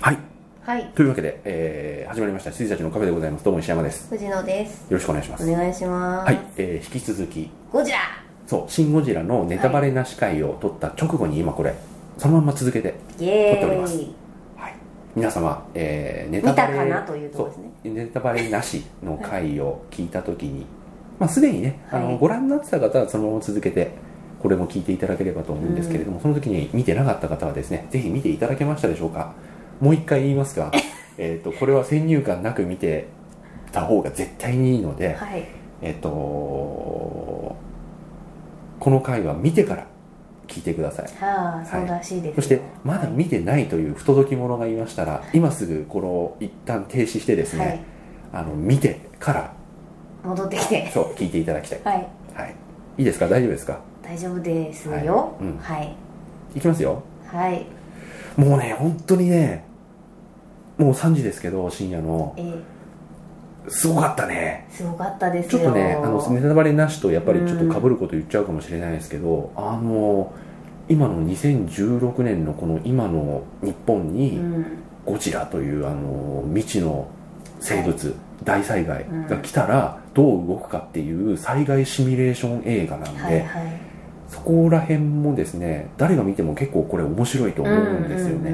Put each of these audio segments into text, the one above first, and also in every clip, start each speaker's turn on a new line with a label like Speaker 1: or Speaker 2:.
Speaker 1: はい。
Speaker 2: はい
Speaker 1: というわけで、えー始まりました、羊たちのカフェでございます。どうも石山です。
Speaker 2: 藤野です
Speaker 1: よろしくお願いしま
Speaker 2: お
Speaker 1: す。
Speaker 2: 願いします、
Speaker 1: はい、えー引き続き、
Speaker 2: ゴジラ
Speaker 1: そう、シン・ゴジラのネタバレなし会を撮った直後に今これ、そのまんま続けて、
Speaker 2: イエ
Speaker 1: 撮っておりま
Speaker 2: ー
Speaker 1: す
Speaker 2: イ
Speaker 1: はい、皆様、えーネタ
Speaker 2: 見
Speaker 1: バ
Speaker 2: た
Speaker 1: レ
Speaker 2: かなというところですね
Speaker 1: そうネタバレなしの回を聞いたとき に、まあ、すでにね、あ
Speaker 2: は
Speaker 1: の
Speaker 2: い
Speaker 1: ご覧になってた方はそのまま続けてこれも聞いていただければと思うんですけれども、その時に見てなかった方はですねぜひ見ていただけましたでしょうかもう一回言います がえーとこれは先入観なく見てた方が絶対にいいので、
Speaker 2: はい
Speaker 1: えっ、とこの回は見てから聞いてください
Speaker 2: はあそうらしいです、ね
Speaker 1: そしてまだ見てないという不届き者がいましたら、今すぐこの一旦停止してですね、
Speaker 2: はい
Speaker 1: あの見てから
Speaker 2: 戻ってきて
Speaker 1: そう聞いていただきたい、
Speaker 2: はい
Speaker 1: はい、いいですか大丈夫ですか
Speaker 2: 大丈夫ですよ
Speaker 1: はいうん
Speaker 2: はい
Speaker 1: いきますよ
Speaker 2: はい
Speaker 1: もうね本当にねもう3時ですけど深夜の
Speaker 2: えー
Speaker 1: すごかったね
Speaker 2: すごかったです
Speaker 1: ちょ
Speaker 2: よ
Speaker 1: っとねあのネタバレなしとやっぱりちょっとかぶること言っちゃうかもしれないですけどあの今の2016年のこの今の日本に、
Speaker 2: うん
Speaker 1: ゴジラというあの未知の生物、大災害が来たらどう動くかっていう災害シミュレーション映画なんで、
Speaker 2: はいはい
Speaker 1: そこら辺もですね誰が見ても結構これ面白いと思うんですよね、
Speaker 2: うんうんう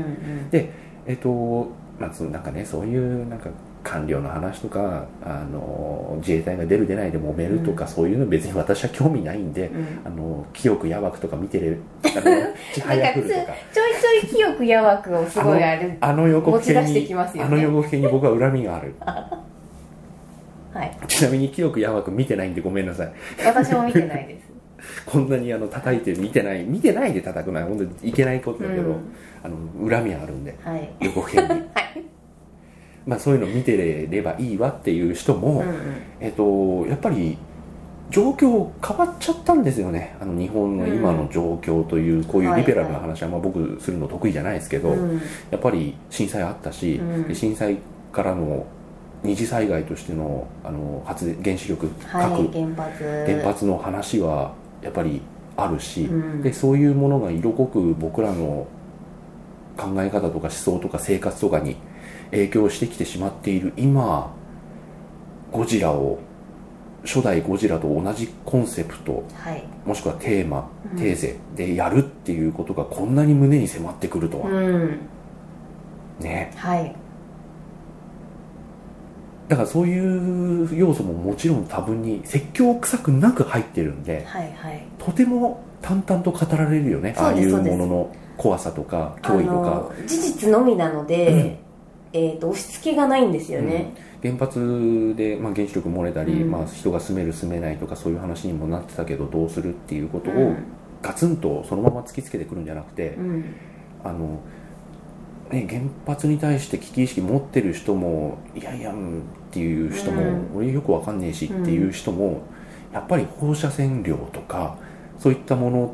Speaker 2: ん
Speaker 1: えっとまあそのなんかねそういうなんか官僚の話とかあの自衛隊が出る出ないで揉めるとか、そういうの別に私は興味ないんで
Speaker 2: うんうん
Speaker 1: あの清くやわくとか見て るあのちはやふるとか
Speaker 2: ちょいちょい清くやわくをすごいあれ
Speaker 1: あの予告編
Speaker 2: 持ち出して
Speaker 1: に、
Speaker 2: きますよね
Speaker 1: あの予告編に僕は恨みがある
Speaker 2: はい
Speaker 1: ちなみに清くやばく見てないんでごめんなさい。
Speaker 2: 私も見てないです
Speaker 1: こんなにあの叩いて見てない、見てないで叩くのは本当にいけない ことだけど、
Speaker 2: うん
Speaker 1: あの恨みはあるんで、
Speaker 2: はい
Speaker 1: 予告編に。まあそういうの見てればいいわっていう人も、
Speaker 2: うんうん
Speaker 1: えっと、やっぱり状況変わっちゃったんですよね。あの日本の今の状況という、こういうリベラルな話はまあ僕するの得意じゃないですけど、
Speaker 2: うん
Speaker 1: やっぱり震災あったし、
Speaker 2: うん
Speaker 1: で震災からの二次災害としてのあの発電原子力核、
Speaker 2: はい原発
Speaker 1: 原発の話はやっぱりあるし、
Speaker 2: うん
Speaker 1: でそういうものが色濃く僕らの考え方とか思想とか生活とかに影響してきてしまっている今ゴジラを初代ゴジラと同じコンセプト
Speaker 2: はい
Speaker 1: もしくはテーマ、
Speaker 2: うん
Speaker 1: テーゼでやるっていうことがこんなに胸に迫ってくるとは、
Speaker 2: うん
Speaker 1: ね
Speaker 2: はい
Speaker 1: だからそういう要素ももちろん多分に説教臭くなく入ってるんで、
Speaker 2: はいはい
Speaker 1: とても淡々と語られるよねあ
Speaker 2: そう
Speaker 1: あい
Speaker 2: です
Speaker 1: うものの怖さとか脅威とか
Speaker 2: あの事実のみなので、えー、と押し付けがないんですよね、
Speaker 1: 原発で、まあ、原子力漏れたり、
Speaker 2: うん
Speaker 1: まあ、人が住める住めないとかそういう話にもなってたけどどうするっていうこと
Speaker 2: う
Speaker 1: を
Speaker 2: ん
Speaker 1: ガツンとそのまま突きつけてくるんじゃなくて、
Speaker 2: うん
Speaker 1: あのね、原発に対して危機意識持ってる人もいやいや、うん、っていう人も、
Speaker 2: うん
Speaker 1: 俺よくわかんねえしっていう人も、やっぱり放射線量とかそういったもの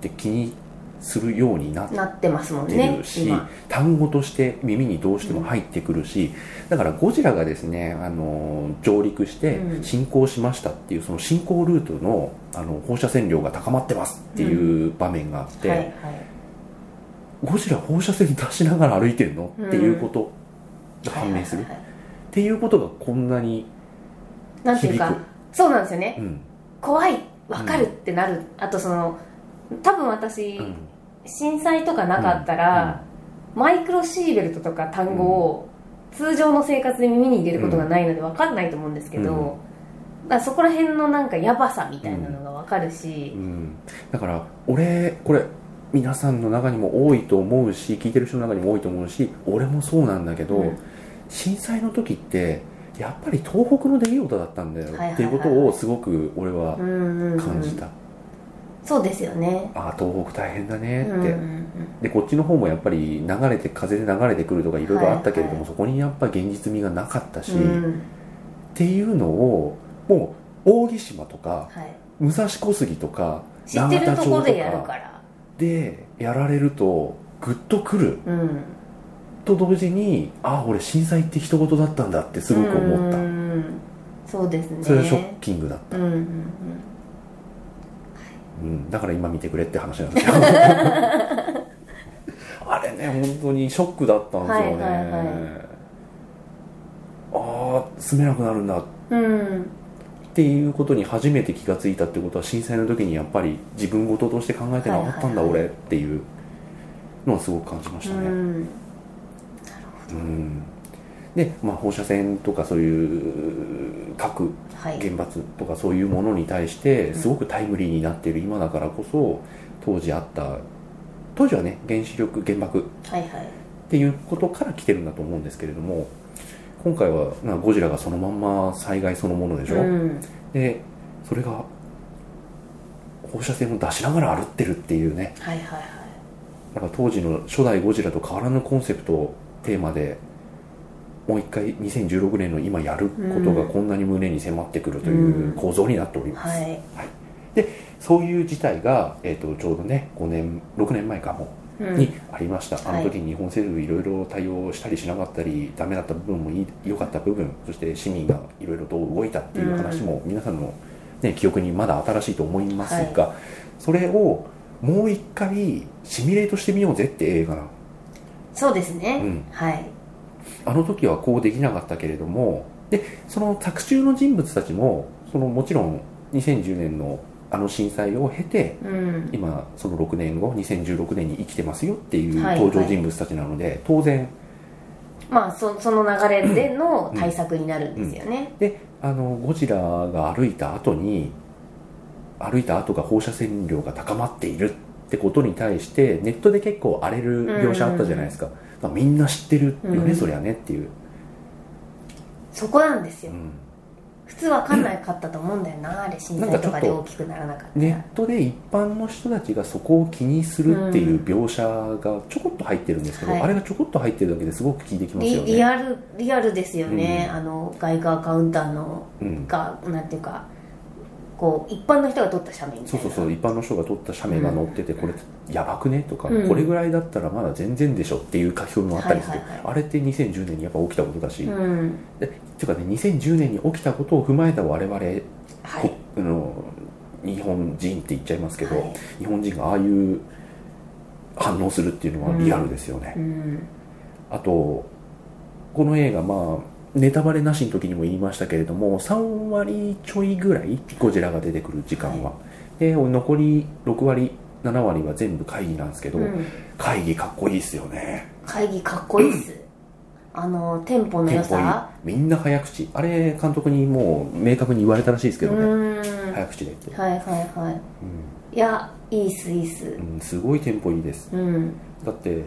Speaker 1: って気にするようになって
Speaker 2: なってますもん
Speaker 1: って
Speaker 2: ね
Speaker 1: るし、
Speaker 2: 今
Speaker 1: 単語として耳にどうしても入ってくるし、だからゴジラがですねあの上陸して
Speaker 2: うん
Speaker 1: 侵攻しましたっていうその侵攻ルートのあの放射線量が高まってますっていう場面があって、
Speaker 2: はいはい
Speaker 1: ゴジラ放射線出しながら歩いてるの、っていうことが判明する、
Speaker 2: はいはいはい
Speaker 1: っていうことがこんなに
Speaker 2: なんていうか
Speaker 1: 響
Speaker 2: そうなんですよね
Speaker 1: うん
Speaker 2: 怖いわかるってなる、あとその多分私、
Speaker 1: うん
Speaker 2: 震災とかなかったら、マイクロシーベルトとか単語を通常の生活で耳に入れることがないので分かんないと思うんですけど、だからそこら辺のなんかやばさみたいなのが分かるし、
Speaker 1: うん、だから俺これ皆さんの中にも多いと思うし聞いてる人の中にも多いと思うし俺もそうなんだけど、
Speaker 2: うん
Speaker 1: 震災の時ってやっぱり東北の出来事だったんだよ
Speaker 2: はいはいはい
Speaker 1: っていうことをすごく俺は
Speaker 2: うんうんうん
Speaker 1: 感じた、
Speaker 2: そうですよね
Speaker 1: ああ東北大変だねって、
Speaker 2: うんうんうん
Speaker 1: でこっちの方もやっぱり流れて風で流れてくるとかいろいろあったけれども、
Speaker 2: はいは
Speaker 1: そこにやっぱ現実味がなかったし、っ
Speaker 2: うん
Speaker 1: ていうのをもう扇島とか
Speaker 2: はい、
Speaker 1: 武蔵小杉とか
Speaker 2: 知ってるとこでや
Speaker 1: 長田
Speaker 2: る
Speaker 1: 町と
Speaker 2: から
Speaker 1: でやられるとグッとくる
Speaker 2: うん
Speaker 1: と同時にああ俺震災って人事だったんだってすごく思った、
Speaker 2: たそうですね
Speaker 1: それはショッキングだった、
Speaker 2: うんうんうん
Speaker 1: うん、だから今見てくれって話なんですよあ あれね本当にショックだったんですよね、
Speaker 2: はいはいはい
Speaker 1: ああ住めなくなるんだっ
Speaker 2: うん
Speaker 1: ていうことに初めて気がついたってことは震災の時にやっぱり自分事として考えてなかったんだ、
Speaker 2: はいはい
Speaker 1: 俺っていうのをすごく感じまし
Speaker 2: う
Speaker 1: たね、
Speaker 2: ん
Speaker 1: うんで、まあ、放射線とかそういう核
Speaker 2: はい
Speaker 1: 原発とかそういうものに対してすごくタイムリーになっている今だからこそ当時あった当時はね原子力原爆っ
Speaker 2: はいはい
Speaker 1: ていうことから来てるんだと思うんですけれども今回はなゴジラがそのまんま災害そのものでしょ、
Speaker 2: うん
Speaker 1: でそれが放射線を出しながら歩ってるっていうね
Speaker 2: はいはいはい
Speaker 1: なんか当時の初代ゴジラと変わらぬコンセプトをテーマでもう一回2016年の今やることが
Speaker 2: うん
Speaker 1: こんなに胸に迫ってくるといううん構造になっております、
Speaker 2: はい
Speaker 1: そういう事態が、えー、とちょうどね5年6年前かも、
Speaker 2: うん
Speaker 1: にありましたあ
Speaker 2: は
Speaker 1: の
Speaker 2: い
Speaker 1: 時に日本政府いろいろ対応したりしなかったりダメだった部分もいい良かった部分そして市民がいろいろと動いたっていう話も皆さんの、ね、記憶にまだ新しいと思いますが、それをもう一回シミュレートしてみようぜって映画なの
Speaker 2: そうですね、
Speaker 1: うん
Speaker 2: はい
Speaker 1: あの時はこうできなかったけれどもでその作中の人物たちもそのもちろん2010年のあの震災を経て
Speaker 2: うん
Speaker 1: 今その6年後2016年に生きてますよっていう
Speaker 2: はい
Speaker 1: 登場人物たちなので、当然
Speaker 2: まあそその流れでの対策になるんですよね、
Speaker 1: であのゴジラが歩いた後に歩いた後が放射線量が高まっているってことに対してネットで結構荒れる描写あったじゃないですか,、みんな知ってるよね、
Speaker 2: うん
Speaker 1: そりゃねっていう、
Speaker 2: そこなんです
Speaker 1: う
Speaker 2: よ
Speaker 1: ん
Speaker 2: 普通わかんないかったと思うんだよなあれ震災とかで大きくならなかったら
Speaker 1: ネットで一般の人たちがそこを気にするっていう描写がちょこっと入ってるんですけど、
Speaker 2: はい
Speaker 1: あれがちょこっと入ってるだけですごく効いてきますよ
Speaker 2: リ
Speaker 1: ね
Speaker 2: リアルリアルですよね、
Speaker 1: う
Speaker 2: あの外貨カウンターの
Speaker 1: うん、
Speaker 2: がなんていうかこう一般の人が撮った写メみた
Speaker 1: そう
Speaker 2: いな
Speaker 1: そうそう一般の人が撮った写メが載ってて、これやばくねとか、
Speaker 2: うん
Speaker 1: これぐらいだったらまだ全然でしょっていう書き込みもあったりする、
Speaker 2: はいはいはい
Speaker 1: あれって2010年にやっぱ起きたことだし、っ
Speaker 2: うん
Speaker 1: ていうかね2010年に起きたことを踏まえた我々、
Speaker 2: は
Speaker 1: こ
Speaker 2: い
Speaker 1: あの日本人って言っちゃいますけど、
Speaker 2: はい
Speaker 1: 日本人がああいう反応するっていうのはリアルですよね、
Speaker 2: うん
Speaker 1: あとこの映画まあネタバレなしの時にも言いましたけれども3割ちょいぐらいゴジラが出てくる時間は、で残り6割7割は全部会議なんですけど、
Speaker 2: うん
Speaker 1: 会議かっこいいっすよね
Speaker 2: 会議かっこいいっす あのテンポの
Speaker 1: テ
Speaker 2: 良
Speaker 1: ンポいい
Speaker 2: さ
Speaker 1: みんな早口あれ監督にもう明確に言われたらしいですけどね、
Speaker 2: うんはい
Speaker 1: 早口でって、
Speaker 2: はいは
Speaker 1: う
Speaker 2: いいやいいっすいいっす
Speaker 1: んうん、すごいテンポいいです
Speaker 2: うん
Speaker 1: だって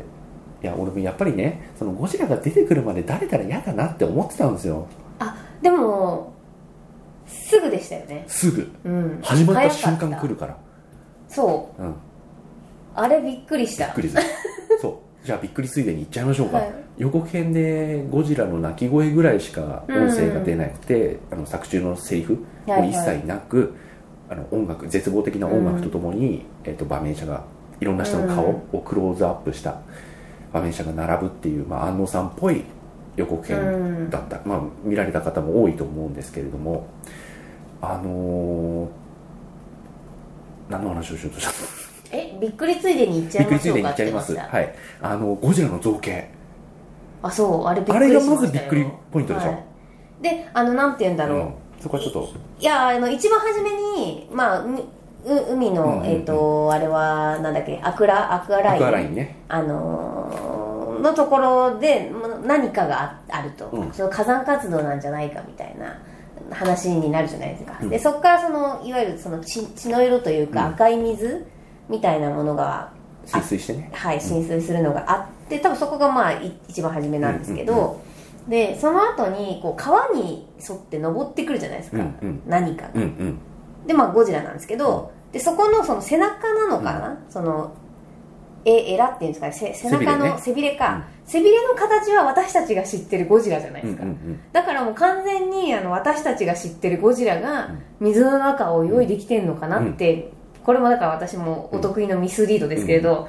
Speaker 1: いや俺もやっぱりねそのゴジラが出てくるまで誰たら嫌だなって思ってたんですよ
Speaker 2: でもすぐでしたよね
Speaker 1: すぐ
Speaker 2: うん
Speaker 1: 始まった
Speaker 2: 早か
Speaker 1: 瞬
Speaker 2: った
Speaker 1: 間来るから
Speaker 2: そう
Speaker 1: うん
Speaker 2: あれびっくり
Speaker 1: び
Speaker 2: した
Speaker 1: っくりする そうじゃあびっくりついでにいっちゃいましょうか、
Speaker 2: はい
Speaker 1: 予告編でゴジラの鳴き声ぐらいしか音声が出なくて、あの作中のセリフ
Speaker 2: はい
Speaker 1: も
Speaker 2: はい
Speaker 1: 一切なく、あの音楽絶望的な音楽とともに、えっと場面者がいろんな人の顔をクローズアップした場面者が並ぶっていう、まあ、安野さんっぽい予告
Speaker 2: う
Speaker 1: 編
Speaker 2: ん
Speaker 1: だった、まあ、見られた方も多いと思うんですけれどもあのー何の話をしようとした
Speaker 2: えびっくりついでに行っちゃ
Speaker 1: びっ
Speaker 2: い
Speaker 1: く
Speaker 2: ま
Speaker 1: りつ
Speaker 2: し
Speaker 1: いで
Speaker 2: ょう
Speaker 1: にい
Speaker 2: か
Speaker 1: っ
Speaker 2: っ
Speaker 1: ちゃい
Speaker 2: て
Speaker 1: ま。
Speaker 2: ますした
Speaker 1: はい。あの、ゴジラの造形。
Speaker 2: あそうあれびっ
Speaker 1: あ
Speaker 2: くり
Speaker 1: れ
Speaker 2: しま
Speaker 1: がま
Speaker 2: したよ
Speaker 1: ずびっくりポイントでしょ
Speaker 2: はいであのなんて言うんだろう、
Speaker 1: うんそこはちょっと、
Speaker 2: いやあの一番初めにまあうう海の、
Speaker 1: うんうんうん
Speaker 2: えっ、とあれはなんだっけアクラアクアライン
Speaker 1: アクアラインね。
Speaker 2: あのーのところでま何かがああると、
Speaker 1: うん
Speaker 2: その火山活動なんじゃないかみたいな話になるじゃないですか、
Speaker 1: うん
Speaker 2: でそこからそのいわゆるその血血の色というか
Speaker 1: うん
Speaker 2: 赤い水みたいなものが、
Speaker 1: 浸水してね。
Speaker 2: はい、浸水するのがあって多分そこがまあい一番初めなんですけど、
Speaker 1: うんう
Speaker 2: でその後にこう川に沿って登ってくるじゃないです
Speaker 1: うん
Speaker 2: か、
Speaker 1: うん。
Speaker 2: 何かが
Speaker 1: うんうん。
Speaker 2: でまあゴジラなんですけど、でそこのその背中なのかな、そのえエラっていうんですかねせ背中の背びれか、背びれの形は私たちが知ってるゴジラじゃない
Speaker 1: うん
Speaker 2: で
Speaker 1: うん
Speaker 2: す
Speaker 1: う
Speaker 2: か、
Speaker 1: ん。
Speaker 2: だからもう完全にあの私たちが知ってるゴジラ
Speaker 1: う
Speaker 2: が
Speaker 1: ん
Speaker 2: 水の中を泳いできてんのかなって、これもだから私もお得意のミスリードですけれど、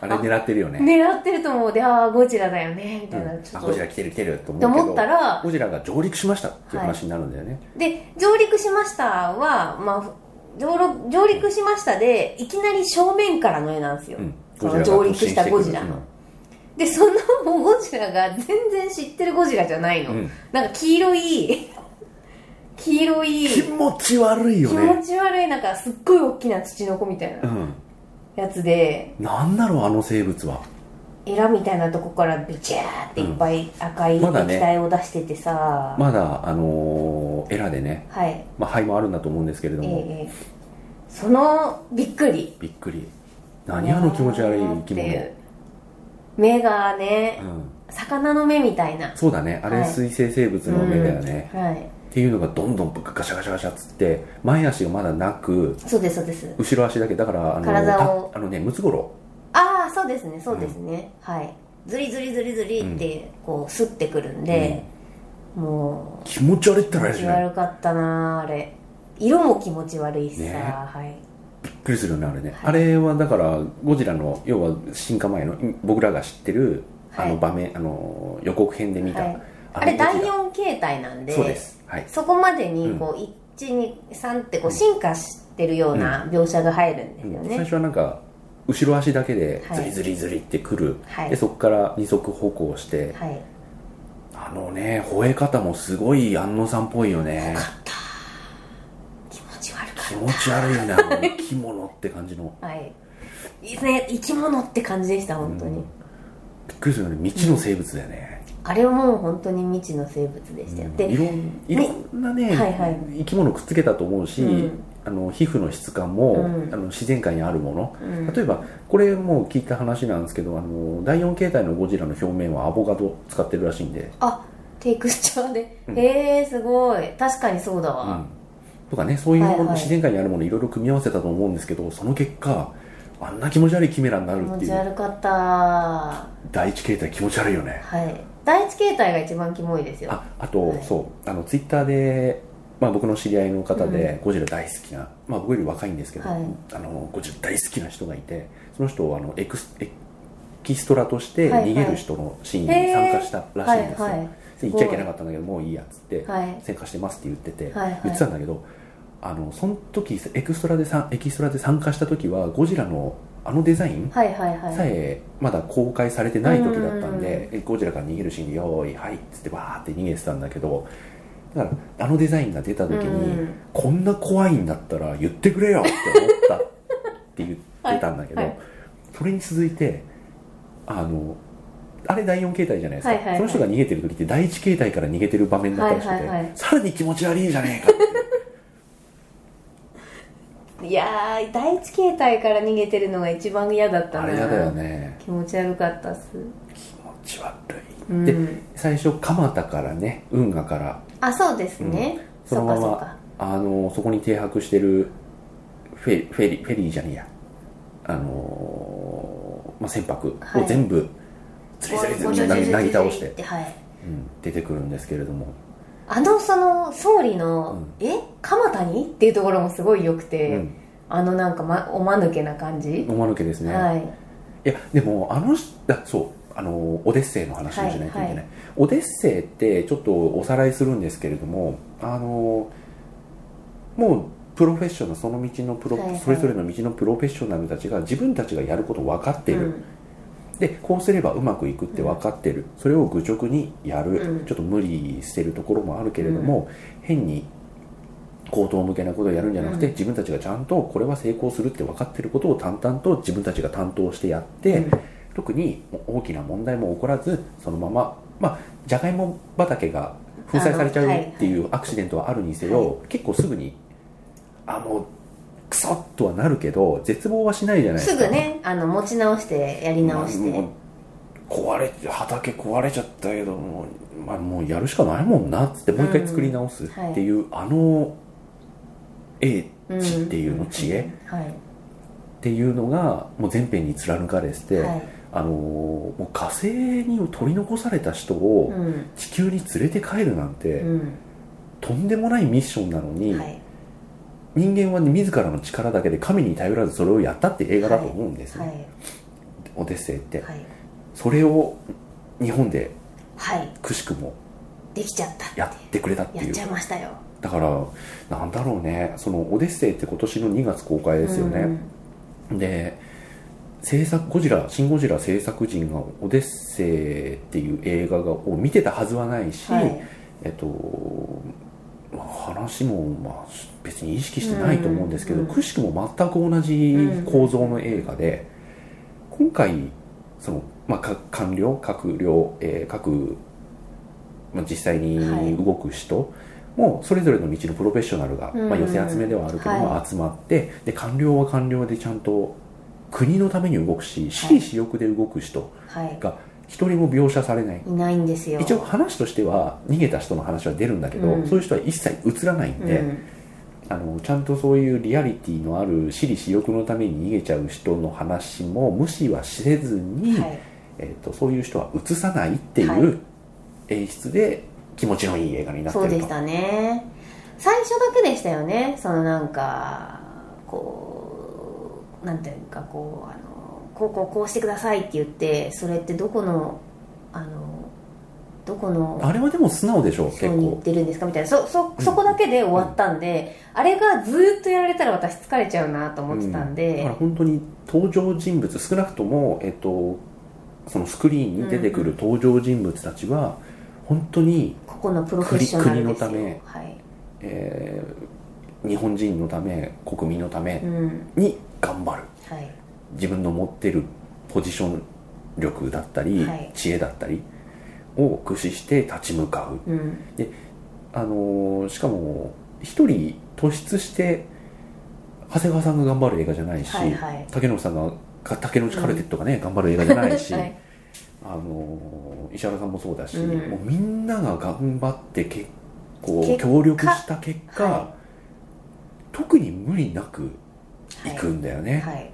Speaker 1: あれ狙ってるよね。
Speaker 2: 狙ってると思うでああゴジラだよねみ
Speaker 1: う
Speaker 2: たいな、
Speaker 1: ん
Speaker 2: ちょ
Speaker 1: あ、
Speaker 2: っ
Speaker 1: ゴ
Speaker 2: と
Speaker 1: ジラ来てる来てると思う
Speaker 2: と
Speaker 1: けど。
Speaker 2: 思ったら
Speaker 1: ゴジラが上陸しましたっていう話になるんだよね。
Speaker 2: で上陸しましたは、まあ、上陸上陸しましたでいきなり正面からの絵なんですよ、
Speaker 1: うん
Speaker 2: その上陸したゴジラでそのもうゴジラが全然知ってるゴジラじゃないの、
Speaker 1: うん
Speaker 2: なんか黄色い黄色い
Speaker 1: 気持ち悪いよ
Speaker 2: 気持
Speaker 1: ね
Speaker 2: ち悪いなんかすっごい大きな土の子みたいうなんやつで、
Speaker 1: なんだろうあの生物は
Speaker 2: エラみたいなとこからビチャーっていっぱい赤い
Speaker 1: ま
Speaker 2: 液
Speaker 1: だね
Speaker 2: 体を出しててさ、
Speaker 1: まだあのーエラでね、
Speaker 2: はい
Speaker 1: まあ、肺もあるんだと思うんですけれど
Speaker 2: ええ
Speaker 1: も、
Speaker 2: ええそのびっくり
Speaker 1: びっくり何あの気持ち悪い生き
Speaker 2: ってい
Speaker 1: 物
Speaker 2: う目がね、
Speaker 1: うん、
Speaker 2: 魚の目みたいな
Speaker 1: そうだねあれ
Speaker 2: はい
Speaker 1: 水生生物の目だよね、
Speaker 2: うんはい
Speaker 1: っていうのがどんどんガシャガシャガシャっつって前足がまだなく
Speaker 2: そうですそうです
Speaker 1: 後ろ足だけだからあの
Speaker 2: 体を
Speaker 1: たあのねムツゴロ
Speaker 2: ああそうですねそうですね、はいズリズリズリズリってこうすってくるんで、もう
Speaker 1: ウ気持ち悪いって
Speaker 2: 気
Speaker 1: あれ
Speaker 2: 持
Speaker 1: で
Speaker 2: ち
Speaker 1: すね
Speaker 2: 悪かったなあれ色も気持ち悪いしさ、
Speaker 1: ね
Speaker 2: はい
Speaker 1: びっくりするよねあれね、
Speaker 2: はい
Speaker 1: あれはだからゴジラの要は進化前の僕らが知ってるあ
Speaker 2: は
Speaker 1: の
Speaker 2: い
Speaker 1: 場面、あの予告編で見た、
Speaker 2: はいあ
Speaker 1: の
Speaker 2: れ
Speaker 1: ゴジラ
Speaker 2: 第4形態なんで
Speaker 1: そうですはい
Speaker 2: そこまでにこう、123ってこう進化してるような描写が入るんですよね、
Speaker 1: 最初はなんか後ろ足だけで
Speaker 2: はい
Speaker 1: ズリズリズリってくる、
Speaker 2: はい
Speaker 1: でそこから二足歩行して、
Speaker 2: はいよ
Speaker 1: あのね吠え方もすごい安野さんっぽいよね
Speaker 2: かった気持ち悪か
Speaker 1: 気持ち悪いよねあの生き物って感じの
Speaker 2: ったはいいいですね生き物って感じでした本当に、
Speaker 1: うんびっくりするよね未知の生物だよね、
Speaker 2: あれはもう本当に未知の生物でしたよ、
Speaker 1: うん
Speaker 2: で
Speaker 1: いろんいろんなね、
Speaker 2: はいはい
Speaker 1: 生き物をくっつけたと思うし、
Speaker 2: うん
Speaker 1: あの皮膚の質感も、
Speaker 2: うん
Speaker 1: あの自然界にあるもの
Speaker 2: うん
Speaker 1: 例えばこれもう聞いた話なんですけどあの第4形態のゴジラの表面はアボカド使ってるらしいんで、
Speaker 2: あテイクスチャーで、
Speaker 1: うん
Speaker 2: へえすごい確かにそうだ
Speaker 1: う
Speaker 2: わ
Speaker 1: ん、とかねそういうもの、
Speaker 2: はいはい
Speaker 1: 自然界にあるものいろいろ組み合わせたと思うんですけどその結果あんな気持ち悪いキメラにな
Speaker 2: 気
Speaker 1: るっ
Speaker 2: 持
Speaker 1: てい
Speaker 2: ち
Speaker 1: う
Speaker 2: 悪かったは
Speaker 1: 第一形態気持ち悪いよね
Speaker 2: い第一形態が一番キモいですよ
Speaker 1: ああと、
Speaker 2: はい
Speaker 1: そうあのツイッターで、まあ、僕の知り合いの方で、ゴジラ大好きな、まあ、僕より若いんですけど、
Speaker 2: はい
Speaker 1: あのゴジラ大好きな人がいてその人をあのエクスエキストラとして
Speaker 2: はいはい
Speaker 1: 逃げる人のシーンに参加したらしいんですよ、
Speaker 2: はいはい
Speaker 1: で行っちゃいけなかったんだけどもういいやっつって、
Speaker 2: はい
Speaker 1: 参加してますって言ってて、
Speaker 2: はいはい
Speaker 1: 言ってたんだけどあのその時エクストラでさエキストラで参加した時はゴジラのあのデザイン
Speaker 2: はいはいはい
Speaker 1: さえまだ公開されてない時だったんで、ゴジラから逃げるシーンで「よーいはい」っつってわーって逃げてたんだけどだからあのデザインが出た時に、
Speaker 2: うん
Speaker 1: こんな怖いんだったら言ってくれよって思ったって言ってたんだけど、
Speaker 2: はいはい
Speaker 1: それに続いてあのあれ第4形態じゃないですか、
Speaker 2: はいはいはい
Speaker 1: その人が逃げてる時って第1形態から逃げてる場面だったらしくて、
Speaker 2: はいはいはい
Speaker 1: さらに気持ち悪いじゃねえかっていう
Speaker 2: いやー第一形態から逃げてるのが一番嫌だったな
Speaker 1: あれやだよね
Speaker 2: 気持ち悪かったっす
Speaker 1: 気持ち悪い、
Speaker 2: うん
Speaker 1: で最初蒲田からね運河から
Speaker 2: あそうですね、
Speaker 1: その
Speaker 2: っか
Speaker 1: ま
Speaker 2: そっか
Speaker 1: まあのそこに停泊してるフェフェリフェリーじゃねえやあのー、まあ、船舶を
Speaker 2: はい
Speaker 1: 全部つりつりつり投げ投げ倒して、
Speaker 2: はい
Speaker 1: うん出てくるんですけれども
Speaker 2: あのその総理の「え蒲田に?」っていうところもすごい良くて、
Speaker 1: うん
Speaker 2: あのなんか、ま、おまぬけな感じ、
Speaker 1: おまぬけですね、
Speaker 2: はい
Speaker 1: い、やでもあの人あそうあのーオデッセイの話をしないといけない、
Speaker 2: はいは
Speaker 1: オデッセイってちょっとおさらいするんですけれどもあのーもうプロフェッショナルその道のプロ、
Speaker 2: はいはい
Speaker 1: それぞれの道のプロフェッショナルたちが自分たちがやること分かってる、
Speaker 2: うん
Speaker 1: でこうすればうまくいくって分かってる、それを愚直にやる、
Speaker 2: うん
Speaker 1: ちょっと無理してるところもあるけれども、変に口頭向けなことをやるんじゃなくて、
Speaker 2: うん
Speaker 1: 自分たちがちゃんとこれは成功するって分かってることを淡々と自分たちが担当してやって、
Speaker 2: うん
Speaker 1: 特に大きな問題も起こらずそのまままあじゃがいも畑が粉砕されちゃ
Speaker 2: あ
Speaker 1: う
Speaker 2: のはい
Speaker 1: っていうアクシデントはあるにせよ、結構すぐにあもうクソッとはなるけど絶望はしないじゃないですすか
Speaker 2: ぐねあの持ち直してやり直して、
Speaker 1: まあもう壊れて畑壊れちゃったけどもう,、まあ、もうやるしかないもんなっつってもう一回作り直すっていう、あの英知っていうの、
Speaker 2: ん
Speaker 1: 知恵っ
Speaker 2: はい
Speaker 1: ていうのがもう全編に貫かれてて、
Speaker 2: はい
Speaker 1: あのーもう火星に取り残された人を
Speaker 2: うん
Speaker 1: 地球に連れて帰るなんて、
Speaker 2: うん
Speaker 1: とんでもないミッションなのに、
Speaker 2: はい
Speaker 1: 人間は自らの力だけで神に頼らずそれをやったって映画だと思うんですね、
Speaker 2: はい
Speaker 1: オデッセイって、
Speaker 2: はい
Speaker 1: それを日本で
Speaker 2: はい
Speaker 1: くしくも
Speaker 2: できちゃったって
Speaker 1: やってくれたって
Speaker 2: や
Speaker 1: い
Speaker 2: っ
Speaker 1: う
Speaker 2: ちゃいましたよ
Speaker 1: だからなんだろうねその「オデッセイ」って今年の2月公開ですよね、で制作ゴジラシン・ゴジラ制作陣が「オデッセイ」っていう映画を見てたはずはないし、
Speaker 2: はい
Speaker 1: えっとまあ話もまあ別に意識してないと思うんですけど、
Speaker 2: うん
Speaker 1: くしくも全く同じ構造の映画で、今回その、まあ、か官僚閣僚、えー各、まあ、実際に動く人、もうそれぞれの道のプロフェッショナルが、
Speaker 2: うん
Speaker 1: まあ、寄せ集めではあるけども、
Speaker 2: は
Speaker 1: 集まってで官僚は官僚でちゃんと国のために動くし私利私欲で動く人
Speaker 2: はい
Speaker 1: 一人も描写されない
Speaker 2: いないんですよ
Speaker 1: 一応話としては逃げた人の話は出るんだけど、
Speaker 2: うん
Speaker 1: そういう人は一切映らないんで、
Speaker 2: うん
Speaker 1: あのちゃんとそういうリアリティのある私利私欲のために逃げちゃう人の話も無視はせずに、
Speaker 2: はい
Speaker 1: えー、とそういう人は映さないってい
Speaker 2: は
Speaker 1: う演出で気持ちのいい映画になって
Speaker 2: そう
Speaker 1: ると
Speaker 2: でしたね最初だけでしたよねそのなんかこうなんていうかこうあのこうこうこうしてくださいって言ってそれってどこのあのどこの
Speaker 1: あれはでも素直でしょ結
Speaker 2: 人に言っ
Speaker 1: 構
Speaker 2: てるんですかみたいなそそ
Speaker 1: うん
Speaker 2: そこだけで終わったんで、あれがずーっとやられたら私疲れちゃうなと思ってたん
Speaker 1: だ
Speaker 2: で、
Speaker 1: から本当に登場人物少なくとも、えっと、そのスクリーンに出てくる登場人物たちは、本当に、
Speaker 2: ここのプロフェッショナルですよ
Speaker 1: 国国の
Speaker 2: はい
Speaker 1: えー日本人のため国民のため
Speaker 2: うん
Speaker 1: に頑張る
Speaker 2: はい
Speaker 1: 自分の持ってるポジション力だったり、
Speaker 2: はい
Speaker 1: 知恵だったりを駆使して立ち向かう
Speaker 2: うん
Speaker 1: あのーしかも一人突出して長谷川さんが頑張る映画じゃないし、
Speaker 2: はいはい
Speaker 1: 竹野さんがか竹野内カルテットがね、頑張る映画じゃないし、
Speaker 2: はい
Speaker 1: あのー石原さんもそうだし、
Speaker 2: うん
Speaker 1: もうみんなが頑張って結構
Speaker 2: 結果
Speaker 1: 協力した結果、
Speaker 2: は
Speaker 1: 特に無理なく
Speaker 2: はい
Speaker 1: 行くんだよね、
Speaker 2: はい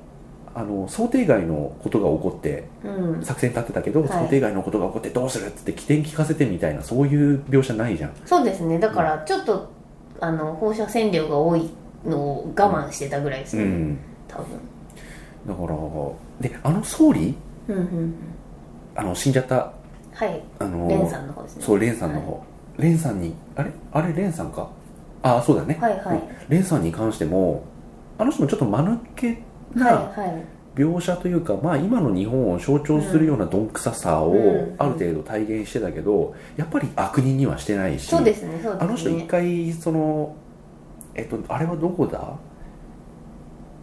Speaker 1: あの想定外のことが起こって
Speaker 2: うん
Speaker 1: 作戦立ってたけど、
Speaker 2: はい
Speaker 1: 想定外のことが起こってどうするっつって起点聞かせてみたいなそういう描写ないじゃん
Speaker 2: そうですねだからちょっと、あの放射線量が多いのを我慢してたぐらいですね、
Speaker 1: うん
Speaker 2: 多分
Speaker 1: だからであの総理
Speaker 2: うんうんうん
Speaker 1: あの死んじゃった
Speaker 2: はい
Speaker 1: あの
Speaker 2: レンさんの方ですね
Speaker 1: そうレンさんの方、レンさんにあれあれレンさんかああそうだね、
Speaker 2: はいはい
Speaker 1: うんレンさんに関してもあの人もちょっと間抜け
Speaker 2: はい
Speaker 1: な
Speaker 2: はい
Speaker 1: 描写というか、まあ、今の日本を象徴するようなどんくささを
Speaker 2: うん
Speaker 1: ある程度体現してたけど、やっぱり悪人にはしてないし
Speaker 2: そうですねそうですね
Speaker 1: あの人一回そのえっとあれはどこだ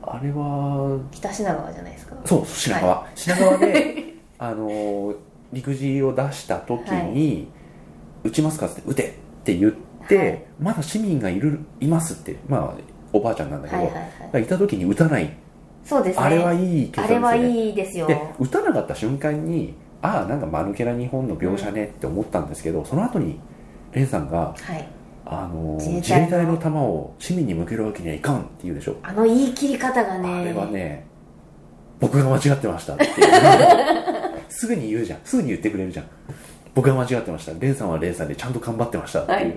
Speaker 1: あれは
Speaker 2: 北品川じゃないですか
Speaker 1: そう品川、品川で あの陸自を出した時に、撃ちますかって撃てって言って、
Speaker 2: はい
Speaker 1: まだ市民がいるいますってまあおばあちゃんなんだけ
Speaker 2: は
Speaker 1: ど、
Speaker 2: いはいは
Speaker 1: だ
Speaker 2: い
Speaker 1: からいた時に撃たない、
Speaker 2: そうですね
Speaker 1: あれはいい決断で
Speaker 2: あ
Speaker 1: す
Speaker 2: れ
Speaker 1: よね
Speaker 2: はいいですよ
Speaker 1: で打たなかった瞬間にああなんか間抜けな日本の描写ねって思ったんですけど、その後に蓮さんが
Speaker 2: はい
Speaker 1: あの
Speaker 2: 自衛隊の
Speaker 1: 自衛隊の弾を市民に向けるわけにはいかんって言うでしょ、
Speaker 2: あの言い切り方がね
Speaker 1: あれはね僕が間違ってましたっていう すぐに言うじゃんすぐに言ってくれるじゃん僕が間違ってました蓮さんは蓮さんでちゃんと頑張ってましたっていう、
Speaker 2: はい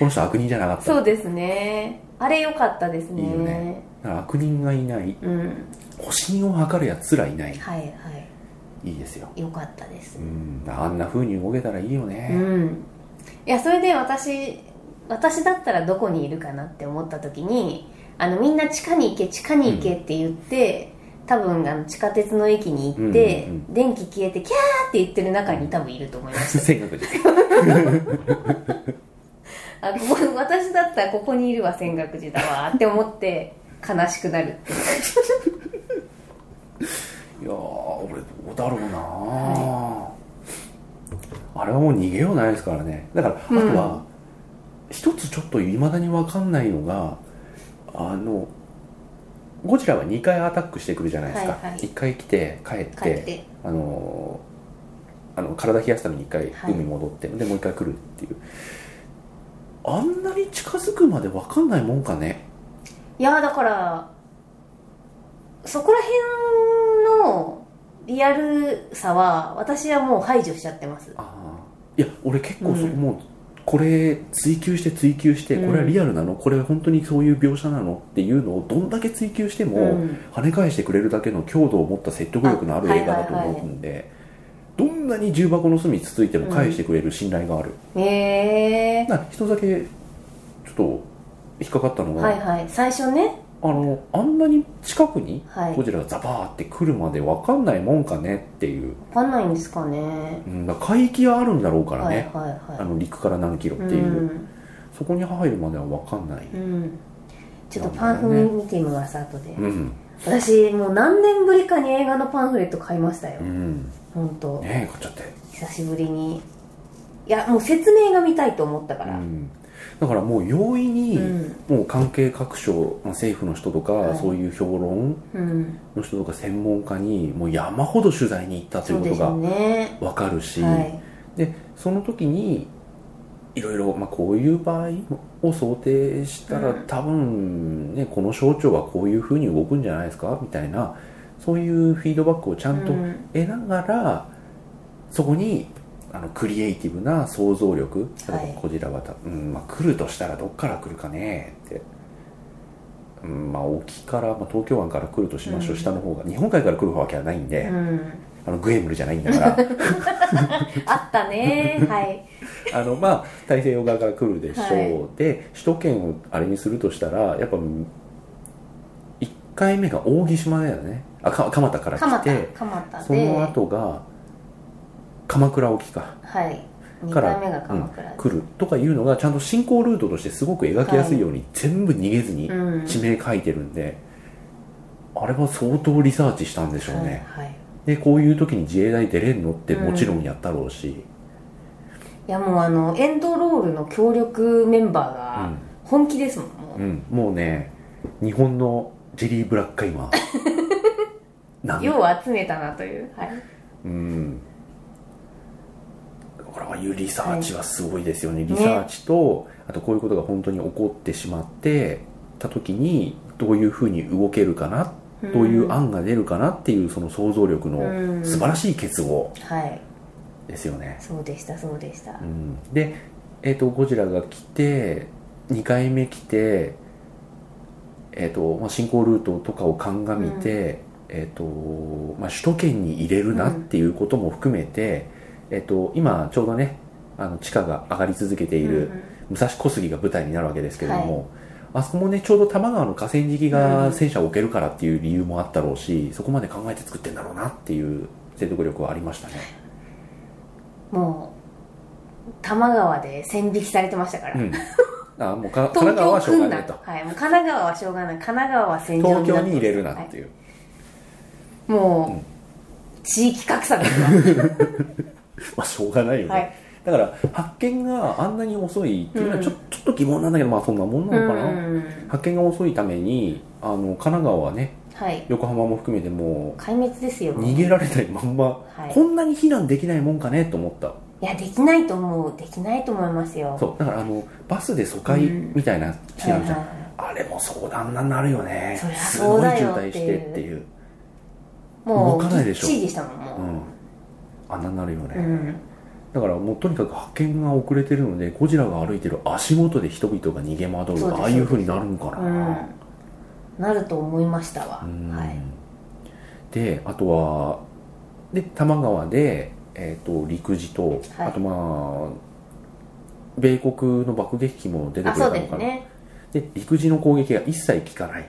Speaker 1: この人悪人じゃなかった
Speaker 2: そうですねあれ良かったですね
Speaker 1: いいよねだから悪人がいない
Speaker 2: うん
Speaker 1: 保身を図るやつらいない
Speaker 2: はいはい
Speaker 1: いいですよ
Speaker 2: 良かったです
Speaker 1: うんあんな風に動けたらいいよね、
Speaker 2: うん、いやそれで私私だったらどこにいるかなって思った時にあのみんな地下に行け地下に行けって言って、多分あの地下鉄の駅に行って、
Speaker 1: うんうん
Speaker 2: 電気消えてキャーって言ってる中に多分いると思いま す
Speaker 1: 尖閣寺
Speaker 2: あここ私だったらここにいるわ泉岳寺だわって思って悲しくなるって
Speaker 1: いやー俺どうだろうなー、あれはもう逃げようないですからねだからあとは、一つちょっといまだに分かんないのがあのゴジラは2回アタックしてくるじゃないですか、
Speaker 2: はいはい
Speaker 1: 1回来て帰って
Speaker 2: 帰って
Speaker 1: あのーあの体冷やすために1回
Speaker 2: はい
Speaker 1: 海戻って、でもう1回来るっていうあんなに近づくまで分かんないもんかね
Speaker 2: いやだからそこら辺のリアルさは私はもう排除しちゃってます
Speaker 1: ああいや俺結構そ、
Speaker 2: うん
Speaker 1: もうこれ追求して追求して
Speaker 2: うん
Speaker 1: これはリアルなの、これは本当にそういう描写なのっていうのをどんだけ追求しても、
Speaker 2: うん
Speaker 1: 跳ね返してくれるだけの強度を持った説得力のある
Speaker 2: あ
Speaker 1: 映画だと思うんで、どんなに重箱の隅つついても返してくれる信頼がある、
Speaker 2: へえ
Speaker 1: な一つだけちょっと引っかかったのは、
Speaker 2: はいはい最初ね
Speaker 1: あのあんなに近くに
Speaker 2: はい
Speaker 1: ゴジラがザバーって来るまで分かんないもんかねっていう、
Speaker 2: 分かんないんですかね
Speaker 1: うん、だから海域があるんだろうから
Speaker 2: はい
Speaker 1: ね、
Speaker 2: はい
Speaker 1: あ
Speaker 2: は
Speaker 1: の陸から何キロっ
Speaker 2: い
Speaker 1: ていう、そこに入るまでは分かんない、
Speaker 2: うん、うん、ちょっとパンフ
Speaker 1: な
Speaker 2: 見
Speaker 1: んだろ
Speaker 2: 見てみます後で、
Speaker 1: うん
Speaker 2: 私もう何年ぶりかに映画のパンフレット買いましたよ、
Speaker 1: うん、ね
Speaker 2: 本当
Speaker 1: え買っちゃって、
Speaker 2: 久しぶりにいやもう説明が見たいと思ったか
Speaker 1: う
Speaker 2: ら、うん
Speaker 1: ん、だからもう容易に、
Speaker 2: うん
Speaker 1: もう関係各所まあ政府の人とか、
Speaker 2: はい
Speaker 1: そういう評論の人とか専門家にもう山ほど取材に行ったとい
Speaker 2: そうう
Speaker 1: こ
Speaker 2: で
Speaker 1: と
Speaker 2: すよ
Speaker 1: が
Speaker 2: ね
Speaker 1: 分かるし、
Speaker 2: はい
Speaker 1: でその時にいろいろ、まあ、こういう場合を想定したら、
Speaker 2: うん
Speaker 1: 多分、ね、この省庁はこういうふうに動くんじゃないですかみたいなそういうフィードバックをちゃんと
Speaker 2: うん
Speaker 1: 得ながら、そこにあのクリエイティブな想像力例えば
Speaker 2: はい
Speaker 1: こちらはた、うんまあ、来るとしたらどっから来るかねって、うんまあ、沖から、まあ、東京湾から来るとしましょう、
Speaker 2: うん
Speaker 1: 下の方が日本海から来るわけはないんで、
Speaker 2: うん、
Speaker 1: あのグエムルじゃないんだから。
Speaker 2: あったねはい
Speaker 1: あのまあ大西洋側から来るでしょう、
Speaker 2: は
Speaker 1: で首都圏をあれにするとしたらやっぱ1回目が大木島だよねあか蒲田から
Speaker 2: 蒲
Speaker 1: 来
Speaker 2: 田
Speaker 1: て
Speaker 2: 蒲田で
Speaker 1: その後が鎌倉沖か
Speaker 2: はい2
Speaker 1: から
Speaker 2: 回目が鎌倉
Speaker 1: 来るとかいうのがちゃんと進行ルートとしてすごく描きやすいように、全部逃げずに
Speaker 2: うん
Speaker 1: 地名書いてるんで、あれは相当リサーチしたんでしょうね、
Speaker 2: はいはい、
Speaker 1: でこういう時に自衛隊出れんのってもちろんやったろうし、
Speaker 2: いやもうあのエンドロールの協力メンバー
Speaker 1: う
Speaker 2: が
Speaker 1: ん
Speaker 2: 本気ですもん、もう
Speaker 1: うん、もうね日本のジェリー・ブラックが 今なん
Speaker 2: よう集めたなというはい
Speaker 1: うんこれはああいうリサーチはすごいですよね、リサーチと、あとこういうことが本当に起こってしまってた時にどういうふうに動けるかな、どういう案が出るかなっていうその想像力
Speaker 2: う
Speaker 1: の
Speaker 2: ん
Speaker 1: 素晴らしい結合
Speaker 2: はい
Speaker 1: ですよね、
Speaker 2: そうでしたそうでした、
Speaker 1: うん、で、えー、とゴジラが来て2回目来て、えーとまあ、進行ルートとかを鑑みて、えーとまあ、首都圏に入れるなっていうことも含めて、えー、と今ちょうどねあの地価が上がり続けている武蔵小杉が舞台になるわけですけれども、あそこもねちょうど多摩川の河川敷が戦車を置けるからっていう理由もあったろうし、そこまで考えて作ってんだろうなっていう説得力はありましたね。
Speaker 2: うんもう多摩川で線引きされてましたから、
Speaker 1: うん、あもうか神奈
Speaker 2: 東
Speaker 1: 川は
Speaker 2: 京
Speaker 1: しょう
Speaker 2: 来
Speaker 1: が
Speaker 2: んな
Speaker 1: ないと
Speaker 2: はい、もう神奈川はしょうがない神奈川は戦場
Speaker 1: 東
Speaker 2: にな
Speaker 1: 京
Speaker 2: って
Speaker 1: に入れるなって
Speaker 2: はい
Speaker 1: いう、
Speaker 2: もう、
Speaker 1: うん
Speaker 2: 地域格差です わ
Speaker 1: まあしょうがないよね、
Speaker 2: はい
Speaker 1: だから発見があんなに遅いっていうのはちょ,、
Speaker 2: うん
Speaker 1: ちょっと疑問なんだけどまあそんなもんなのかな、
Speaker 2: うん
Speaker 1: 発見が遅いためにあの神奈川はね
Speaker 2: はい
Speaker 1: 横浜も含めても
Speaker 2: 壊滅ですよ
Speaker 1: う逃げられないまんま、
Speaker 2: はい
Speaker 1: こんなに避難できないもんかねと思った
Speaker 2: いやできないと思うできないと思いますよ
Speaker 1: そうだからあのバスで疎開
Speaker 2: うん
Speaker 1: みたいな避難じゃん、
Speaker 2: はいはい
Speaker 1: あれも相談になるよね
Speaker 2: そりゃ
Speaker 1: すご
Speaker 2: そう
Speaker 1: い
Speaker 2: だ
Speaker 1: 渋
Speaker 2: よっ
Speaker 1: 滞
Speaker 2: ていう
Speaker 1: してっていう、
Speaker 2: もう
Speaker 1: 動かないでしょ
Speaker 2: ぎっちりでしたもんも
Speaker 1: う
Speaker 2: う、
Speaker 1: ん、あんなになるよね、
Speaker 2: うん
Speaker 1: だからもうとにかく発見が遅れてるのでゴジラが歩いてる足元で人々が逃げ惑
Speaker 2: そう
Speaker 1: う
Speaker 2: です
Speaker 1: ああいうふうになるんか
Speaker 2: う
Speaker 1: な、
Speaker 2: ん、なると思いましたわ、
Speaker 1: うん
Speaker 2: はい、
Speaker 1: であとはで多摩川で、えー、と陸自と、
Speaker 2: はい
Speaker 1: あとまあ米国の爆撃機も出て
Speaker 2: あ
Speaker 1: くれた
Speaker 2: そ
Speaker 1: の
Speaker 2: う
Speaker 1: かな
Speaker 2: ですね
Speaker 1: で陸自の攻撃が一切効かない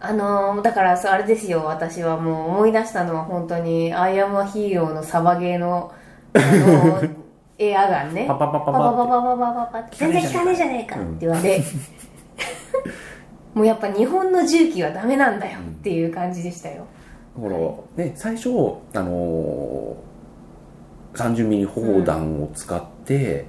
Speaker 2: あのーだからそうあれですよ私はもう思い出したのは本当に「アイアム・ア・ヒーロー」のサバゲーのあのーエアガンね
Speaker 1: パンパンパンパ
Speaker 2: パ
Speaker 1: ン
Speaker 2: パ
Speaker 1: パ
Speaker 2: パ
Speaker 1: ンって
Speaker 2: パパパパパって全然効かねえじゃねえかって言われ、もうやっぱ日本の銃器はダメなんだよっていう感じでしたよ、
Speaker 1: だから、ね、最初、あのー、30ミリ砲弾を使って、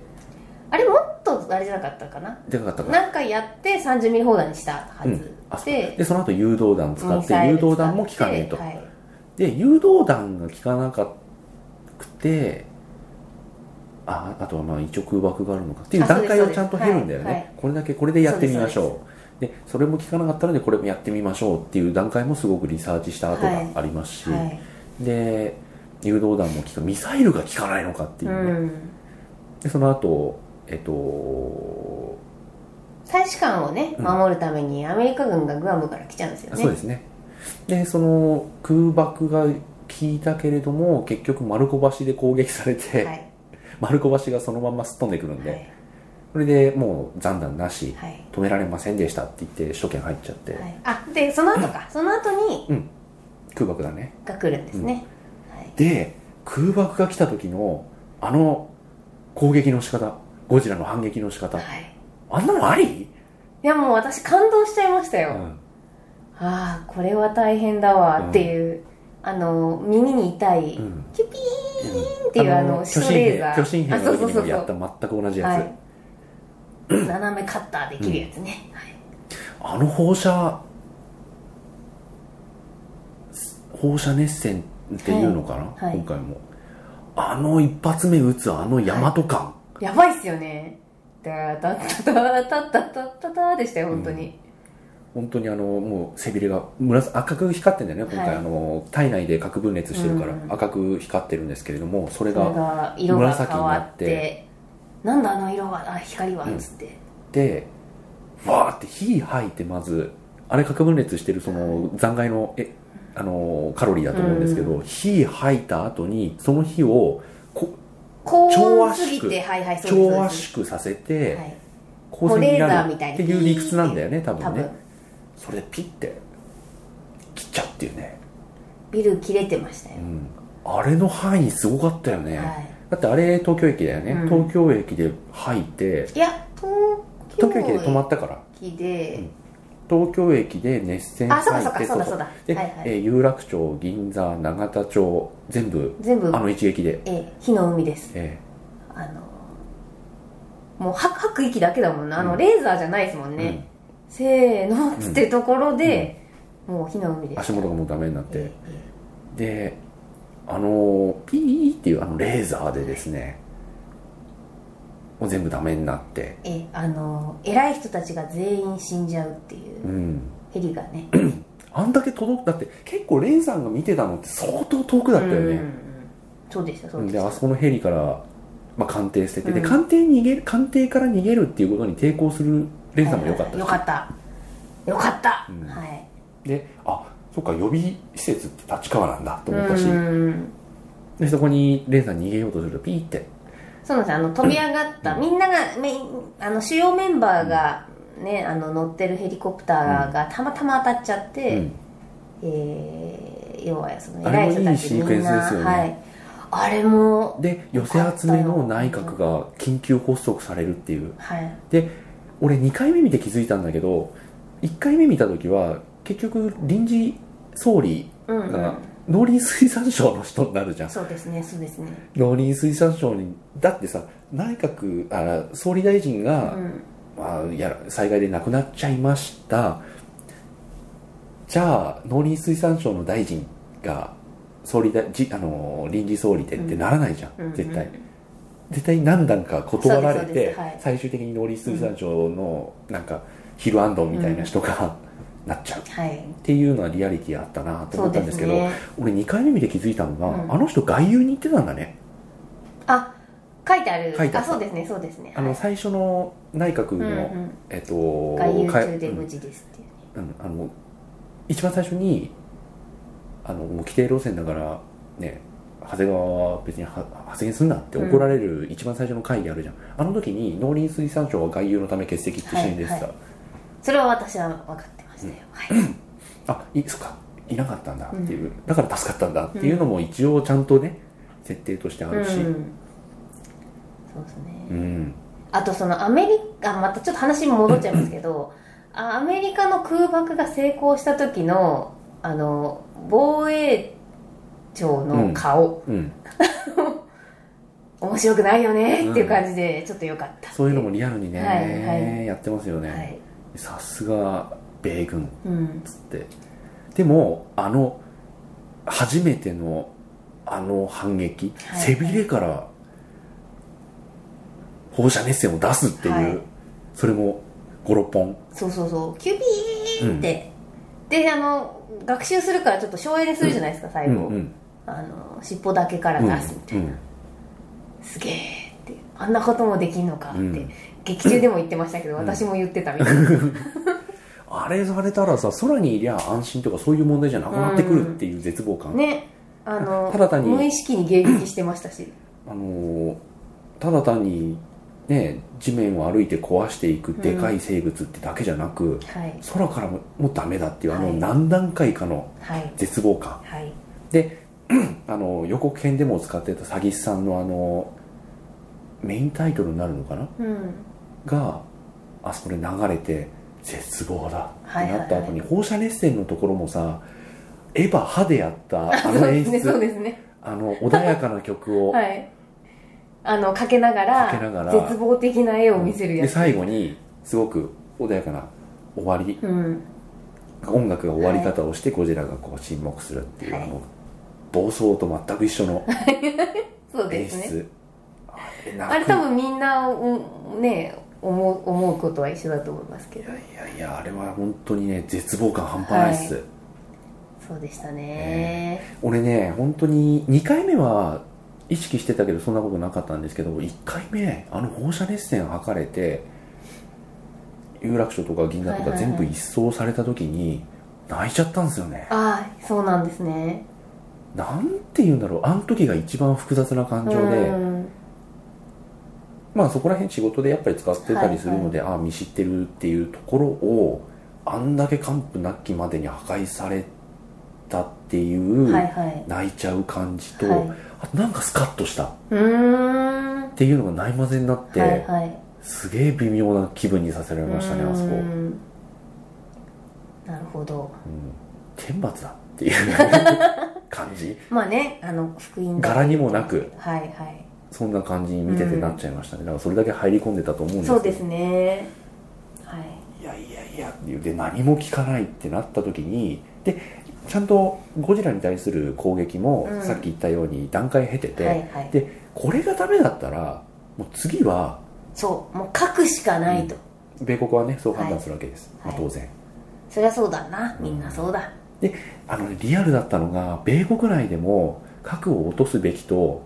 Speaker 2: あれもっとあれじゃなかったかな
Speaker 1: でかかったか
Speaker 2: 何回やって30ミリ砲弾にしたはず、
Speaker 1: うんあそう
Speaker 2: で
Speaker 1: でその後誘導弾使
Speaker 2: ミ
Speaker 1: って
Speaker 2: サイ
Speaker 1: 誘
Speaker 2: ル使って
Speaker 1: 導弾も効かねえと、
Speaker 2: はい
Speaker 1: で誘導弾が効かなかくてああとはまあ一応空爆があるのかっていう
Speaker 2: あそ
Speaker 1: 段
Speaker 2: うです
Speaker 1: 階をちゃんと経るんだよね、
Speaker 2: はいはい
Speaker 1: これだけこれでやってみまし
Speaker 2: そう
Speaker 1: ょうでそれも効かなかったのでこれもやってみましょうっていう段階もすごくリサーチした跡がありますし、
Speaker 2: はい
Speaker 1: で誘導弾も効かミサイルが効かないのかっていううね、
Speaker 2: ん、
Speaker 1: でその後えっと
Speaker 2: 大使館をね
Speaker 1: うん
Speaker 2: 守るためにアメリカ軍がグアムから来ちゃうんですよね
Speaker 1: そうですねでその空爆が効いたけれども結局丸子橋で攻撃されて、
Speaker 2: はい
Speaker 1: 丸子橋がそのまますっ飛んでくるんで、
Speaker 2: はい
Speaker 1: それでもう残弾なし、
Speaker 2: はい
Speaker 1: 止められませんでしたって言って首都圏入っちゃって、
Speaker 2: はい、あでその後 かその後に
Speaker 1: 空爆だね
Speaker 2: が来るんですね、はい、
Speaker 1: で空爆が来た時のあの攻撃の仕方ゴジラの反撃の仕方
Speaker 2: はい、
Speaker 1: あんなのあり、
Speaker 2: いやもう私感動しちゃいました
Speaker 1: う
Speaker 2: よ、
Speaker 1: ん
Speaker 2: ああこれは大変だわっていう、あの耳に痛い、
Speaker 1: う
Speaker 2: ピ
Speaker 1: ん
Speaker 2: キュピーンっていうあの
Speaker 1: 巨
Speaker 2: シ
Speaker 1: 神
Speaker 2: のレー
Speaker 1: 兵
Speaker 2: ザー
Speaker 1: 巨神兵
Speaker 2: あそ
Speaker 1: の
Speaker 2: うそ
Speaker 1: 時
Speaker 2: う
Speaker 1: に
Speaker 2: そ
Speaker 1: も
Speaker 2: う
Speaker 1: やっ
Speaker 2: そ
Speaker 1: た全く同じ
Speaker 2: う
Speaker 1: やつ、
Speaker 2: はい 斜めカッターできるやつね、は
Speaker 1: あ
Speaker 2: い
Speaker 1: の放射放射熱線っていうのかな、
Speaker 2: はいはい
Speaker 1: 今回もあの一発目撃つあの大和感、
Speaker 2: やばいっすよねだだだだだだだだだでしたよ本当に、
Speaker 1: 本当にあのもう背びれが紫赤く光ってんだよね今回、
Speaker 2: はい
Speaker 1: あの体内で核分裂してるから
Speaker 2: うん
Speaker 1: 赤く光ってるんですけれどもそれ
Speaker 2: それ
Speaker 1: が
Speaker 2: が色が変わっ
Speaker 1: 紫になって
Speaker 2: なんだあの色はあ光は
Speaker 1: うん
Speaker 2: っつって、
Speaker 1: でわーって火吐いてまずあれ核分裂してるその残骸のえあのカロリーだと思うんですけど、火吐いた後にその火をこ
Speaker 2: 高
Speaker 1: 調
Speaker 2: 温
Speaker 1: 和
Speaker 2: すぎ
Speaker 1: 式
Speaker 2: てはいはいそうです
Speaker 1: 超
Speaker 2: そうで
Speaker 1: 圧
Speaker 2: す
Speaker 1: 縮させて、
Speaker 2: はい
Speaker 1: 光線にな
Speaker 2: もうレーザーみた
Speaker 1: る
Speaker 2: いに
Speaker 1: っていう理屈なんだよね多
Speaker 2: 多
Speaker 1: 分ね
Speaker 2: 分
Speaker 1: それでピッて切っちゃうっていうね、
Speaker 2: ビル切れてましたよ
Speaker 1: う、ん、あれの範囲すごかったよね、
Speaker 2: はい
Speaker 1: だってあれ東京駅だよね、
Speaker 2: うん
Speaker 1: 東京駅で入って
Speaker 2: いや東京
Speaker 1: 東京駅で止まったから
Speaker 2: 駅で、
Speaker 1: 東京駅で熱線
Speaker 2: あそうだ
Speaker 1: 入って
Speaker 2: そうだそうだそうだ
Speaker 1: で、
Speaker 2: はいはい
Speaker 1: えー有楽町銀座永田町全部
Speaker 2: 全部
Speaker 1: あの一撃で、
Speaker 2: えー火の海です
Speaker 1: え
Speaker 2: あのもう吐く吐く息だけだもんなあの、
Speaker 1: うん
Speaker 2: レーザーじゃないですもん
Speaker 1: ー
Speaker 2: ね、せーのっつってところで、もう火の海
Speaker 1: う
Speaker 2: で
Speaker 1: ん
Speaker 2: す
Speaker 1: 足元がもうダメになっ
Speaker 2: えー
Speaker 1: て、であのーピーっていうあのレーザーでですねもう全部ダメになって
Speaker 2: えーえーあの偉い人たちが全員死んじゃうっていううんヘリがね
Speaker 1: あんだけ届くだって結構レーザーが見てたのって相当遠くだったよね、
Speaker 2: うんうんうんそうでしたそうでし
Speaker 1: で
Speaker 2: た
Speaker 1: あそこのヘリから、まあ、艦艇捨てて、で
Speaker 2: うん
Speaker 1: 艦艇逃げる艦艇から逃げるっていうことに抵抗するレーザーも良かったし、
Speaker 2: よかったよかった、
Speaker 1: うん
Speaker 2: はい
Speaker 1: であそっか予備施設って立川なんだと思ったし、
Speaker 2: うん
Speaker 1: でそこにレーザー逃げようとするとピーって
Speaker 2: そうなんですよあの飛び上がった、
Speaker 1: うん
Speaker 2: みんながメインあの主要メンバーが、ね、あの乗ってるヘリコプターがたまたま当たっちゃって、
Speaker 1: うん
Speaker 2: えー要はその
Speaker 1: あれ
Speaker 2: 偉
Speaker 1: も
Speaker 2: い
Speaker 1: いい
Speaker 2: 人たちみ
Speaker 1: シークエ
Speaker 2: ん
Speaker 1: ンス
Speaker 2: な
Speaker 1: ですよね
Speaker 2: はい、あれも、
Speaker 1: で寄せ集めの内閣が緊急発足されるっていう
Speaker 2: はい、
Speaker 1: 俺2回目見て気づいたんだけど1回目見た時は結局臨時総理
Speaker 2: うんうん
Speaker 1: が農林水産省の人になるじゃん
Speaker 2: そうですねそうですね、
Speaker 1: 農林水産省にだってさ内閣あ総理大臣
Speaker 2: う
Speaker 1: が、
Speaker 2: ん、
Speaker 1: まあ、やら災害で亡くなっちゃいましたじゃあ農林水産省の大臣が総理大じあの臨時総理でってならないじゃん、
Speaker 2: うんうん
Speaker 1: 絶対絶対何段か断られ
Speaker 2: そう
Speaker 1: て
Speaker 2: です、そうですはい
Speaker 1: 最終的に農林水産省のなんかヒルアンドンみたいな人が、なっちゃうっ
Speaker 2: はい
Speaker 1: ていうのはリアリティあったなと
Speaker 2: そ
Speaker 1: 思
Speaker 2: う
Speaker 1: ったん
Speaker 2: で
Speaker 1: ですすけど
Speaker 2: ね
Speaker 1: 俺2回目見て気づいたのが、
Speaker 2: うん
Speaker 1: あの人外遊に行ってたんだね
Speaker 2: あ書いてある
Speaker 1: 書いてあ
Speaker 2: あ
Speaker 1: った
Speaker 2: そうですねそうですね
Speaker 1: あの
Speaker 2: はい
Speaker 1: 最初の内閣
Speaker 2: う
Speaker 1: の、
Speaker 2: んうん、
Speaker 1: えっと
Speaker 2: 外遊
Speaker 1: か
Speaker 2: 中で
Speaker 1: うん
Speaker 2: 無事ですっていう、
Speaker 1: うんあの一番最初にあのもう規定路線だからね長谷川は別には発言すんなって怒られる一番最初の会議あるじゃん、あの時に農林水産省は外遊のため欠席ってシーンでした、
Speaker 2: はいはそれは私は分かってましたよ、はい
Speaker 1: あいそっかいなかったんだっていう、だから助かったんだっていうのも一応ちゃんとね設定として あるし、
Speaker 2: う
Speaker 1: うん
Speaker 2: ん、そうですね、
Speaker 1: うん
Speaker 2: あとそのアメリカまたちょっと話戻っちゃいますけどあアメリカの空爆が成功した時のあの防衛庁の顔、面白くないよねっていう感じでちょっと良かった、
Speaker 1: そういうのもリアルにね、
Speaker 2: はいは
Speaker 1: やってますよね、
Speaker 2: はい、
Speaker 1: さすが米軍
Speaker 2: うん、
Speaker 1: つってでもあの初めてのあの反撃、
Speaker 2: はい
Speaker 1: 背びれから放射熱線を出すっていう、
Speaker 2: はい
Speaker 1: それも56本、
Speaker 2: そうそうそうキュビーって、であの学習するからちょっと省エネするじゃないですか最
Speaker 1: う
Speaker 2: 後、
Speaker 1: んうん
Speaker 2: あの尻尾だけから出すみたいな、すげえってあんなこともできんのかって、
Speaker 1: うん
Speaker 2: 劇中でも言ってましたけど、
Speaker 1: うん
Speaker 2: 私も言ってたみた いな
Speaker 1: あれされたらさ空にいりゃ安心とかそういう問題じゃなくなってくるっていう絶望感、
Speaker 2: ねあの
Speaker 1: ただ単に
Speaker 2: 無意識に迎撃してましたし
Speaker 1: あのーただ単にね、地面を歩いて壊していくでかい生物ってだけじゃなく、
Speaker 2: はい
Speaker 1: 空からももうダメだっていうあの
Speaker 2: はい
Speaker 1: 何段階かの
Speaker 2: はい
Speaker 1: 絶望感、
Speaker 2: はい
Speaker 1: あの予告編でも使ってた詐欺師さんのあのメインタイトルになるのかな
Speaker 2: うん
Speaker 1: があそこで流れて絶望だっ
Speaker 2: はい
Speaker 1: て
Speaker 2: はいは
Speaker 1: ないった後に放射熱線のところもさエヴァ歯でやったあの演
Speaker 2: そうですねそう
Speaker 1: 出
Speaker 2: ですね
Speaker 1: あの穏やかな曲を
Speaker 2: はいあのかけながら
Speaker 1: かけながら
Speaker 2: 絶望的な絵を見せるや
Speaker 1: で
Speaker 2: つ、
Speaker 1: 最後にすごく穏やかな終わり
Speaker 2: うん、
Speaker 1: 音楽が終わり方をしてゴジラがこう沈黙するっていう、
Speaker 2: はい
Speaker 1: あの暴走と全く一緒の
Speaker 2: そうで
Speaker 1: 演
Speaker 2: すね
Speaker 1: 出あれ泣く
Speaker 2: あれ多分みんなおね思う思うことは一緒だと思いますけ
Speaker 1: い
Speaker 2: ど
Speaker 1: やいやいやあれは本当にね絶望感半端ないっす、
Speaker 2: そうでしたね、
Speaker 1: 俺ね本当に2回目は意識してたけどそんなことなかったんですけど1回目あの放射熱線吐かれて有楽町とか銀座と
Speaker 2: はい
Speaker 1: か
Speaker 2: はいは
Speaker 1: 全
Speaker 2: い
Speaker 1: 部一掃された時に泣いちゃったんですよね、
Speaker 2: ああそうなんですね
Speaker 1: なんて言うんだろうあの時が一番複雑な感情で、
Speaker 2: うん
Speaker 1: まあそこら辺仕事でやっぱり使ってたりするので、ああ見知ってるっていうところをあんだけ完膚なきまでに破壊されたっていう、
Speaker 2: はいはい
Speaker 1: 泣いちゃう感じと、
Speaker 2: はい
Speaker 1: あとなんかスカッとしたっ
Speaker 2: うーん
Speaker 1: ていうのがないまぜになって、
Speaker 2: はいはい
Speaker 1: すげえ微妙な気分にさせられましたねあそこ、
Speaker 2: う
Speaker 1: うん、
Speaker 2: んなるほど
Speaker 1: 天罰だっていう感 じ
Speaker 2: まあねあの福音だ
Speaker 1: 柄にもなく
Speaker 2: はいはい
Speaker 1: そんな感じに見ててなっちゃいましたね、だからそれだけ入り込んでたと思うんですけど
Speaker 2: そうですねはい
Speaker 1: いやいやいやっていうで何も聞かないってなった時にでちゃんとゴジラに対する攻撃も、
Speaker 2: うん
Speaker 1: さっき言ったように段階経てて、
Speaker 2: はいはい
Speaker 1: でこれがダメだったらもう次は
Speaker 2: そうもう書くしかないと、
Speaker 1: 米国はねそう判断するわけです、
Speaker 2: はい
Speaker 1: まあ、当然、
Speaker 2: そりゃそうだな
Speaker 1: うん
Speaker 2: みんなそうだ、
Speaker 1: あのねリアルだったのが米国内でも核を落とすべきと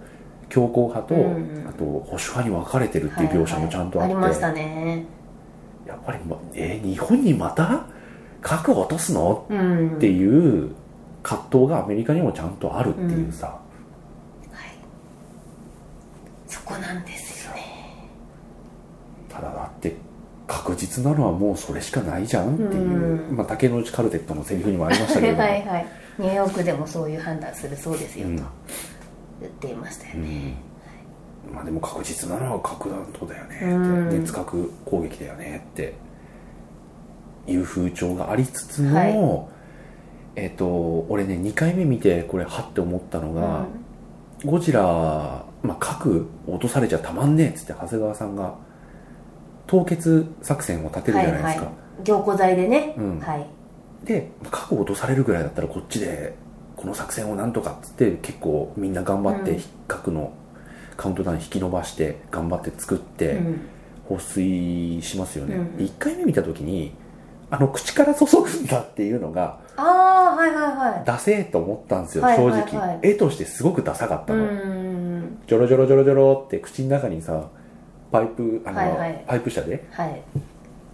Speaker 1: 強硬派と、
Speaker 2: うんうん
Speaker 1: あと保守派に分かれてるっていう描写もちゃんとあって、
Speaker 2: はいはいありましたね
Speaker 1: やっぱり、ま、え日本にまた核を落とすの
Speaker 2: うん
Speaker 1: っていう葛藤がアメリカにもちゃんとあるっていうさ、
Speaker 2: はい、そこなんですよね
Speaker 1: ただだって確実なのはもうそれしかないじゃんっていう、
Speaker 2: うん
Speaker 1: まあ、竹野内カルテットのセリフにもありました
Speaker 2: は
Speaker 1: け
Speaker 2: い
Speaker 1: れども
Speaker 2: はいはいニューヨークでもそういう判断するそうですよ
Speaker 1: うん
Speaker 2: と言っていましたよ
Speaker 1: う
Speaker 2: ね、
Speaker 1: んまあ、でも確実なのは核弾頭だよねって、
Speaker 2: うん
Speaker 1: 熱核攻撃だよねっていう風潮がありつつ
Speaker 2: はい
Speaker 1: も、えっ、と俺ね2回目見てこれはって思ったのが、ゴジラ、まあ、核落とされちゃたまんねえっつって長谷川さんが凍結作戦を立てるじゃないですか、
Speaker 2: うん凝固剤でね、
Speaker 1: うん
Speaker 2: はい
Speaker 1: で核落とされるぐらいだったらこっちでこの作戦をなんとかっつって結構みんな頑張って、
Speaker 2: うん
Speaker 1: 核のカウントダウン引き伸ばして頑張って作って、
Speaker 2: うん
Speaker 1: 放水しますよね、
Speaker 2: うん
Speaker 1: 1回目見た時にあの口から注ぐんだっていうのが
Speaker 2: ああはいはいは
Speaker 1: ダセーと思ったんですよ、
Speaker 2: はいはい
Speaker 1: 正
Speaker 2: はい
Speaker 1: 直絵としてすごくダサかっ
Speaker 2: い
Speaker 1: た
Speaker 2: う
Speaker 1: の、
Speaker 2: ん
Speaker 1: ジョロジョロジョロジョロって口の中にさパイプあの、
Speaker 2: はいはい
Speaker 1: パイプ車で
Speaker 2: はい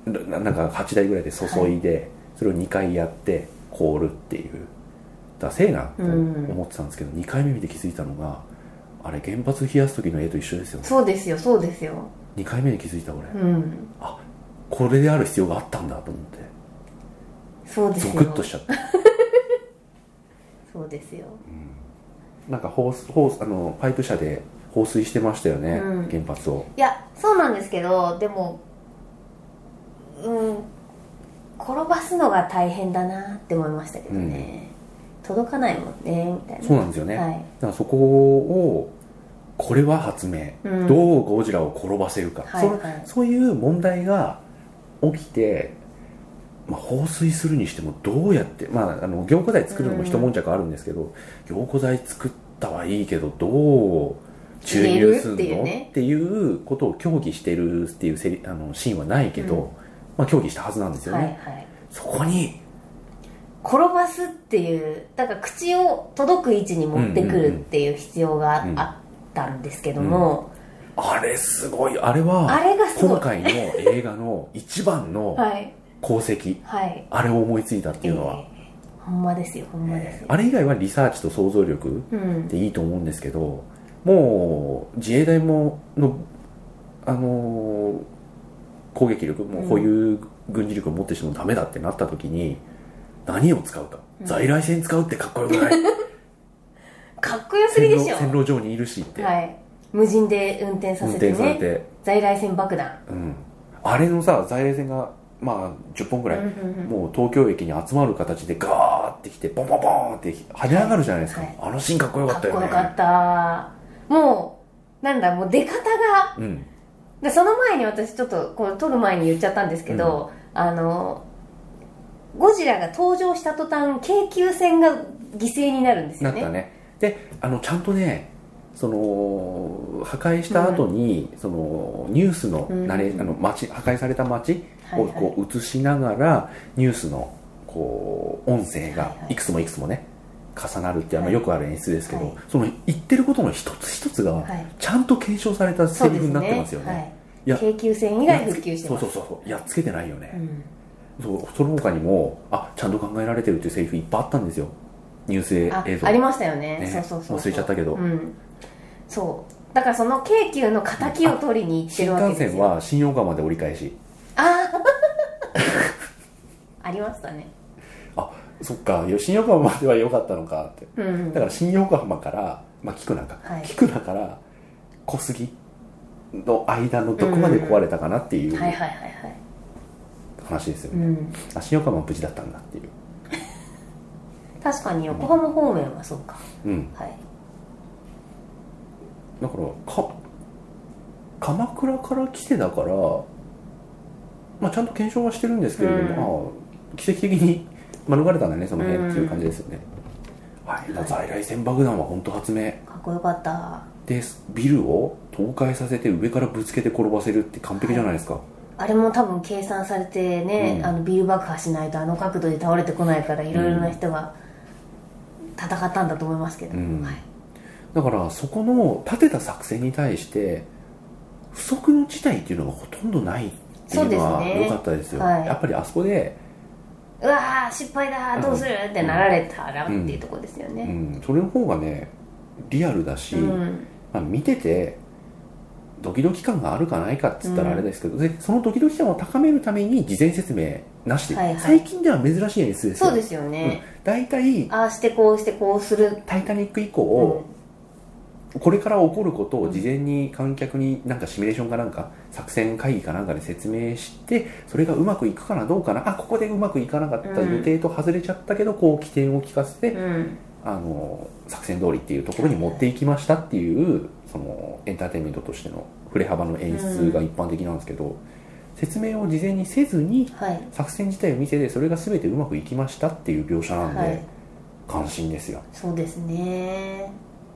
Speaker 1: ななんか8台ぐらいで注いで、それを2回やって凍るっていうダセえなって思ってたんですけど、2回目見て気づいたのがあれ原発冷やす時の絵と一緒ですよね
Speaker 2: そうですよそうですよ
Speaker 1: 2回目で気づいた俺、
Speaker 2: うん
Speaker 1: これである必要があったんだと思って
Speaker 2: そうです
Speaker 1: ゾ
Speaker 2: よ
Speaker 1: クッとしちゃった、
Speaker 2: そうですよ
Speaker 1: うんなんかホースホースあのパイプ車で放水してましたよね、
Speaker 2: うん
Speaker 1: 原発を
Speaker 2: いやそうなんですけどでもうん転ばすのが大変だなって思いましたけどね、届かないもんねみたいな
Speaker 1: そうなんですよね、だ
Speaker 2: はい
Speaker 1: からそこをこれは発明、
Speaker 2: うん
Speaker 1: どうゴジラを転ばせるか、
Speaker 2: はい
Speaker 1: その
Speaker 2: はい
Speaker 1: そういう問題が起きて、まあ、放水するにしてもどうやって、まあ、あの凝固剤作るのも一悶着あるんですけど、凝固剤作ったはいいけどどう注入するのっ
Speaker 2: 入れるって
Speaker 1: て
Speaker 2: い
Speaker 1: いうう,、
Speaker 2: ね
Speaker 1: ことを協議してるっていうせりあのシーンはないけど、
Speaker 2: うん
Speaker 1: まあ、協議したはずなんですよ
Speaker 2: は
Speaker 1: ね、
Speaker 2: いはい
Speaker 1: そこに
Speaker 2: 転ばすっていうだから口を届く位置に持ってくるっていう必要が
Speaker 1: うんうんうん
Speaker 2: あったんですけども、
Speaker 1: あれすごいあれ
Speaker 2: あ
Speaker 1: は
Speaker 2: れがすご
Speaker 1: 今
Speaker 2: い
Speaker 1: 回の映画の一番の
Speaker 2: はい
Speaker 1: 功績、
Speaker 2: はい
Speaker 1: あれを思いついたっていうのは、
Speaker 2: ええほんまですよほんまですよ、
Speaker 1: あれ以外はリサーチと想像力
Speaker 2: うん
Speaker 1: でいいと思うんですけどもう自衛隊ものあのー攻撃力もう保有軍事力を持ってしてもダメだってなった時に何を使うか、
Speaker 2: うん
Speaker 1: 在来線使うってかっこよく ない
Speaker 2: かっこよすぎ
Speaker 1: 線
Speaker 2: で
Speaker 1: 路
Speaker 2: しょ
Speaker 1: 線路上にいるしって、
Speaker 2: はい無人で運転さ
Speaker 1: 運
Speaker 2: せて
Speaker 1: 転され
Speaker 2: ね
Speaker 1: て、
Speaker 2: 在来線爆弾
Speaker 1: うん、あれのさ在来線がまあ10本ぐらい、
Speaker 2: うんうんうん
Speaker 1: もう東京駅に集まる形でガーってきてボンボンボンって跳ね上がるじゃないですか、
Speaker 2: はい
Speaker 1: あのシーンかっこよか
Speaker 2: か
Speaker 1: っ
Speaker 2: った
Speaker 1: よ
Speaker 2: こ
Speaker 1: ね
Speaker 2: よかったもうなんだもう出方が
Speaker 1: うん
Speaker 2: でその前に私ちょっとこれ撮る前に言っちゃったんですけど、あのゴジラが登場した途端京急線が犠牲になるんです
Speaker 1: な
Speaker 2: よ
Speaker 1: っ
Speaker 2: ね
Speaker 1: たねであのちゃんとねその破壊した後に、そのニュースのナレ、
Speaker 2: うん
Speaker 1: あの街破壊された街
Speaker 2: はい
Speaker 1: を
Speaker 2: はい
Speaker 1: こう映しながら、ニュースのこう音声が
Speaker 2: はいはい
Speaker 1: いくつもいくつもね重なるってあの
Speaker 2: はい
Speaker 1: よくある演出ですけど、
Speaker 2: はい
Speaker 1: その言ってることの一つ一つが
Speaker 2: はい
Speaker 1: ちゃんと検証された
Speaker 2: そ
Speaker 1: セリ
Speaker 2: うで
Speaker 1: フ
Speaker 2: す
Speaker 1: になってますよねい
Speaker 2: は
Speaker 1: や
Speaker 2: い、京急線以外復旧して
Speaker 1: そ
Speaker 2: ま
Speaker 1: う
Speaker 2: す
Speaker 1: そうそうそうやっつけてないよね、
Speaker 2: うん
Speaker 1: そうその他にもあちゃんと考えられてるっていうセリフいっぱいあったんですよニュース
Speaker 2: あ
Speaker 1: 映像
Speaker 2: ありましたよね
Speaker 1: ね
Speaker 2: そうそうそう
Speaker 1: 忘れちゃったけど
Speaker 2: うん、そうだからその京急の敵を取りに行って
Speaker 1: 新
Speaker 2: るわけ
Speaker 1: 幹
Speaker 2: です
Speaker 1: 線
Speaker 2: よ
Speaker 1: は新横浜で折り返し
Speaker 2: あ あありましたね
Speaker 1: そっかよ新横浜までは良かったのかって
Speaker 2: うん
Speaker 1: だから新横浜から、まあ、菊名か、
Speaker 2: はい
Speaker 1: 菊名から小杉の間のどこまで壊れたかなっていう
Speaker 2: はいはいはいはい
Speaker 1: 話ですよ
Speaker 2: う
Speaker 1: ね、
Speaker 2: ん
Speaker 1: あ新横浜は無事だったんだっていう
Speaker 2: 確かに横浜方面はそうか
Speaker 1: うん
Speaker 2: はい
Speaker 1: だからか鎌倉から来てだから、まあ、ちゃんと検証はしてるんですけれども、まあ奇跡的に免れたんだねその辺っていう感じですよね、はい、だから在来線爆弾は本当発明
Speaker 2: かっこよかった
Speaker 1: でビルを倒壊させて上からぶつけて転ばせるって完璧じゃないですか、
Speaker 2: あれも多分計算されてね、
Speaker 1: うん
Speaker 2: あのビル爆破しないとあの角度で倒れてこないからいろいろな人が戦ったんだと思いますけど、
Speaker 1: うん
Speaker 2: はい、
Speaker 1: だからそこの立てた作戦に対して不測の事態っていうのがほとんどないっていうの
Speaker 2: そう
Speaker 1: は
Speaker 2: ですね
Speaker 1: 良かったですよ
Speaker 2: はい
Speaker 1: やっぱりあそこで、
Speaker 2: うわー失敗だーどうするってなられたらっていうところですよ
Speaker 1: う
Speaker 2: ね
Speaker 1: ん、それの方がねリアルだし、
Speaker 2: うん
Speaker 1: まあ、見ててドキドキ感があるかないかっつったらあれですけど、でそのドキドキ感を高めるために事前説明なしで、
Speaker 2: はいはい
Speaker 1: 最近では珍しい演出ですよ
Speaker 2: そうですよね、
Speaker 1: 大体
Speaker 2: ああしてこうしてこうする
Speaker 1: 「タイタニック」以
Speaker 2: う
Speaker 1: 降
Speaker 2: ん、
Speaker 1: これから起こることを事前に観客になんかシミュレーションかなんか作戦会議かなんかで説明してそれがうまくいくかなどうかなあここでうまくいかなかった
Speaker 2: うん
Speaker 1: 予定と外れちゃったけどこう起点を聞かせて、
Speaker 2: うん
Speaker 1: あの作戦通りっていうところに持っていきましたっていうそのエンターテインメントとしての振れ幅の演出が一般的なんですけど、説明を事前にせずに
Speaker 2: はい
Speaker 1: 作戦自体を見せてそれが全てうまくいきましたっていう描写なんで、
Speaker 2: はい
Speaker 1: 関心ですよ
Speaker 2: そうですね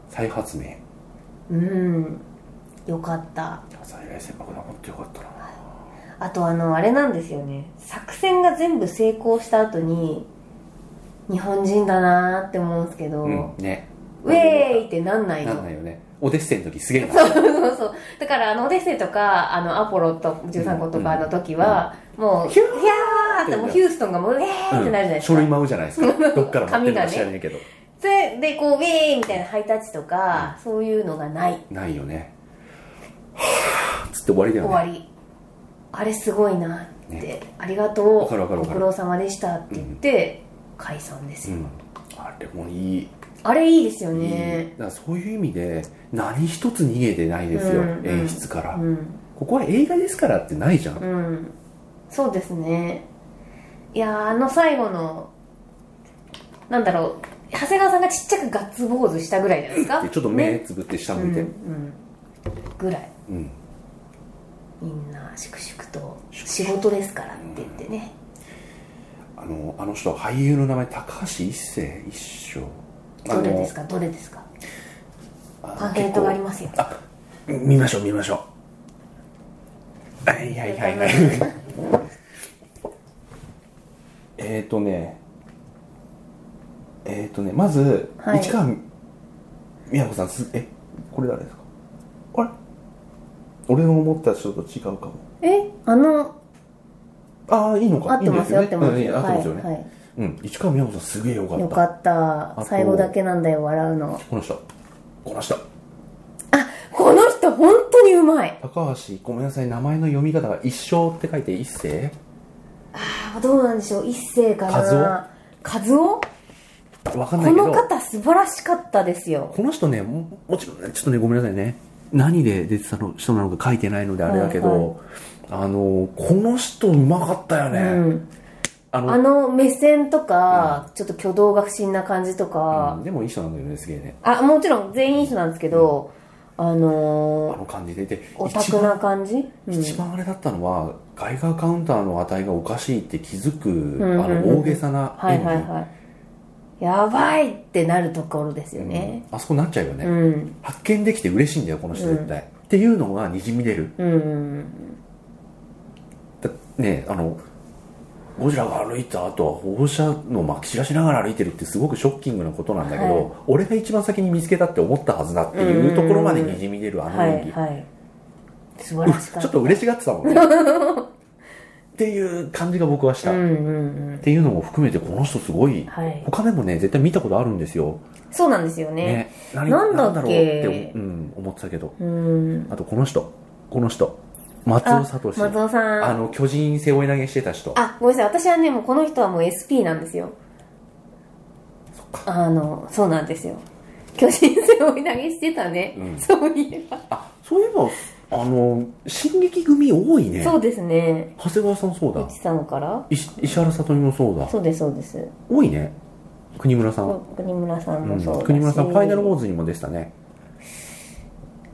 Speaker 1: 再発明
Speaker 2: うんよかった
Speaker 1: 再来線爆弾本当よかったな
Speaker 2: あとあのあれなんですよね作戦が全部成功した後に日本人だなーって思うんですけど、
Speaker 1: うんね
Speaker 2: ウェーイってなんない
Speaker 1: な
Speaker 2: の
Speaker 1: んないよねオデッセイの時すげえな
Speaker 2: そう そうそうだからあのオデッセイとかあのアポロと13号とかの時は、もうヒューってもうヒューストンがもうウェーってなるじゃないです
Speaker 1: 書
Speaker 2: か、
Speaker 1: 類舞うじゃないですか どっから持ってるか知らないけど、
Speaker 2: それでこうウェーイみたいなハイタッチとか、そういうのがない
Speaker 1: ないよねはぁつって終わりだよ
Speaker 2: 終
Speaker 1: ね
Speaker 2: わりあれすごいなって、
Speaker 1: ね
Speaker 2: ありがとう
Speaker 1: わかるわかるわか
Speaker 2: ご苦
Speaker 1: る
Speaker 2: 労様でしたって言って、解散ですよ、
Speaker 1: うん、あれもいい
Speaker 2: あれいいですよ
Speaker 1: いい
Speaker 2: ね
Speaker 1: だからそういう意味で何一つ逃げてないですよ、
Speaker 2: うんうん
Speaker 1: 演出から、
Speaker 2: うん
Speaker 1: ここは映画ですからってないじゃん、
Speaker 2: うんそうですねいやーあの最後のなんだろう長谷川さんがちっちゃくガッツポーズしたぐらいじゃないですか
Speaker 1: でちょっと目つぶって下向いて、
Speaker 2: うんうんぐらい
Speaker 1: うん
Speaker 2: みんな粛々と仕事ですからって言ってね、
Speaker 1: あのあの人俳優の名前高橋一生一生あ
Speaker 2: ど
Speaker 1: の
Speaker 2: れですかどれですか
Speaker 1: あの
Speaker 2: パンフレットがありますよ
Speaker 1: あ見ましょう見ましょうはいはいはいはい えっとねえっ、とねまず、
Speaker 2: はい
Speaker 1: 市川美和子さんすえこれ誰ですかあれ俺の思った人と違うかも
Speaker 2: えあの
Speaker 1: ああいいの
Speaker 2: 合
Speaker 1: か
Speaker 2: ってますよ
Speaker 1: い
Speaker 2: 合
Speaker 1: いん
Speaker 2: っ
Speaker 1: です
Speaker 2: て
Speaker 1: よねうん
Speaker 2: ますよ
Speaker 1: 合ってますよね、
Speaker 2: はい
Speaker 1: うん市川美和子さんすげえよか
Speaker 2: は
Speaker 1: っ
Speaker 2: い
Speaker 1: た
Speaker 2: よかった
Speaker 1: と
Speaker 2: 最後だけなんだよ笑うの
Speaker 1: この人この人
Speaker 2: この人人本当にうまい
Speaker 1: 高橋ごめんなさい名前の読み方が一生って書いて一世
Speaker 2: あどうなんでしょう一世かな和夫
Speaker 1: わかんな
Speaker 2: こ
Speaker 1: いけど
Speaker 2: の方素晴らしかったですよ
Speaker 1: この人ねももちろんねちょっとねごめんなさいね何で出てたの人なのか書いてないのであれだけど、
Speaker 2: はい
Speaker 1: あのこの人うまかったよね、
Speaker 2: うん、
Speaker 1: あの
Speaker 2: あの目線とか、ちょっと挙動が不審な感じと
Speaker 1: う
Speaker 2: か、
Speaker 1: んでもいい人なんだよねすげえね
Speaker 2: あもちろん全員いい人なんですけど、あ
Speaker 1: あ
Speaker 2: のー
Speaker 1: の感じでで
Speaker 2: オタ
Speaker 1: 一
Speaker 2: クな
Speaker 1: 番,、
Speaker 2: 感じ、うん
Speaker 1: 一番あれだったのは外貨カウンターの値がおかしいって気づく、
Speaker 2: んうん
Speaker 1: あの大げさな
Speaker 2: はいはいはいやばいってなるところですよ
Speaker 1: うん
Speaker 2: ね
Speaker 1: あそこなっちゃうよね、
Speaker 2: うん
Speaker 1: 発見できて嬉しいんだよこの人絶対、っていうのがにじみ出る
Speaker 2: うん、うん、
Speaker 1: だねあのゴジラが歩いた後は放射のまき散らしながら歩いてるってすごくショッキングなことなんだけど、
Speaker 2: はい
Speaker 1: 俺が一番先に見つけたって思ったはずだっていうところまでにじみ出るあの
Speaker 2: は
Speaker 1: 演技、
Speaker 2: いはい素晴らしかった
Speaker 1: ちょっと嬉しがってたもんねっていう感じが僕はした、
Speaker 2: うん
Speaker 1: っ
Speaker 2: うんうん
Speaker 1: ていうのも含めてこの人すごい、
Speaker 2: はい
Speaker 1: 他でもね絶対見たことあるんですよ、
Speaker 2: そうなんですよね
Speaker 1: ね、何
Speaker 2: なんだっ
Speaker 1: 何
Speaker 2: け
Speaker 1: ろうって、うん、思ってたけど
Speaker 2: うん
Speaker 1: あとこの人この人松尾聡
Speaker 2: 松尾さん
Speaker 1: あの巨人背負い投げしてた人
Speaker 2: あごめんなさい私はねもうこの人はもう SP なんですよあのそうなんですよ巨人戦追い投げしてたね、
Speaker 1: うん
Speaker 2: そういえば、
Speaker 1: あそういえばあの進撃組多いね
Speaker 2: そうですね
Speaker 1: 長谷川さんそうだ
Speaker 2: 内さんから
Speaker 1: 石石原さとみもそうだ
Speaker 2: そうですそうです
Speaker 1: 多いね国村さん、
Speaker 2: 国村さん
Speaker 1: う
Speaker 2: も
Speaker 1: ん
Speaker 2: そうだし
Speaker 1: 国村さんファイナルウォーズにもでしたね、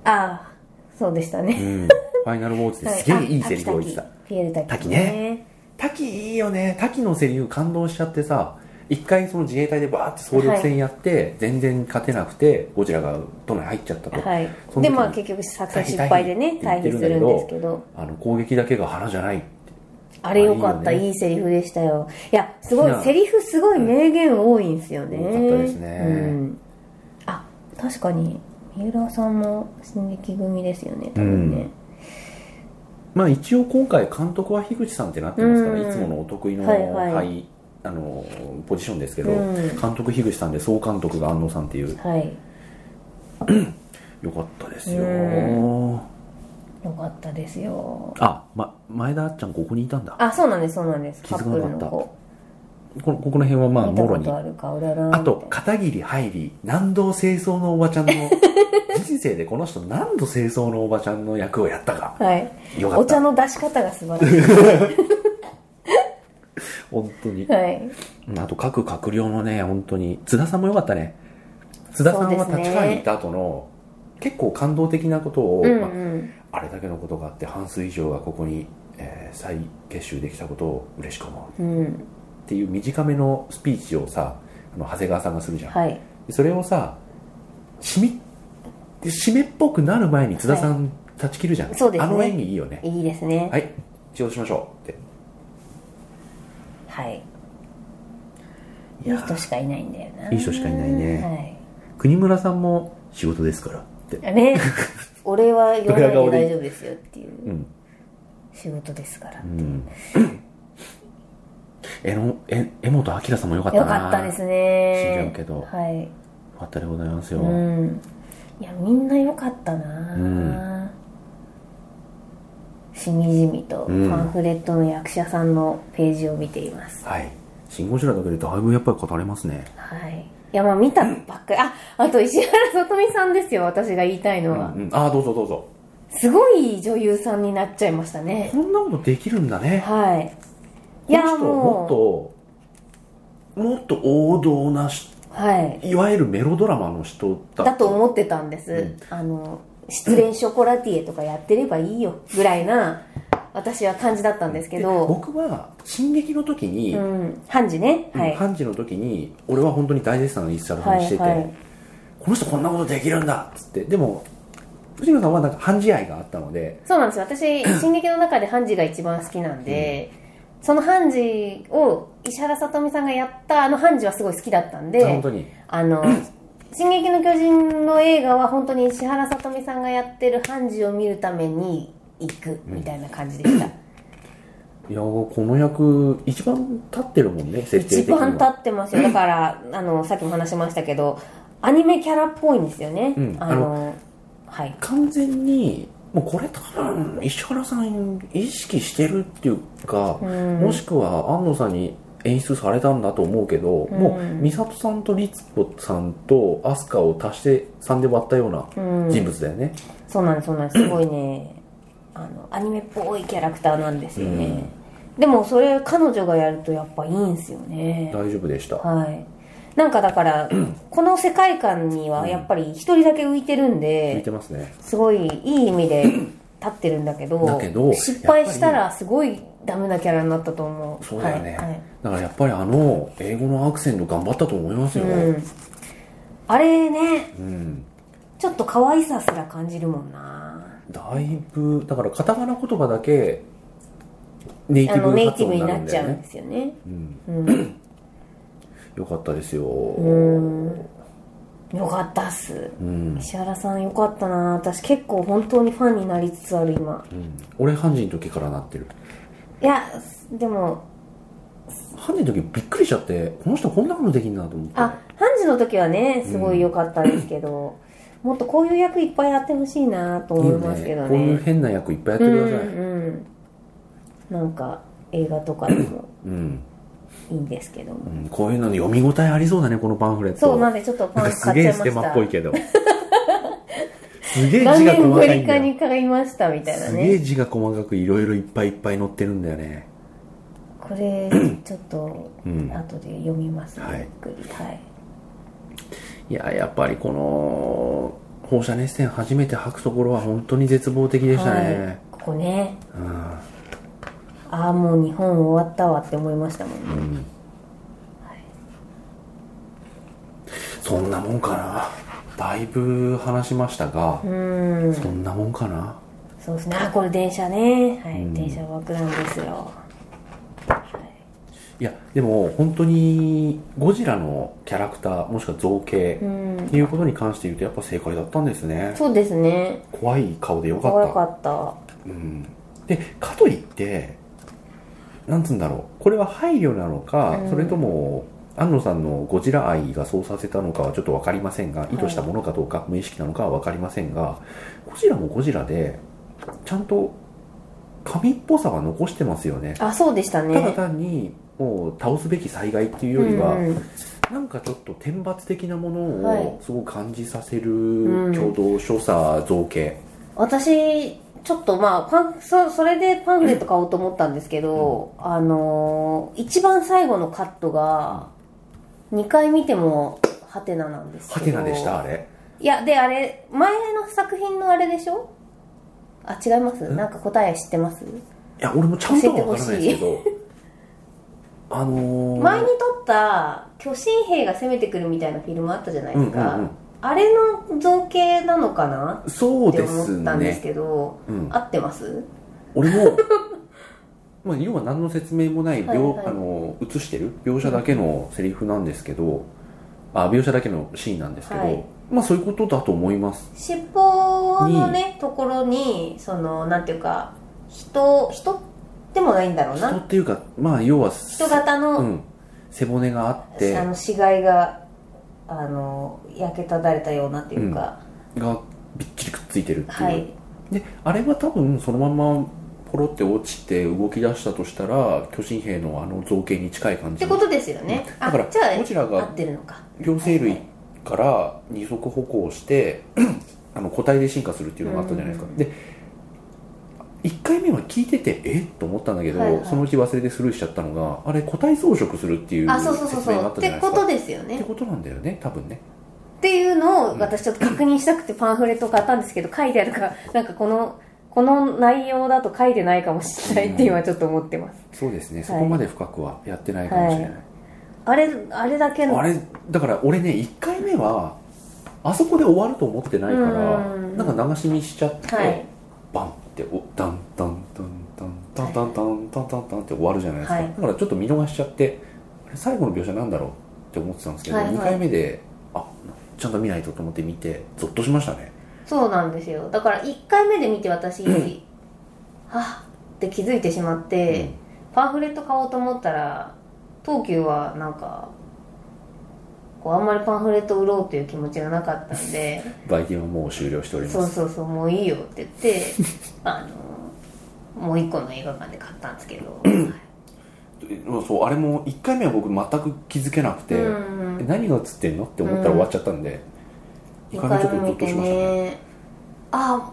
Speaker 2: ああそうでした
Speaker 1: う
Speaker 2: ね、
Speaker 1: ん、ファイナルウォーズで
Speaker 2: は
Speaker 1: すげえいいセリフを言ってた
Speaker 2: あ滝滝ピエール滝
Speaker 1: 滝ね滝いいよね滝のセリフ感動しちゃってさ一回その自衛隊でバーって総力戦やって、全然勝てなくてゴジラが都内入っちゃったと、
Speaker 2: はい
Speaker 1: その時に
Speaker 2: でまあ結局作戦失敗でね
Speaker 1: 退避っ
Speaker 2: 退避す
Speaker 1: て言ってるんだけ
Speaker 2: るん
Speaker 1: ど
Speaker 2: ですけど
Speaker 1: あの攻撃だけが花じゃないって
Speaker 2: あれよかった
Speaker 1: あ
Speaker 2: い
Speaker 1: い
Speaker 2: い,、
Speaker 1: いよね
Speaker 2: セリフでしたよいやすご
Speaker 1: いや
Speaker 2: いセリフすごい名言多いんですよね、
Speaker 1: 多かったですね
Speaker 2: うん、あ確かに三浦さんも進撃組ですよね多分ね、
Speaker 1: まあ一応今回監督は樋口さんってなってますから、
Speaker 2: うん
Speaker 1: いつものお得意の、
Speaker 2: はいはい
Speaker 1: はいあのポジションですけど、
Speaker 2: うん
Speaker 1: 監督樋口さんで総監督が安野さんっていう
Speaker 2: はい
Speaker 1: よかったですよ、
Speaker 2: うよかったですよ
Speaker 1: あ、ま、前田あっちゃんここにいたんだ
Speaker 2: あそうなんですそうなんです
Speaker 1: 気
Speaker 2: カ
Speaker 1: づ
Speaker 2: ッ
Speaker 1: か
Speaker 2: プ
Speaker 1: なか
Speaker 2: ル
Speaker 1: った
Speaker 2: の子
Speaker 1: このここの辺はまあ
Speaker 2: 見た
Speaker 1: もろ
Speaker 2: こ
Speaker 1: に
Speaker 2: とあるかうららん
Speaker 1: あと片桐入り南道清掃のおばち ゃんの人生でこの人何度清掃のおばちゃんの役をやったか
Speaker 2: はい
Speaker 1: よか
Speaker 2: お
Speaker 1: った
Speaker 2: 茶の出し方が素晴らし
Speaker 1: 本当に
Speaker 2: い、はい、
Speaker 1: うんあと各閣僚のね本当に津田さんもよかったね津田さんは
Speaker 2: そうですね
Speaker 1: 立川にいた後の、結構感動的なことを、
Speaker 2: うん
Speaker 1: ま
Speaker 2: うん
Speaker 1: あ、あれだけのことがあって半数以上がここに、えー再結集できたことを嬉しく思う
Speaker 2: うん
Speaker 1: っていう短めのスピーチをさあの長谷川さんがするじゃん、
Speaker 2: はい
Speaker 1: でそれをさ締めで締めっぽくなる前に津田さん断ち切るじゃん、
Speaker 2: そうです
Speaker 1: あ
Speaker 2: ね
Speaker 1: の演技いいよね
Speaker 2: いいですね
Speaker 1: はい仕事しましょうって
Speaker 2: はい
Speaker 1: い
Speaker 2: い
Speaker 1: や
Speaker 2: い人しかいないんだよないい
Speaker 1: い人しかいないね国村さんも仕事ですからって
Speaker 2: は い、ね俺は言わないで大丈夫ですよっていう
Speaker 1: うん
Speaker 2: 仕事ですから、
Speaker 1: うんえのえ江本明さんもよかった
Speaker 2: よ
Speaker 1: な
Speaker 2: かったです
Speaker 1: 死んじゃ
Speaker 2: ね
Speaker 1: うけど
Speaker 2: はい
Speaker 1: よかったでございますよ、
Speaker 2: うんいやみんなよかったな、
Speaker 1: うん
Speaker 2: しみじみとパ
Speaker 1: うん
Speaker 2: ンフレットの役者さんのページを見ています、
Speaker 1: はい「シン・ゴジラ」だけでだいぶやっぱり語れますね
Speaker 2: はいいやまあ見たばっかりああと石原さとみさんですよ私が言いたいのは、
Speaker 1: うん、ああどうぞどうぞ
Speaker 2: すごい女優さんになっちゃいましたね
Speaker 1: こんなことできるんだね
Speaker 2: はいい
Speaker 1: この
Speaker 2: や
Speaker 1: 人
Speaker 2: もう
Speaker 1: もっともっと王道なし
Speaker 2: はい
Speaker 1: いわゆるメロドラマの人だ
Speaker 2: だと思ってたんです、
Speaker 1: うん
Speaker 2: あの失恋ショコラティエとかやってればいいよぐらいな私は感じだったんですけ
Speaker 1: で
Speaker 2: ど、
Speaker 1: 僕は進撃の時に、
Speaker 2: う
Speaker 1: うん
Speaker 2: ん、ハンジねはい、
Speaker 1: ハンジの時に俺は本当に大絶賛の一皿さん
Speaker 2: は
Speaker 1: にして
Speaker 2: い
Speaker 1: て、
Speaker 2: はい
Speaker 1: この人こんなことできるんだっつってでも藤野さんはなんか判事愛があったので
Speaker 2: そうなんですよ 私進撃の中でハンジが一番好きなんで、そのハンジを石原さとみさんがやったあのハンジはすごい好きだったんで
Speaker 1: 本当に
Speaker 2: あの「進撃の巨人」の映画は本当に石原さとみさんがやってるハンジを見るために行くみたいな感じでした、
Speaker 1: いやこの役一番立ってるもんね設定
Speaker 2: 一
Speaker 1: 的には
Speaker 2: 番立ってますよだからあのさっきも話しましたけどアニメキャラっぽいんですよね、
Speaker 1: うん
Speaker 2: あのはい
Speaker 1: 完全にもうこれ多分石原さん意識してるっていうか、
Speaker 2: うん
Speaker 1: もしくは安野さんに演出されたんだと思うけど、
Speaker 2: うん
Speaker 1: もう美里さんと律子さんと飛鳥を足して3で割ったような
Speaker 2: うん
Speaker 1: 人物だよね、
Speaker 2: そうなんですそうなんですすごいねあのアニメっぽいキャラクターなんですよね、でもそれ彼女がやるとやっぱいいんですよね
Speaker 1: 大丈夫でした、
Speaker 2: はいなんか だからこの世界観にはやっぱり一人だけ浮いてるん
Speaker 1: 見
Speaker 2: で
Speaker 1: てますね
Speaker 2: すごいいい意味で立ってるんだけど
Speaker 1: だけど
Speaker 2: 失敗したらすごいダメなキャラになったと思う
Speaker 1: そうだよね、
Speaker 2: はいはい
Speaker 1: だからやっぱりあの英語のアクセント頑張ったと思いますよ、
Speaker 2: うん、あれね
Speaker 1: うん
Speaker 2: ちょっと可愛さすら感じるもんな
Speaker 1: だいぶだからカタカナ言葉だけネイテ
Speaker 2: あ
Speaker 1: ィ
Speaker 2: の
Speaker 1: ブ
Speaker 2: ネイ
Speaker 1: 発
Speaker 2: ティ
Speaker 1: 音
Speaker 2: ブ
Speaker 1: に
Speaker 2: に
Speaker 1: な
Speaker 2: な
Speaker 1: る
Speaker 2: っ
Speaker 1: ん
Speaker 2: ち
Speaker 1: だ
Speaker 2: ゃ
Speaker 1: よ
Speaker 2: うん
Speaker 1: ね
Speaker 2: で、すよね
Speaker 1: うん、
Speaker 2: うん、
Speaker 1: よかったですよ
Speaker 2: んよかったっす
Speaker 1: うん
Speaker 2: 石原さんよかったな私結構本当にファンになりつつある今
Speaker 1: うん、俺ハンジの時からなってる
Speaker 2: いやでも
Speaker 1: ハンジの時びっくりしちゃってこの人こんなことできんなと思って
Speaker 2: あハンジの時はねすごい良かったですけど、もっとこういう役いっぱいやってほしいなと
Speaker 1: いい
Speaker 2: 思い
Speaker 1: よ
Speaker 2: ますけど
Speaker 1: こう
Speaker 2: ね
Speaker 1: いう変な役いっぱいやって
Speaker 2: う
Speaker 1: くださいうん、
Speaker 2: んうんなんか映画とかでも
Speaker 1: うん
Speaker 2: いいんですけども
Speaker 1: こういうので読み応えありそうだねこのパンフレット
Speaker 2: そうなんでちょっとパ
Speaker 1: なん
Speaker 2: ン
Speaker 1: か
Speaker 2: ツ
Speaker 1: す
Speaker 2: 買
Speaker 1: げ
Speaker 2: っちゃ
Speaker 1: え
Speaker 2: い
Speaker 1: ス
Speaker 2: ま
Speaker 1: テ
Speaker 2: し
Speaker 1: マ
Speaker 2: た
Speaker 1: っぽいけどすげえ
Speaker 2: 何
Speaker 1: 字が
Speaker 2: 年
Speaker 1: 細
Speaker 2: ぶ
Speaker 1: かい
Speaker 2: り
Speaker 1: ん
Speaker 2: か
Speaker 1: だよ
Speaker 2: に買いましたみたいな
Speaker 1: すげえ
Speaker 2: ね
Speaker 1: 字が細かくいろいろいっぱいいっぱい載ってるんだよね
Speaker 2: これちょっと
Speaker 1: うん
Speaker 2: 後で読みますね
Speaker 1: はい
Speaker 2: ゆっくりはい
Speaker 1: いややっぱりこの放射熱線初めて吐くところは本当に絶望的でした
Speaker 2: はい
Speaker 1: ね、、
Speaker 2: ここね
Speaker 1: うん
Speaker 2: ああもう日本終わったわって思いましたもんね、
Speaker 1: そんなもんかなだいぶ話しましたが、
Speaker 2: うん
Speaker 1: そんなもんかな
Speaker 2: そうですねあこれ電車ねはい、
Speaker 1: うん
Speaker 2: 電車枠なんですよはい
Speaker 1: いやでも本当にゴジラのキャラクターもしくは造形
Speaker 2: う
Speaker 1: っ
Speaker 2: ん
Speaker 1: ていうことに関して言うとやっぱ正解だったんですね
Speaker 2: そうですね
Speaker 1: 怖い顔でよかった
Speaker 2: 怖かった
Speaker 1: うん、でかといってなんつうんだろうこれは配慮なのか、
Speaker 2: うん
Speaker 1: それとも安野さんのゴジラ愛がそうさせたのかはちょっと分かりませんが
Speaker 2: い
Speaker 1: 意図したものかどうか、無意識なのかは分かりませんがゴジラもゴジラでちゃんと神っぽさは残してますよね
Speaker 2: あそうでしたね
Speaker 1: ただ単にもう倒すべき災害っていうよりは、
Speaker 2: うんうん
Speaker 1: なんかちょっと天罰的なもの
Speaker 2: はい
Speaker 1: をすごく感じさせ
Speaker 2: う
Speaker 1: る
Speaker 2: ん
Speaker 1: 共同所作造形、
Speaker 2: 私ちょっとまあパンそそれでパンフレット買おうと思ったんですけど、あのー一番最後のカットが2回見てもハテナなんです
Speaker 1: ハ
Speaker 2: けど
Speaker 1: テナでしたあれ
Speaker 2: いやであれ前の作品のあれでしょあ違います
Speaker 1: ん
Speaker 2: なんか答え知ってます
Speaker 1: いや俺もちゃんとは分からないですけどあのー、
Speaker 2: 前に撮った巨神兵が攻めてくるみたいなフィルムあったじゃないですか、
Speaker 1: うんうん
Speaker 2: あれの造形なのかな
Speaker 1: うん、そう
Speaker 2: って
Speaker 1: です
Speaker 2: 思ったんです
Speaker 1: ね、
Speaker 2: けど
Speaker 1: うん、
Speaker 2: 合ってます
Speaker 1: 俺も まあ要は何の説明もない描、
Speaker 2: はいはい
Speaker 1: あのー映してる描写だけのセリフなんですけどあ描写だけのシーンなんですけど、
Speaker 2: はい
Speaker 1: まあそういうことだと思います
Speaker 2: 尻尾のねところにそのなんていうか人人でもないんだろう
Speaker 1: 人
Speaker 2: な
Speaker 1: っていうかまあ要は
Speaker 2: 人型
Speaker 1: う
Speaker 2: の,、
Speaker 1: ん、背骨があって
Speaker 2: あの死骸があの焼けただれたようなっていうか、
Speaker 1: がびっちりくっついてるっていう、
Speaker 2: はい
Speaker 1: であれは多分そのままポロって落ちて動き出したとしたら巨神兵のあの造形に近い感
Speaker 2: っ
Speaker 1: じ
Speaker 2: て
Speaker 1: に
Speaker 2: ことですよね、
Speaker 1: だから
Speaker 2: あじゃ
Speaker 1: ゴジラ
Speaker 2: あ合
Speaker 1: が
Speaker 2: ってるのか
Speaker 1: 両生類から二足歩行して あの個体で進化するっていうのがあったじゃないですか、
Speaker 2: うん
Speaker 1: で1回目は聞いててえっと思ったんだけど、
Speaker 2: はいはい
Speaker 1: そのうち忘れてスルーしちゃったのがあれ個体増殖するっていう
Speaker 2: あそうそうそう
Speaker 1: 説
Speaker 2: そ
Speaker 1: 明があ
Speaker 2: う
Speaker 1: っ
Speaker 2: った
Speaker 1: じゃな
Speaker 2: て
Speaker 1: いで
Speaker 2: こ
Speaker 1: すか
Speaker 2: とですよ
Speaker 1: って
Speaker 2: ね
Speaker 1: ことなんだよね多分ね
Speaker 2: っていうのを私ちょっと確認したくてパンフレット買ったんですけど書いてあるからなんかこのこの内容だと書いてないかもしれないって今ちょっと思ってます、
Speaker 1: そうですね、
Speaker 2: い
Speaker 1: そこまで深くはやってないかもしれない、
Speaker 2: あれあれだけの
Speaker 1: あれだから俺ね1回目はあそこで終わると思ってないから
Speaker 2: うん
Speaker 1: なんか流し見しちゃって、
Speaker 2: はい
Speaker 1: バンっておダンダンダンダンダンダンダンダンダンダンって終わるじゃないですか、
Speaker 2: はい
Speaker 1: だからちょっと見逃しちゃってあれ最後の描写なんだろうって思ってたんですけど、
Speaker 2: はいはい
Speaker 1: 2回目であちゃんと見ないとと思って見てゾッとしましたね
Speaker 2: そうなんですよだから1回目で見て私はっって気づいてしまって、
Speaker 1: うん
Speaker 2: パンフレット買おうと思ったら東急はなんかこうあんまりパンフレットを売ろうという気持ちがなかったん で
Speaker 1: 売店はもう終了しております
Speaker 2: そうそうそうもういいよって言って あのもう一個の映画館で買ったんですけ ど
Speaker 1: うんそうあれも1回目は僕全く気づけなくて、
Speaker 2: うん
Speaker 1: え何が映ってんのって思ったら終わっちゃったんで、2回目ちょっとゾッとしましたね
Speaker 2: あ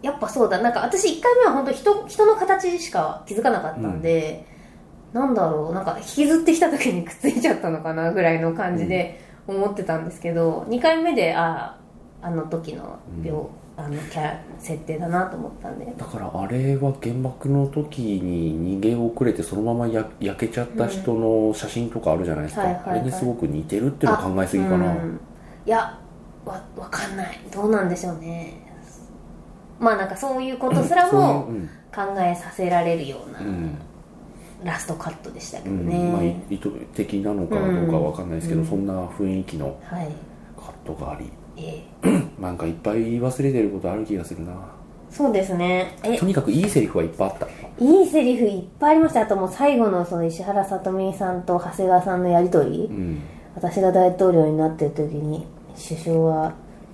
Speaker 2: やっぱそうだなんか私1回目は本当人人の形しか気づかなかったんで、なんだろうなんか引きずってきた時にくっついちゃったのかなぐらいの感じで思ってたんですけど、2回目であああの時の病、あのキャラ設定だなと思ったんで
Speaker 1: だからあれは原爆の時に逃げ遅れてそのままや焼けちゃった人の写真とかあるじゃないですか、
Speaker 2: はいはいはい
Speaker 1: あれにすごく似てるっていうのは考えすぎかな、
Speaker 2: うんいやわわかんないどうなんでしょうねまあなんかそういうことすら
Speaker 1: そう
Speaker 2: も
Speaker 1: いう
Speaker 2: 考えさせられるような
Speaker 1: うん、うん
Speaker 2: ラストカットでしたけ
Speaker 1: う
Speaker 2: ど
Speaker 1: ん
Speaker 2: ね、
Speaker 1: まあ、い意図的なのかどうかわかんないですけど、
Speaker 2: うん
Speaker 1: そんな雰囲気の
Speaker 2: はい
Speaker 1: カットがあり
Speaker 2: え
Speaker 1: なんかいっぱい忘れてることある気がするな
Speaker 2: そうですねえ
Speaker 1: とにかくいいセリフはいっぱいあった
Speaker 2: いいセリフいっぱいありましたあともう最後のその石原さとみさんと長谷川さんのやり取り、
Speaker 1: うん
Speaker 2: 私が大統領になってる時に首相は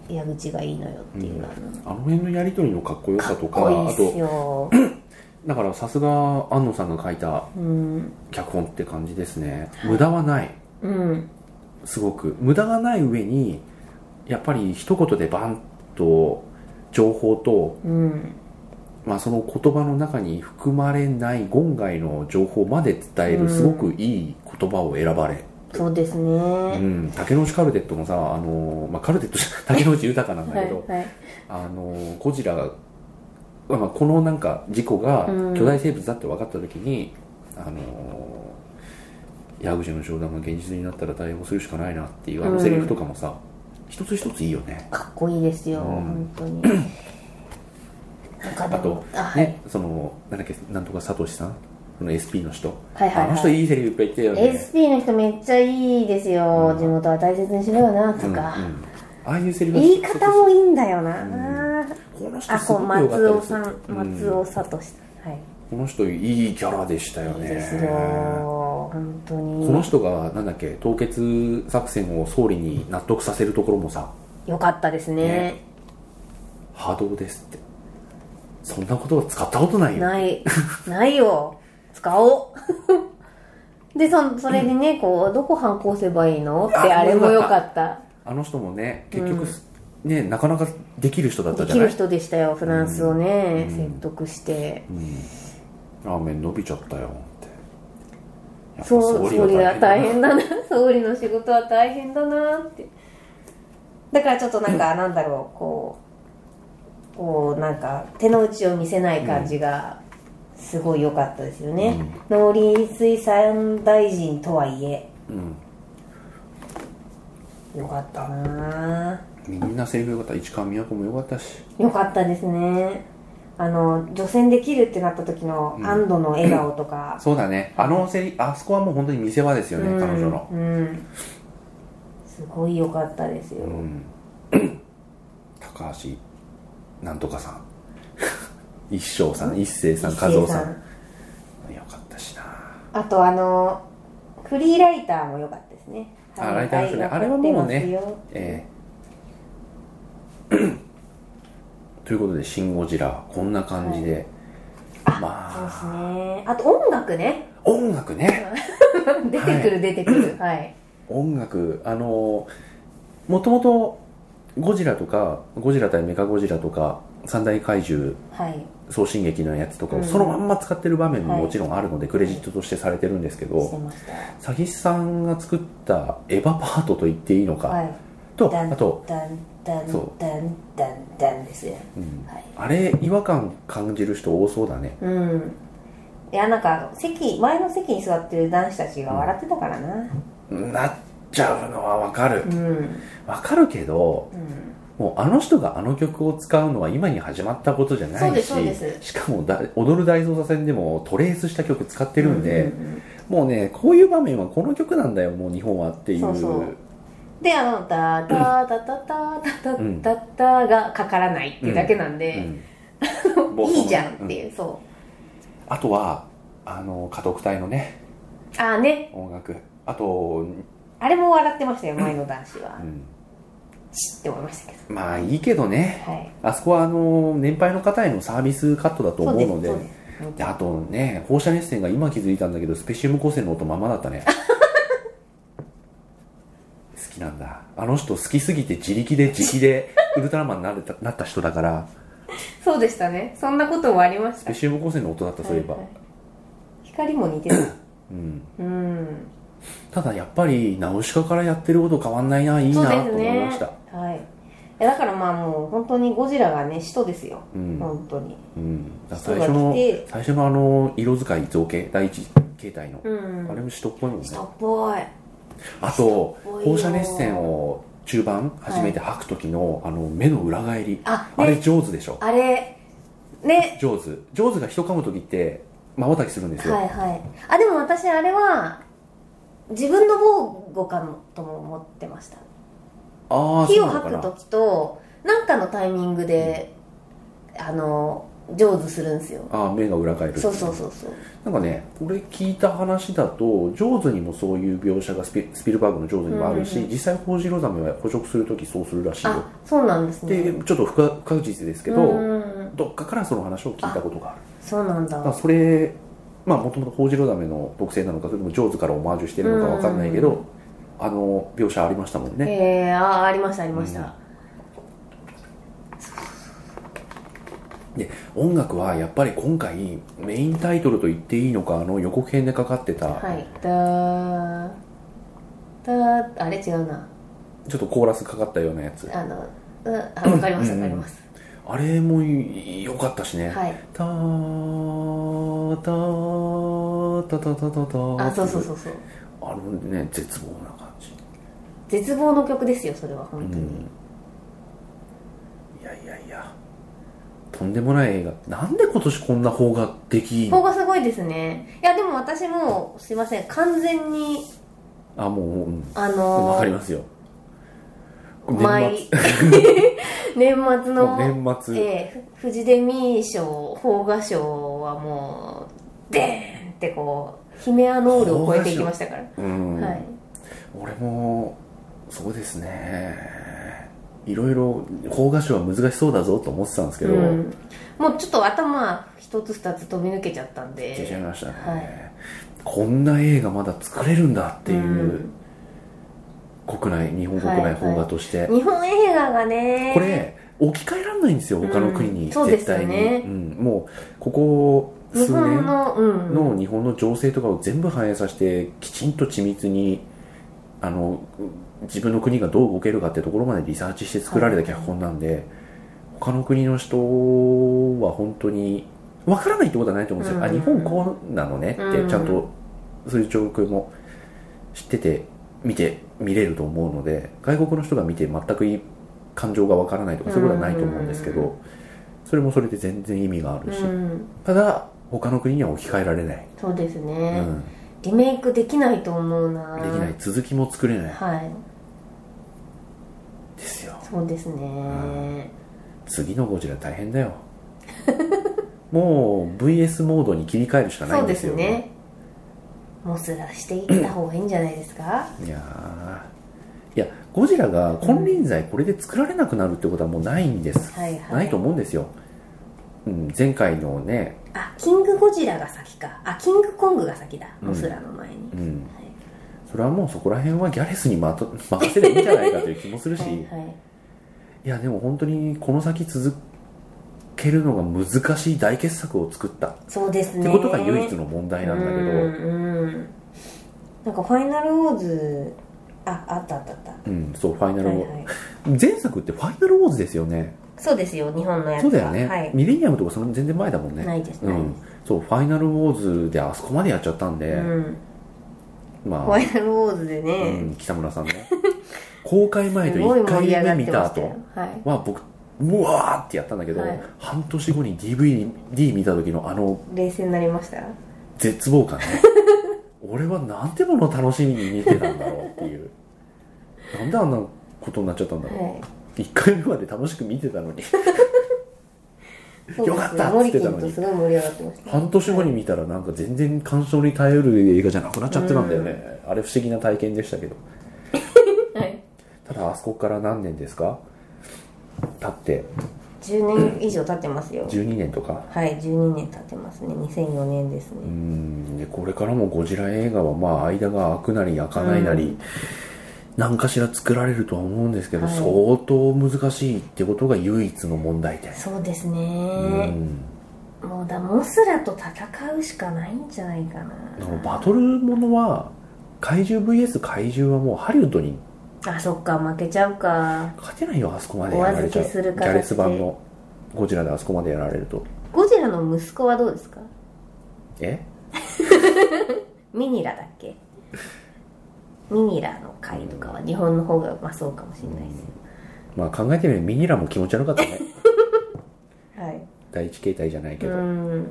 Speaker 2: 矢口がいいのよっていう、
Speaker 1: あの辺のやり取りのかっこよさとか
Speaker 2: かっこいい
Speaker 1: あ
Speaker 2: っす
Speaker 1: と
Speaker 2: よ、
Speaker 1: だからさすが安野さんが書いた
Speaker 2: うん
Speaker 1: 脚本って感じですね無駄はない
Speaker 2: うん
Speaker 1: すごく無駄がない上にやっぱり一言でバンと情報と、
Speaker 2: うん
Speaker 1: まあ、その言葉の中に含まれない言外の情報まで伝え
Speaker 2: う
Speaker 1: る
Speaker 2: ん
Speaker 1: すごくいい言葉を選ばれ、
Speaker 2: そうですね、
Speaker 1: うん、竹野内カルテットもさあの、まあ、カルテットじゃ竹野内豊なんだ
Speaker 2: は
Speaker 1: け
Speaker 2: い
Speaker 1: ど、
Speaker 2: はい
Speaker 1: あのゴジラが、まあ、このなんか事故が
Speaker 2: うん
Speaker 1: 巨大生物だって分かった時に、あの矢口の商談が現実になったら対応するしかないなっていうあ
Speaker 2: う
Speaker 1: の
Speaker 2: ん
Speaker 1: セリフとかもさ、一つ一ついいよね
Speaker 2: かっこいいですよ、
Speaker 1: うん
Speaker 2: 本当になんかで
Speaker 1: あと
Speaker 2: もあはい
Speaker 1: ねそのなんだっけなんとかサトシさんその SP の人、
Speaker 2: はいはいはい
Speaker 1: あの人いいセリフいっぱい言ってたよね、
Speaker 2: SP の人めっちゃいいですよ、
Speaker 1: うん
Speaker 2: 地元は大切にしろよなとか、
Speaker 1: うんうんああいうセリフが
Speaker 2: 言い方もいいんだよな、
Speaker 1: うこの人
Speaker 2: あ
Speaker 1: す
Speaker 2: こ
Speaker 1: ごく良かっ
Speaker 2: う松
Speaker 1: たで
Speaker 2: 尾
Speaker 1: す
Speaker 2: さん
Speaker 1: うん
Speaker 2: 松尾聡さん、はい
Speaker 1: この人いいキャラでしたよ
Speaker 2: いい
Speaker 1: ね
Speaker 2: ですよ本当
Speaker 1: この
Speaker 2: に
Speaker 1: 人がなんだっけ凍結作戦を総理に納得させるところもさ
Speaker 2: よかったですね
Speaker 1: 波動ですってそんなことは使ったことないよ
Speaker 2: ないないよ使おう でそそれでね、こうどこ反抗すればいいのって
Speaker 1: あ
Speaker 2: あれもよかった
Speaker 1: あの人もね結局、ねなかなかできる人だった
Speaker 2: で
Speaker 1: じゃ
Speaker 2: き
Speaker 1: ない
Speaker 2: る人でしたよフランスをね、
Speaker 1: うん
Speaker 2: 説得して、
Speaker 1: うん、ラーメン伸びちゃったよってやっぱ
Speaker 2: そう総理は大
Speaker 1: だな
Speaker 2: 変だな 総理の仕事は大変だなってだからちょっとなんかなんだろうこうこうなんか手の内を見せない感じがすごい良かったですよね、農林水産大臣とはいえ
Speaker 1: うん
Speaker 2: 良かったな
Speaker 1: みんなセリフよかった市川美和子もよかったし
Speaker 2: 良かったですねあの除染できるってなった時の
Speaker 1: うん
Speaker 2: 安堵の笑顔とか、
Speaker 1: そうだねあのセリあそこはもう本当に見せ場ですよね、
Speaker 2: うん
Speaker 1: 彼女の、
Speaker 2: うんすごい良かったですよ、
Speaker 1: うん、高橋なんとかさん一生さん一生さん和夫さんよかったしな
Speaker 2: あとあのフリーライターも良かったですね
Speaker 1: あライターの人ねあれはもうねええということで「シン・ゴジラ」こんな感じで、
Speaker 2: あそうです
Speaker 1: まあ
Speaker 2: ねあと音楽ね
Speaker 1: 音楽ね
Speaker 2: 出てくる出て くるはい
Speaker 1: 音楽あのもともとゴジラとかゴジラ対メカゴジラとか三大怪獣
Speaker 2: はい
Speaker 1: 送信劇のやつとか
Speaker 2: う
Speaker 1: を
Speaker 2: ん
Speaker 1: そのまんま使ってる場面ももちろんあるので、クレジットとしてされてるんですけど、
Speaker 2: してました
Speaker 1: 詐欺師さんが作ったエヴァパートと言っていいのか、
Speaker 2: はい
Speaker 1: と
Speaker 2: ダン
Speaker 1: あと、
Speaker 2: ダンダン
Speaker 1: そう
Speaker 2: ダンダンダンですよ
Speaker 1: うん
Speaker 2: はい
Speaker 1: あれ違和感感じる人多そうだね
Speaker 2: うんいやなんか席前の席に座ってる男子たちが笑ってたからな
Speaker 1: なっちゃうのはわかる
Speaker 2: うん、うん
Speaker 1: わかるけどもうあの人があの曲を使うのは今に始まったことじゃな
Speaker 2: そうで
Speaker 1: い
Speaker 2: す
Speaker 1: し
Speaker 2: そうです
Speaker 1: しかもだ踊る大捜査線でもトレースした曲使ってるんで、
Speaker 2: うううん
Speaker 1: もうねこういう場面はこの曲なんだよもう日本はっていう
Speaker 2: そうそうであの「タタタタタタ
Speaker 1: うん
Speaker 2: タタ」がかからないっていうだけなんで、
Speaker 1: うん
Speaker 2: いいじゃんっていう、そう
Speaker 1: あとはあの家督隊のね
Speaker 2: ああね
Speaker 1: 音楽あと
Speaker 2: ああれも笑ってましたよ前の男子は
Speaker 1: うん、
Speaker 2: チッって思いましたけど
Speaker 1: まあいいけどね
Speaker 2: はい
Speaker 1: あそこはあの年配の方へのサービスカットだと思うので
Speaker 2: そうですそう
Speaker 1: で
Speaker 2: です
Speaker 1: あとね放射熱線が今気づいたんだけどスペシウム光線の音ままだった ね好きなんだあの人好きすぎて自力で自力でウルトラマンになれたなった人だから
Speaker 2: そうでしたねそんなこともありまし
Speaker 1: ス
Speaker 2: た
Speaker 1: ペシウム光線の音だったそういえば、
Speaker 2: はいはい光も似て る
Speaker 1: うん、
Speaker 2: うん
Speaker 1: ただやっぱりナウシカからやってること変わんないないい
Speaker 2: そう
Speaker 1: な
Speaker 2: で
Speaker 1: と
Speaker 2: す
Speaker 1: 思い
Speaker 2: ね
Speaker 1: ました
Speaker 2: はいいやだからまあもう本当にゴジラがね使徒ですよ
Speaker 1: うん
Speaker 2: 本当に
Speaker 1: うん、だか
Speaker 2: 人
Speaker 1: ら最
Speaker 2: が
Speaker 1: 初
Speaker 2: 来
Speaker 1: の
Speaker 2: て
Speaker 1: 最初のあの色使い造形第一形態の、
Speaker 2: うん
Speaker 1: あれも人っぽいもんね
Speaker 2: 人っぽい
Speaker 1: あと
Speaker 2: 人っぽいよ
Speaker 1: 放射熱線を中盤初めて吐く時の、あの目の裏返り
Speaker 2: あ
Speaker 1: あれ
Speaker 2: ね
Speaker 1: 上手でしょ
Speaker 2: あれね
Speaker 1: 上手上手が人噛む時ってまばたきするんですよ、
Speaker 2: はいはいあでも私あれは自分の防護かもとも思ってました
Speaker 1: ああ
Speaker 2: 火
Speaker 1: そ
Speaker 2: を
Speaker 1: うなの
Speaker 2: 吐
Speaker 1: か
Speaker 2: く
Speaker 1: な
Speaker 2: 時と何かのタイミングで、あの上手するんですよ
Speaker 1: ああ目が裏返る
Speaker 2: そうそうそうそう
Speaker 1: なんかね俺聞いた話だとジョーズにもそういう描写がスピスピルバーグのジョーズにもあるし、
Speaker 2: うんうん
Speaker 1: 実際ホウジロザメは捕食する時そうするらしいよ
Speaker 2: あそうなんですね
Speaker 1: でちょっと不可不確実ですけど、
Speaker 2: うん
Speaker 1: どっかからその話を聞いたことがある
Speaker 2: そうなん
Speaker 1: だから
Speaker 2: だ
Speaker 1: それまあもともとホウジロザメの特性なのかそれともジョーズからオマージュしてるのかわかんないけど、
Speaker 2: うん
Speaker 1: あの描写ありましたもん
Speaker 2: え
Speaker 1: ね、
Speaker 2: えー、あありましたありました、
Speaker 1: 音楽はやっぱり今回メインタイトルと言っていいのかあの予告編でかかってた、
Speaker 2: はいだーだーあれ違うな
Speaker 1: ちょっとコーラスかかったようなやつ
Speaker 2: あのうんあわかりますわかります、
Speaker 1: あれも良かったしね、
Speaker 2: はい
Speaker 1: たーたーたたたたた
Speaker 2: あそうそうそうそう
Speaker 1: あのね絶望な感じ
Speaker 2: 絶望の曲ですよそれは本当に、
Speaker 1: いやいやいやとんでもない映画なんで今年こんな方ができん
Speaker 2: 方がすごいですねいやでも私もすいません完全に
Speaker 1: あもうもううん
Speaker 2: あ
Speaker 1: わ
Speaker 2: の
Speaker 1: かり
Speaker 2: ー、
Speaker 1: ますよ
Speaker 2: 毎 年末
Speaker 1: 末もう
Speaker 2: の
Speaker 1: 年末、
Speaker 2: ええフジデミー賞邦画賞はもうデーンってこうヒメアノールを超えていきましたから、
Speaker 1: うん、
Speaker 2: はい、
Speaker 1: 俺もそうですねいろいろ邦画賞は難しそうだぞと思ってたんですけ
Speaker 2: う
Speaker 1: ど、
Speaker 2: ん、もうちょっと頭一つ二つ飛び抜けちゃったん
Speaker 1: 出ちゃい
Speaker 2: で
Speaker 1: ましたね、
Speaker 2: はい
Speaker 1: こんな映画まだ作れるんだっていう、
Speaker 2: うん
Speaker 1: 国内日本国
Speaker 2: はい
Speaker 1: 内邦画として、
Speaker 2: 日本映画がね
Speaker 1: これ置き換えられないんですよ
Speaker 2: うん
Speaker 1: 他の国に、
Speaker 2: そうです
Speaker 1: 絶
Speaker 2: よ
Speaker 1: 対に、
Speaker 2: ね
Speaker 1: うん、もうここ
Speaker 2: 日
Speaker 1: 数
Speaker 2: 本
Speaker 1: 年
Speaker 2: のうん
Speaker 1: の日本の情勢とかを全部反映させてきちんと緻密にあの自分の国がどう動けるかってところまでリサーチして作られた脚本なんで、他の国の人は本当にわからないってことはないと思うんですよ、
Speaker 2: うん
Speaker 1: あ日本こうなのねってちゃん
Speaker 2: う
Speaker 1: とそういう状況も知ってて見て見れると思うので外国の人が見て全くい感情がわからないとかそういうことはないと思うんですけど、
Speaker 2: うん
Speaker 1: それもそれで全然意味があるし、
Speaker 2: うん
Speaker 1: ただ他の国には置き換えられない
Speaker 2: そうですね、
Speaker 1: うん、
Speaker 2: リメイクできないと思うな
Speaker 1: できない続きも作れない
Speaker 2: はい
Speaker 1: ですよ
Speaker 2: そうですね、
Speaker 1: ん次のゴジラ大変だ よもう VS モードに切り替えるしかない
Speaker 2: そうん
Speaker 1: で
Speaker 2: ですす
Speaker 1: よ
Speaker 2: ねモスラしていった方がいいんじゃな いですか
Speaker 1: いやーいやゴジラが金輪際これで作られなくなるってことはもうないんです、
Speaker 2: はいはい
Speaker 1: ないと思うんですよ、うん、前回のね、
Speaker 2: あキングゴジラが先かあキングコングが先だ
Speaker 1: うん
Speaker 2: モスラの前に、
Speaker 1: うん、
Speaker 2: はい
Speaker 1: それはもうそこら辺はギャレスにまと 任せればいいんじゃないかという気もするし、い
Speaker 2: はいはい
Speaker 1: やでも本当にこの先続けるのが難しい大傑作を作った
Speaker 2: そうですね
Speaker 1: ってことが唯一の問題なんだけど、
Speaker 2: うんうんなんかファイナルウォーズああったあったあった
Speaker 1: うん、そう、ファイナルウォー、
Speaker 2: はいはい、
Speaker 1: 前作ってファイナルウォーズですよね。
Speaker 2: そうですよ日本のやつは
Speaker 1: そうだよね、
Speaker 2: はい、
Speaker 1: ミレニアムとかその全然前だもんね。
Speaker 2: ないです
Speaker 1: う
Speaker 2: ない
Speaker 1: ん
Speaker 2: です、
Speaker 1: そう、ファイナルウォーズであそこまでやっちゃったんで、
Speaker 2: うん
Speaker 1: ま
Speaker 2: フ
Speaker 1: あ、
Speaker 2: ァイナルウォーズで
Speaker 1: う
Speaker 2: ね、
Speaker 1: ん、北村さんね。公開前と
Speaker 2: すごい
Speaker 1: 1
Speaker 2: 盛
Speaker 1: 回
Speaker 2: り上が
Speaker 1: 目
Speaker 2: っ
Speaker 1: 見
Speaker 2: て
Speaker 1: た
Speaker 2: ましたよ
Speaker 1: 後
Speaker 2: はい
Speaker 1: は僕、うわーってやったんだけど、
Speaker 2: はい
Speaker 1: 半年後に DVD 見た時のあの
Speaker 2: 冷静になりました
Speaker 1: 絶望 感ね俺はなんてものを楽しみに見てたんだろうっていうなんであんなことになっちゃったんだろう、
Speaker 2: は
Speaker 1: 1回目まで楽しく見てたのに
Speaker 2: い、そうですね
Speaker 1: よかったっ
Speaker 2: モ
Speaker 1: つっ
Speaker 2: リ
Speaker 1: て
Speaker 2: キ
Speaker 1: た
Speaker 2: ン
Speaker 1: のに
Speaker 2: とすごい盛り上がってました
Speaker 1: 半年後に見たらなんか全然鑑賞に耐えうる映画じゃなくなっちゃってたんだよね、あれ不思議な体験でしたけどただあそこから何年ですか経って
Speaker 2: 10年以上経ってますよ
Speaker 1: 12年とか
Speaker 2: はい12年経ってますね2004年です
Speaker 1: うー
Speaker 2: ね
Speaker 1: んでこれからもゴジラ映画はまあ間が開くなり開かないなり、
Speaker 2: うん
Speaker 1: 何かしら作られるとは思うんですけど、
Speaker 2: はい
Speaker 1: 相当難しいってことが唯一の問題点、
Speaker 2: そうです
Speaker 1: う
Speaker 2: ね
Speaker 1: ん
Speaker 2: もうだモスラと戦うしかないんじゃないか
Speaker 1: でも
Speaker 2: な
Speaker 1: バトルものは怪獣 VS 怪獣はもうハリウッドに
Speaker 2: あそっか負けちゃうか
Speaker 1: 勝てないよあそこまで
Speaker 2: お
Speaker 1: やら
Speaker 2: 預
Speaker 1: れちゃ
Speaker 2: け
Speaker 1: う
Speaker 2: する形
Speaker 1: ギャレス版のゴジラであそこまでやられると
Speaker 2: ゴジラの息子はどうですか
Speaker 1: え
Speaker 2: ミニラだっけミニラの回とかは日本の方がうまそうかもしれないですよ
Speaker 1: まあ考えてみればミニラも気持ち悪かった ね
Speaker 2: はい
Speaker 1: 第一形態じゃないけ
Speaker 2: う
Speaker 1: ど、
Speaker 2: ん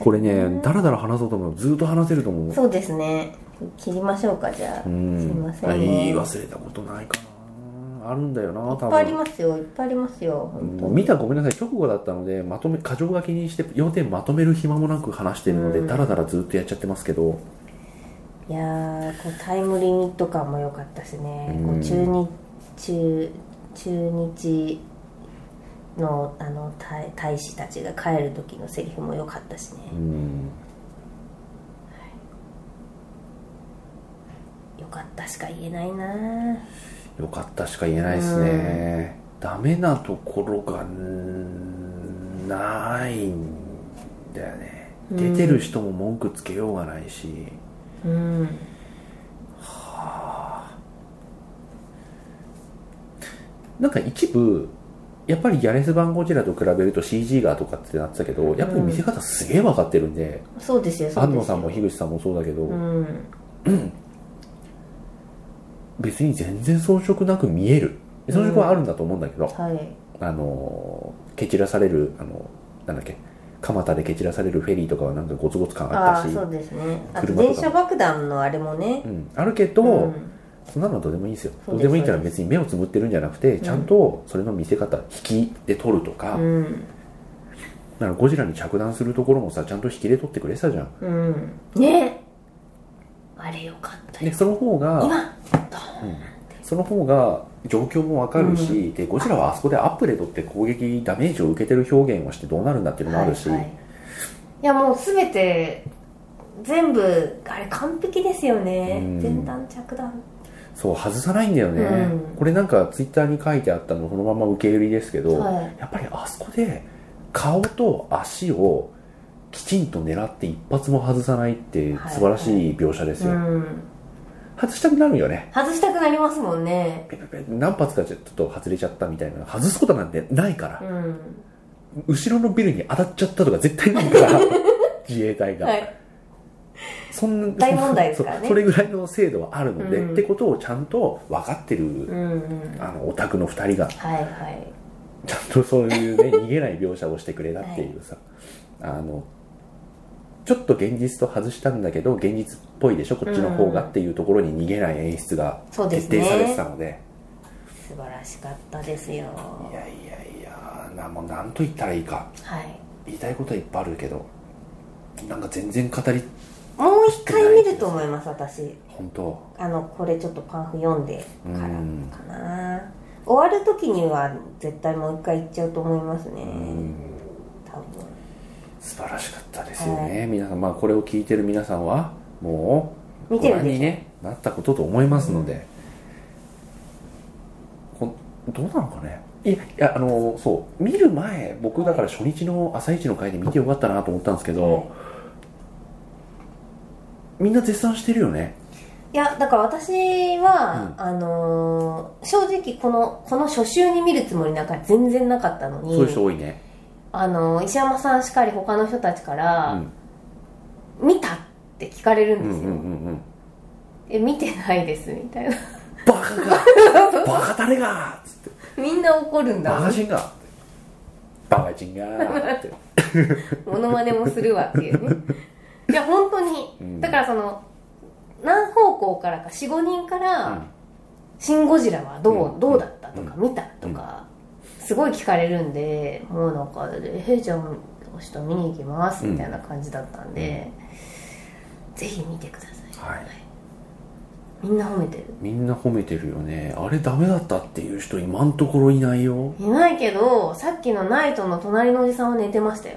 Speaker 1: これねだらだら話そうと思うずっと話せると思う
Speaker 2: そうですね切りましょうかじゃあ
Speaker 1: う
Speaker 2: いっ
Speaker 1: ん
Speaker 2: すいません
Speaker 1: あいい忘れたことないかなあるんだよな多
Speaker 2: ぱいあり
Speaker 1: 分
Speaker 2: ますよいっぱいありますよ本当
Speaker 1: うん見たらごめんなさい直後だったのでまとめ箇条書きにして要点まとめる暇もなく話してるので、
Speaker 2: うん
Speaker 1: だらだらずっとやっちゃってますけど
Speaker 2: いやーこうタイムリミット感も良かったしね、
Speaker 1: うん
Speaker 2: こう中日中中日のあの大大使たちが帰る時のセリフも良かったしね
Speaker 1: うん
Speaker 2: 良かったしか言えないな
Speaker 1: よかったしか言えないですね、ダメなところがうんないんだよね出てる人も文句つけようがないし、
Speaker 2: うん
Speaker 1: なんか一部やっぱりギャレス・バンゴジラと比べると CG がとかってなってたけどやっぱり見せ方すげえ分かってるんで、
Speaker 2: そうですよそう
Speaker 1: 安
Speaker 2: で
Speaker 1: 藤
Speaker 2: すよ
Speaker 1: さんも樋口さんもそうだけど、
Speaker 2: うん
Speaker 1: 別に全然遜色なく見える遜色はあるんだと思うんだけど、
Speaker 2: はい
Speaker 1: あの蹴散らされるあのなんだっけ蒲田で蹴散らされるフェリーとかはなんかゴツゴツ感あ
Speaker 2: あ
Speaker 1: っ
Speaker 2: あ
Speaker 1: たし
Speaker 2: そうですねあと
Speaker 1: 車とか
Speaker 2: 電車爆弾のあれもね
Speaker 1: うん、あるけど、
Speaker 2: ん
Speaker 1: そんなのはどうでもいいんですよど
Speaker 2: そう
Speaker 1: う
Speaker 2: です
Speaker 1: でもいいから別に目をつむってるんじゃなくて、ちゃんとそれの見せ方引きで撮るとか、
Speaker 2: うん
Speaker 1: だからゴジラに着弾するところもさちゃんと引きで撮ってくれてたじゃん
Speaker 2: うんねあれ良かったよ
Speaker 1: でその方が、
Speaker 2: 今
Speaker 1: うんその方が状況もわかるし、でゴジラはあそこでアップデートって攻撃ダメージを受けてる表現をしてどうなるんだっていうのもあるし、
Speaker 2: はいはい、いやもう全て全部あれ完璧ですよね
Speaker 1: うん
Speaker 2: 前段着弾
Speaker 1: そう外さないんだよね、
Speaker 2: うん
Speaker 1: これなんかツイッターに書いてあったのそのまま受け売りですけど、
Speaker 2: はい
Speaker 1: やっぱりあそこで顔と足をきちんと狙って一発も外さないって素晴らしい描写です
Speaker 2: う
Speaker 1: よ、
Speaker 2: ん
Speaker 1: 外したくなるよね
Speaker 2: 外したくなりますもんね
Speaker 1: ペペペ何発かちょっと外れちゃったみたいな外すことなんてないから
Speaker 2: う、ん
Speaker 1: 後ろのビルに当たっちゃったとか絶対ないから 自衛隊が、
Speaker 2: はい
Speaker 1: そんな
Speaker 2: 大問題ですからね
Speaker 1: そうそれぐらいの精度はあるので、
Speaker 2: うん
Speaker 1: ってことをちゃんと分かってる、
Speaker 2: うんうんは
Speaker 1: あのオタクの2人が
Speaker 2: いはい
Speaker 1: ちゃんとそういうね逃げない描写をしてくれたっていうさ、あのちょっと現実と外したんだけど現実っぽいでしょこっちの方がっていうところに逃げない演出が
Speaker 2: そうで
Speaker 1: 徹底
Speaker 2: す
Speaker 1: されて
Speaker 2: ね
Speaker 1: たので
Speaker 2: 素晴らしかったですよ
Speaker 1: いやいやいやなもうなんと言ったらいいか
Speaker 2: はい
Speaker 1: 言いたいことはいっぱいあるけどなんか全然語り
Speaker 2: もう一回見ると思います私
Speaker 1: 本当
Speaker 2: あのこれちょっとパンフ読んでからか
Speaker 1: うん
Speaker 2: な終わる時には絶対もう一回行っちゃうと思いますね
Speaker 1: うん
Speaker 2: 多分
Speaker 1: 素晴らしかったですよね、皆さんまあこれを聞いてる皆さんはもう
Speaker 2: 見て
Speaker 1: ご
Speaker 2: る
Speaker 1: 覧
Speaker 2: でしょ
Speaker 1: に、ね、なったことと思いますので、こどうなのかねいやいやあのそう見る前僕だから初日の朝一の回で見てよかったなと思ったんですけど、
Speaker 2: はい
Speaker 1: みんな絶賛してるよね
Speaker 2: いやだから私は、あのー正直このこの初週に見るつもりなんか全然なかったの
Speaker 1: そういう人
Speaker 2: に
Speaker 1: 多いね、
Speaker 2: あのー石山さんしかり他の人たちか
Speaker 1: うん、
Speaker 2: ら、見たって聞かれる
Speaker 1: うんん
Speaker 2: で
Speaker 1: う
Speaker 2: す
Speaker 1: ん
Speaker 2: よ、
Speaker 1: うんうん
Speaker 2: え見てないですみたいな
Speaker 1: バカかバカ誰がつって
Speaker 2: みんな怒るん
Speaker 1: バ
Speaker 2: だ
Speaker 1: カ人がバカ人 がって、
Speaker 2: モノマネもするわっていうね いや本当に
Speaker 1: うん
Speaker 2: だからその何方向からか45人から、シン・ゴジラはどう,、
Speaker 1: うん
Speaker 2: どうだったとか、
Speaker 1: う
Speaker 2: 見たとか、すごい聞かれるんでもうなんか「えー、じゃあ明日見に行きます」みたいな感じだったんで、ぜひ見てください、
Speaker 1: はい
Speaker 2: みんな褒めてる
Speaker 1: みんな褒めてるよねあれダメだったっていう人今のところいないよ
Speaker 2: いないけどさっきのナイトの隣のおじさんは寝てましたよ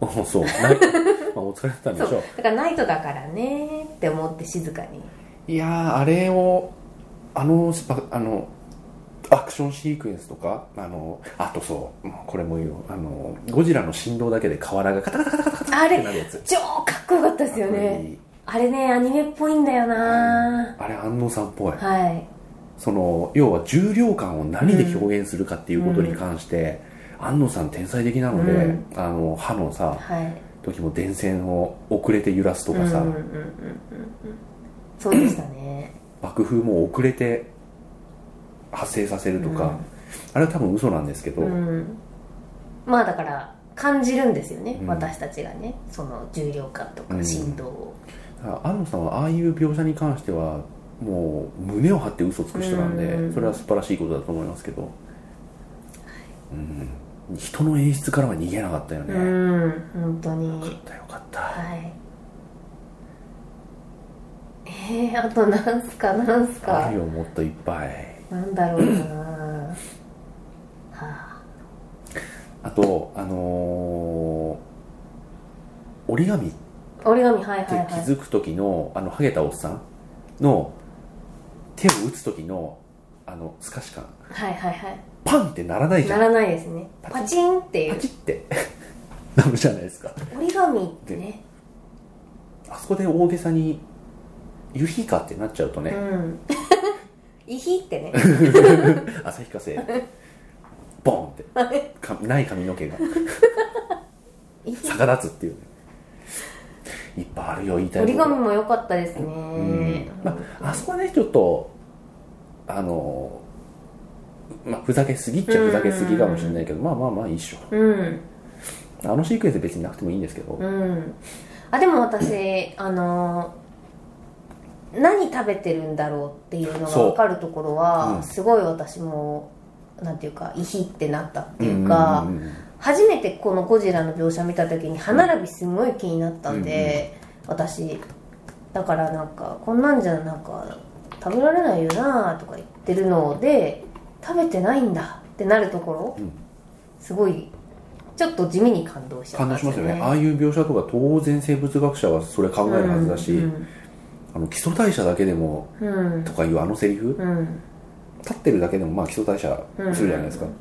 Speaker 1: あそうないまあお疲れだったんで
Speaker 2: そう
Speaker 1: しょう
Speaker 2: だからナイトだからねって思って静かに
Speaker 1: いやーあれをあのスパあのアクションシークエンスとかあのあとそうまあこれもいいよあのゴジラの振動だけで瓦がカタカタカタカタカタ
Speaker 2: あ
Speaker 1: って
Speaker 2: れ
Speaker 1: なるやつ
Speaker 2: 超かっこよかったですよ
Speaker 1: あ
Speaker 2: ね
Speaker 1: れいい
Speaker 2: あれねアニメっぽいんだよな
Speaker 1: あれ安野さんっぽい
Speaker 2: はい
Speaker 1: その要は重量感を何で表現するかっていうことに関して、安野さん天才的なので、
Speaker 2: うん
Speaker 1: あの歯のさ
Speaker 2: はい
Speaker 1: 時も電線を遅れて揺らすとかさ、
Speaker 2: うんうんうんうんうんうんそうでしたね
Speaker 1: 爆風も遅れて発生させるとか、
Speaker 2: うん
Speaker 1: あれは多分嘘なんですけど、
Speaker 2: うんまあだから感じるんですよね、
Speaker 1: うん
Speaker 2: 私たちがねその重量感と
Speaker 1: う
Speaker 2: か
Speaker 1: ん
Speaker 2: 振動を、
Speaker 1: 安野さんはああいう描写に関してはもう胸を張って嘘つく人なんで、
Speaker 2: うん
Speaker 1: それは素晴らしいことだと思いますけど、うん、人の演出からは逃げなかったよね、よ
Speaker 2: うん本当
Speaker 1: か
Speaker 2: に
Speaker 1: ったよかった
Speaker 2: はいえー、あとなんすかなんす
Speaker 1: あ
Speaker 2: か
Speaker 1: るよもっといっぱい
Speaker 2: なんだろうなはあ
Speaker 1: あとあのー折り紙って
Speaker 2: 折り紙はいはい
Speaker 1: 気
Speaker 2: はい
Speaker 1: づく時の、あのハゲたおっさんの手を打つ時のあの透かし感
Speaker 2: はいはいはい
Speaker 1: パンってならないじ
Speaker 2: な
Speaker 1: ゃん
Speaker 2: らないですね
Speaker 1: パチン
Speaker 2: パチンってい
Speaker 1: パ
Speaker 2: う
Speaker 1: チって なるじゃないですか
Speaker 2: 折り紙ってね
Speaker 1: あそこで大げさに「ユヒカ」ってなっちゃうと
Speaker 2: う
Speaker 1: ね
Speaker 2: んいひってね
Speaker 1: 「旭化成」ボンってかない髪の毛 が
Speaker 2: いひ
Speaker 1: 逆立つっていうねいっぱいあるよ言いたい
Speaker 2: 折
Speaker 1: こ
Speaker 2: り
Speaker 1: と
Speaker 2: 紙も良かったですね、
Speaker 1: うんまあ、あそこはねちょっとあの、まあ、ふざけすぎっちゃふざけすぎかもしれないけど、まあまあまあいいっしょ
Speaker 2: うん
Speaker 1: あのシークエンス別になくてもいいんですけど、
Speaker 2: うんあでも私あのー何食べてるんだろうっていうのが
Speaker 1: そう
Speaker 2: 分かるところ
Speaker 1: うん
Speaker 2: はすごい私もなんていうか「いひ」ってなったっていう
Speaker 1: う
Speaker 2: か
Speaker 1: んうんうん
Speaker 2: 初めてこのゴジラの描写見た時に歯並びすごい気になったんで私だからなんかこんなんじゃなんか食べられないよなとか言ってるので食べてないんだってなるところ
Speaker 1: うん
Speaker 2: すごいちょっと地味に感動しちゃっ
Speaker 1: 感
Speaker 2: たん
Speaker 1: 動
Speaker 2: で
Speaker 1: し
Speaker 2: す
Speaker 1: ますよねああいう描写とか当然生物学者はそれ考えるはずだし、
Speaker 2: うん
Speaker 1: あの基礎代謝だけでも
Speaker 2: うん
Speaker 1: とかいうあのセリフ
Speaker 2: うん
Speaker 1: 立ってるだけでもまあ基礎代謝するじゃないですか、
Speaker 2: うん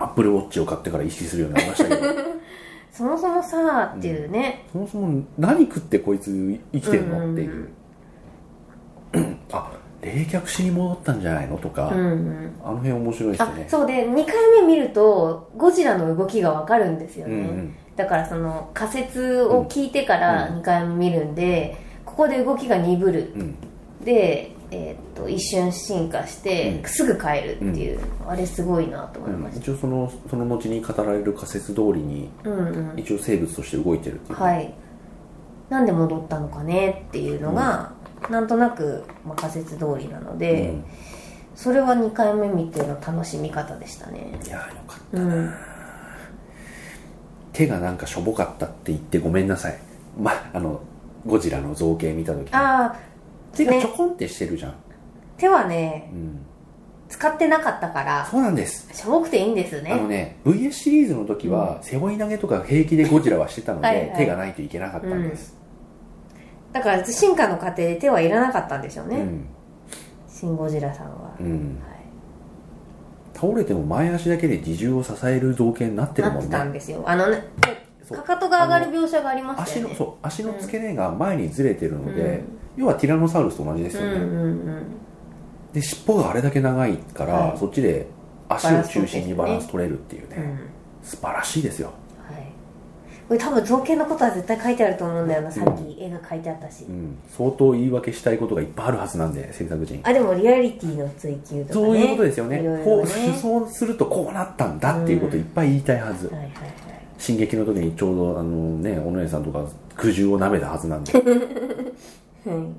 Speaker 1: アップルウォッチを買ってから意識するようになりましたけど
Speaker 2: そもそもさっていうね、
Speaker 1: そもそも何食ってこいつ生きてんのっていう、
Speaker 2: うんうん
Speaker 1: あ冷却しに戻ったんじゃないのとか、
Speaker 2: うんうん
Speaker 1: あの辺面白いです
Speaker 2: あ
Speaker 1: よね
Speaker 2: そうで2回目見るとゴジラの動きがわかるんですよね、
Speaker 1: うんうん
Speaker 2: だからその仮説を聞いてから
Speaker 1: うん
Speaker 2: 2回目見るんで、ここで動きが鈍る
Speaker 1: うん
Speaker 2: で、えーっと一瞬進化して、
Speaker 1: うん
Speaker 2: すぐ変えるっていう、あれすごいなと思いまし
Speaker 1: 一応そのその後に語られる仮説通りに
Speaker 2: た、うんうん
Speaker 1: 一応生物として動いてるっていう、
Speaker 2: はいなんで戻ったのかねっていうのが、なんとなく、まあ、仮説通りなので、
Speaker 1: うん
Speaker 2: それは2回目見ての楽しみ方でしたね
Speaker 1: いやーよかった
Speaker 2: うん
Speaker 1: 手がなんかしょぼかったって言ってごめんなさいまあのゴジラの造形見た時
Speaker 2: ああ
Speaker 1: 手が
Speaker 2: ね
Speaker 1: ちょこんってしてるじゃん、
Speaker 2: 手はね
Speaker 1: うん、
Speaker 2: 使ってなかったから
Speaker 1: そうなんです
Speaker 2: しょぼくていいんです
Speaker 1: あの
Speaker 2: ね
Speaker 1: ね VS シリーズの時は背負い投げとか平気でゴジラはしてたので
Speaker 2: はいはい
Speaker 1: 手がないといけなかったんです、
Speaker 2: だから進化の過程で手はいらなかったんでしょう
Speaker 1: う
Speaker 2: ね、
Speaker 1: ん
Speaker 2: シン・ゴジラさんは、
Speaker 1: うん
Speaker 2: はい
Speaker 1: 倒れても前足だけで自重を支える造形になってる
Speaker 2: なっ
Speaker 1: も
Speaker 2: て
Speaker 1: ん
Speaker 2: たん
Speaker 1: ね
Speaker 2: ですよあのね
Speaker 1: そう
Speaker 2: かかとが上がる描写がありまし
Speaker 1: 足
Speaker 2: たよ
Speaker 1: の
Speaker 2: ね
Speaker 1: そう足の付け根が前にずれてるので、
Speaker 2: うん
Speaker 1: 要はティラノサウルスと同じですよね、
Speaker 2: うんうんうん
Speaker 1: で尻尾があれだけ長いから、
Speaker 2: はい
Speaker 1: そっちで足を中心にバランス取れるっていうね、
Speaker 2: うん
Speaker 1: 素晴らしいですよ、
Speaker 2: はい、これ多分造形のことは絶対書いてあると思うんだよなさっき絵が書いてあったし、
Speaker 1: うん、相当言い訳したいことがいっぱいあるはずなんで制作陣
Speaker 2: あでもリアリティの追求とかね
Speaker 1: そういうことですよね
Speaker 2: いろい
Speaker 1: こ
Speaker 2: ろ
Speaker 1: う
Speaker 2: ね
Speaker 1: そうするとこうなったんだっていうことをいっぱい言いたいはず、
Speaker 2: はいはいはい
Speaker 1: 進撃の時にちょうどあのね小野江さんとか苦渋を舐めたはず なんで
Speaker 2: はい、うん、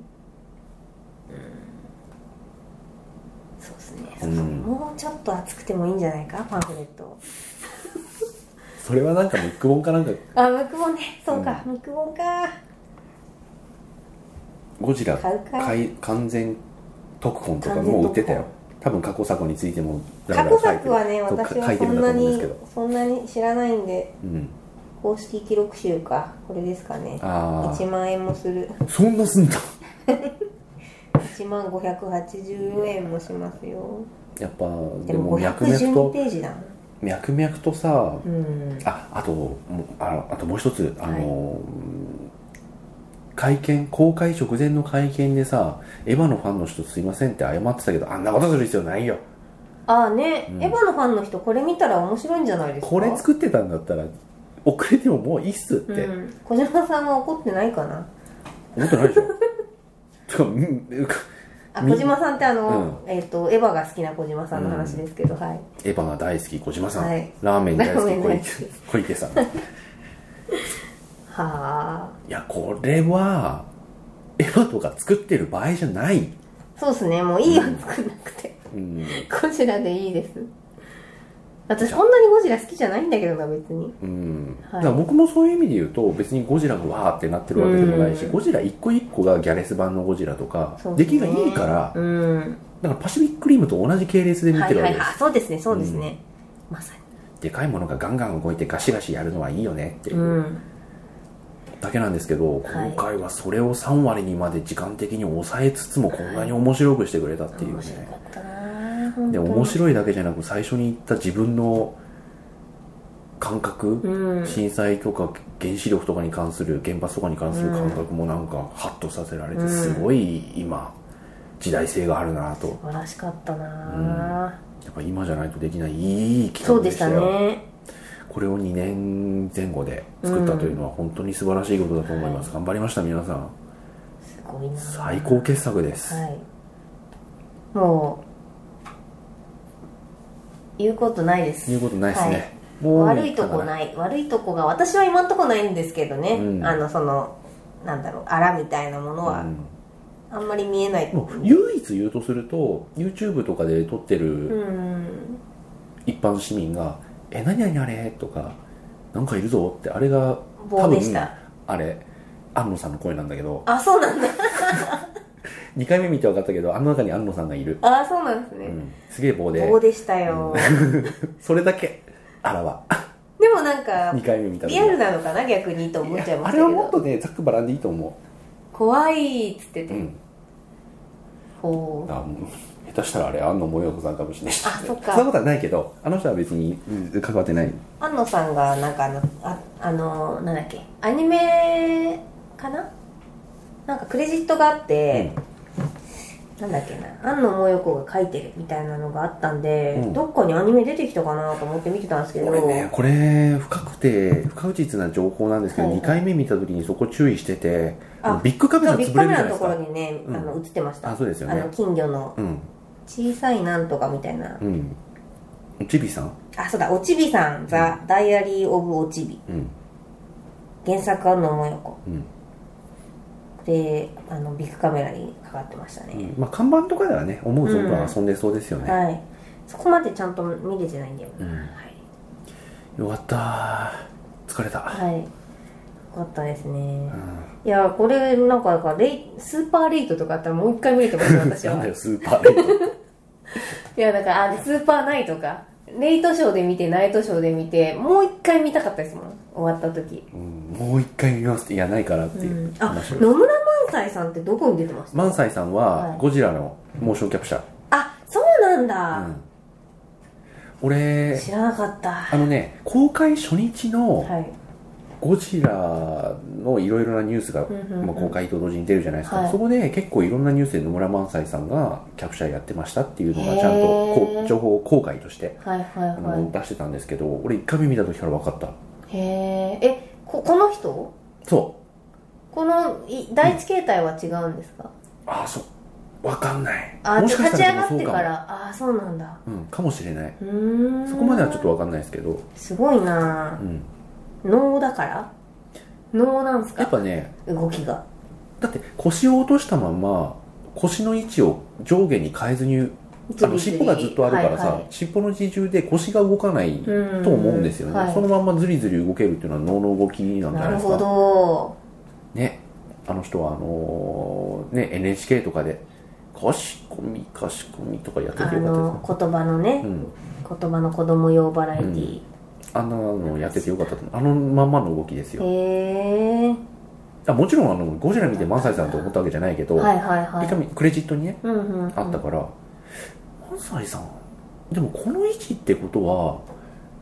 Speaker 2: そうですね、
Speaker 1: うん
Speaker 2: もうちょっと厚くてもいいんじゃないかパンフレット
Speaker 1: それはなんかムック本かなんか
Speaker 2: あムクボンねそうか、ムクボンか
Speaker 1: ゴジラ
Speaker 3: 買うか
Speaker 1: 完完全特本とかもう売ってたよ多分過去作についても
Speaker 2: 過去作はね
Speaker 1: そう
Speaker 2: 私
Speaker 1: 書
Speaker 2: はい
Speaker 1: て
Speaker 2: そ
Speaker 1: るん
Speaker 2: ん
Speaker 1: だと思う
Speaker 2: な
Speaker 1: んで
Speaker 2: に
Speaker 1: すけど
Speaker 2: そんなに知らないんで
Speaker 1: うん
Speaker 2: 公式記録集かこれですかね
Speaker 1: あ
Speaker 2: 1万円もする
Speaker 1: あそんなすんだ
Speaker 2: 1万580円もしますよ
Speaker 1: やっぱで
Speaker 2: でも
Speaker 1: も脈々
Speaker 2: 512
Speaker 1: と
Speaker 2: ページだな
Speaker 1: 脈々とさ
Speaker 2: うん
Speaker 1: ああともうあのあともう一つあの、会見公開直前の会見でさエヴァのファンの人すいませんって謝ってたけどあんなことする必要ないよ
Speaker 2: ああね、
Speaker 1: うん
Speaker 2: エヴァのファンの人これ見たら面白いんじゃないですか
Speaker 1: これ作ってたんだったら遅れてももういいっすって、
Speaker 2: うん、小島さんは怒ってないかな
Speaker 1: 思ってないでしょ てかうん
Speaker 2: あ
Speaker 1: み
Speaker 2: 小島さんってあの、えっ、とエヴァが好きな小島さんの話ですけど、はい
Speaker 1: エヴァが大好き小島さん、
Speaker 2: はい
Speaker 1: ラーメン大好
Speaker 2: ラ
Speaker 1: き
Speaker 2: ーメン
Speaker 1: 小池
Speaker 2: 大好き
Speaker 1: 小池さんい
Speaker 2: はあ
Speaker 1: やこれはエヴァとか作ってる場合じゃない、
Speaker 2: そうですねもういいよ作んなくて、
Speaker 1: うん
Speaker 2: ゴジラでいいです私こんなにゴジラ好きじゃないんだけどな別に
Speaker 1: うん
Speaker 2: はい
Speaker 1: だから僕もそういう意味で言うと別にゴジラがわーってなってるわけでもないし、
Speaker 2: うん
Speaker 1: ゴジラ一個一個がギャレス版のゴジラとか、
Speaker 2: そう
Speaker 1: 出
Speaker 2: ですね
Speaker 1: 来がいいから
Speaker 2: うん
Speaker 1: だからパシフィックリムと同じ系列で見
Speaker 2: は
Speaker 1: て
Speaker 2: い
Speaker 1: るわ
Speaker 2: は
Speaker 1: け
Speaker 2: い
Speaker 1: です、
Speaker 2: はいそうですねそうですね、まさ
Speaker 1: でかいものがガンガン動いてガシガシやるのはいいよねってい
Speaker 2: に
Speaker 1: う、
Speaker 2: うん
Speaker 1: だけなんですけど
Speaker 2: はい
Speaker 1: 今回はそれを3割にまで時間的に抑えつつもこんなに面白くしてくれたっていう
Speaker 2: 面白
Speaker 1: ね
Speaker 2: かったな本当に
Speaker 1: で面白いだけじゃなく最初に言った自分の感覚、
Speaker 2: うん
Speaker 1: 震災とか原子力とかに関する原発とかに関する感覚もなんかハッとさせられ
Speaker 2: う
Speaker 1: て
Speaker 2: ん
Speaker 1: すごい今時代性があるなと
Speaker 2: 素晴らしかったな、
Speaker 1: やっぱ今じゃないとできないいい
Speaker 2: そ
Speaker 1: 企
Speaker 2: う
Speaker 1: 画
Speaker 2: で
Speaker 1: で
Speaker 2: し
Speaker 1: した
Speaker 2: た
Speaker 1: よ
Speaker 2: ね
Speaker 1: これを2年前後で作ったというのは本当に素晴らしいことだと思います、頑張りました皆さん
Speaker 2: すごいな
Speaker 1: 最高傑作です、
Speaker 2: はいもう言うことないです
Speaker 1: 言うことないですね、
Speaker 2: はい
Speaker 1: もう
Speaker 2: 悪いとこ
Speaker 1: い
Speaker 2: ない悪いとこが私は今んとこないんですけどね、
Speaker 1: うん
Speaker 2: あのそのなんだろうあらみたいなものはあんまり見えない
Speaker 1: もう唯一言うとすると YouTube とかで撮って
Speaker 2: う
Speaker 1: る
Speaker 2: ん
Speaker 1: 一般市民が「え何々あれ?」とか「なんかいるぞ」ってあれが多
Speaker 2: 棒
Speaker 1: 分
Speaker 2: でした
Speaker 1: あれ安野さんの声なんだけど
Speaker 2: あそうなんだ
Speaker 1: 2回目見て分かったけどあの中に安野さんがいる、
Speaker 2: あそうなんです
Speaker 1: う
Speaker 2: ね、
Speaker 1: ん、すげえ棒で
Speaker 2: 棒でしたよ、
Speaker 1: それだけあらわ
Speaker 2: でもな んか
Speaker 1: 2回目見た時
Speaker 2: リアルなのかな逆にと思っちゃいま
Speaker 1: あ
Speaker 2: した
Speaker 1: れ
Speaker 2: け
Speaker 1: はもっ
Speaker 2: ど
Speaker 1: とねざっくばらんでいいと思
Speaker 2: 怖いっつって
Speaker 1: う、
Speaker 2: て、
Speaker 1: うん、
Speaker 2: こう
Speaker 1: あもう下手したらあれ安野もよこさんかもしれない
Speaker 2: あそっか
Speaker 1: んなことはないけどあの人は別にうん関わってない
Speaker 2: 安野さんがなんかあのああのなんだっけアニメかななんかクレジットがあって、なんだっけな安野もよこが書いてるみたいなのがあったんで、
Speaker 1: うん
Speaker 2: どっかにアニメ出てきたかなと思って見てたんですけど
Speaker 1: これねこれ不確定不確実な情報なんですけど、
Speaker 2: はいはい
Speaker 1: 2回目見た時にそこ注意しててあ
Speaker 2: あ
Speaker 1: のビッグカメ
Speaker 2: そ
Speaker 1: ラ
Speaker 2: うビッグ
Speaker 1: 潰
Speaker 2: カ
Speaker 1: れ
Speaker 2: メ
Speaker 1: るじゃないで
Speaker 2: ラのと
Speaker 1: す
Speaker 2: ころ
Speaker 1: か
Speaker 2: にね、
Speaker 1: うん
Speaker 2: あの映ってました
Speaker 1: あそうですよね
Speaker 2: あの金魚の
Speaker 1: うん
Speaker 2: 小さいなんとかみたいな、
Speaker 1: うんおちびさん
Speaker 2: あそうだおちびさん、ザ・ダイアリー・オブ・おちび
Speaker 1: うん
Speaker 2: 原作安野もよこ
Speaker 1: うん、
Speaker 2: であのビッグカメラにかかってましたね、
Speaker 1: うんまあ看板とかではね思う存分遊んでそうですよね、
Speaker 2: はい。そこまでちゃんと見れてないんだよな。
Speaker 1: うん
Speaker 2: はい。
Speaker 1: よかった疲れた、
Speaker 2: はい。よかったですね
Speaker 1: う。ん
Speaker 2: いや、これ、なんか、なんかレイ、スーパーレイトとかあったらもう一回見れ てますよ、私
Speaker 1: なん
Speaker 2: は。
Speaker 1: だ
Speaker 2: い
Speaker 1: よスーパーレイト
Speaker 2: や、だから、あ、でスーパーナイトか。レイトショーで見て、ナイトショーで見て、もう一回見たかったですもん。終わった時。
Speaker 1: うんもう一回見ますっていやないからっていう
Speaker 2: あ、
Speaker 1: 話、
Speaker 2: 野村萬斎さんってどこに出てました
Speaker 1: 萬斎さん
Speaker 2: は
Speaker 1: はいゴジラのモーションキャプチャー、
Speaker 2: あ、そうなんだ。
Speaker 1: うん、俺
Speaker 2: 知らなかった。は
Speaker 1: あのね公開初日の、
Speaker 2: い。
Speaker 1: ゴジラのいろいろなニュースが、
Speaker 2: うんうんうん
Speaker 1: まあ、公開と同時に出るじゃないですか、
Speaker 2: はい
Speaker 1: そこで結構いろんなニュースで野村萬斎さんがキャプチャーやってましたっていうのが
Speaker 2: へー
Speaker 1: ちゃんとこう情報公開として
Speaker 2: はいはい
Speaker 1: あ
Speaker 2: は
Speaker 1: の出してたんですけど俺1回目見た時から分かった
Speaker 2: い。へえ。え、こ、この人
Speaker 1: そ
Speaker 2: この、い第一形態は違うんですか、
Speaker 1: うああそう分かんない
Speaker 2: あ、立ち上
Speaker 1: で
Speaker 2: が
Speaker 1: も
Speaker 2: って
Speaker 1: も
Speaker 2: から、あー、そうなんだ。
Speaker 1: うん、かもしれないう
Speaker 2: ーん。
Speaker 1: そこまではちょっと。分かんないですけど、
Speaker 2: すごいな
Speaker 1: う
Speaker 2: ぁ
Speaker 1: ん、
Speaker 2: 能だから能なんす
Speaker 1: やっ
Speaker 2: か
Speaker 1: ぱね
Speaker 2: 動きが。
Speaker 1: だって腰を落としたまんま腰の位置を上下に変えずにあの尻尾がずっとあるからさ、
Speaker 2: はいはい
Speaker 1: 尻尾の自重で腰が動かないと
Speaker 2: うん
Speaker 1: 思うんですよね、
Speaker 2: はい
Speaker 1: そのまんまずりずり動けるっていうのは脳の動きなんじゃ
Speaker 2: な
Speaker 1: ない
Speaker 2: る
Speaker 1: です
Speaker 2: ほ
Speaker 1: か
Speaker 2: ど。
Speaker 1: ねあの人はあのーね、NHK とかで「かしこみかしこみ」とかやって
Speaker 2: あ
Speaker 1: てよかった
Speaker 2: の
Speaker 1: で
Speaker 2: 言葉の
Speaker 1: すね、
Speaker 2: ね
Speaker 1: うん、
Speaker 2: 言葉の子供用バラエティ
Speaker 1: あんなのやっててよかったと思うあのまんまの動きです
Speaker 2: ー
Speaker 1: よ
Speaker 2: へえ
Speaker 1: あもちろんあのゴジラ見て萬斎さんと思ったわけじゃないけど、
Speaker 2: はいはいは
Speaker 1: 一
Speaker 2: い
Speaker 1: 回クレジットにね
Speaker 2: うんうんうん
Speaker 1: あったから萬斎さんでもこの位置ってことは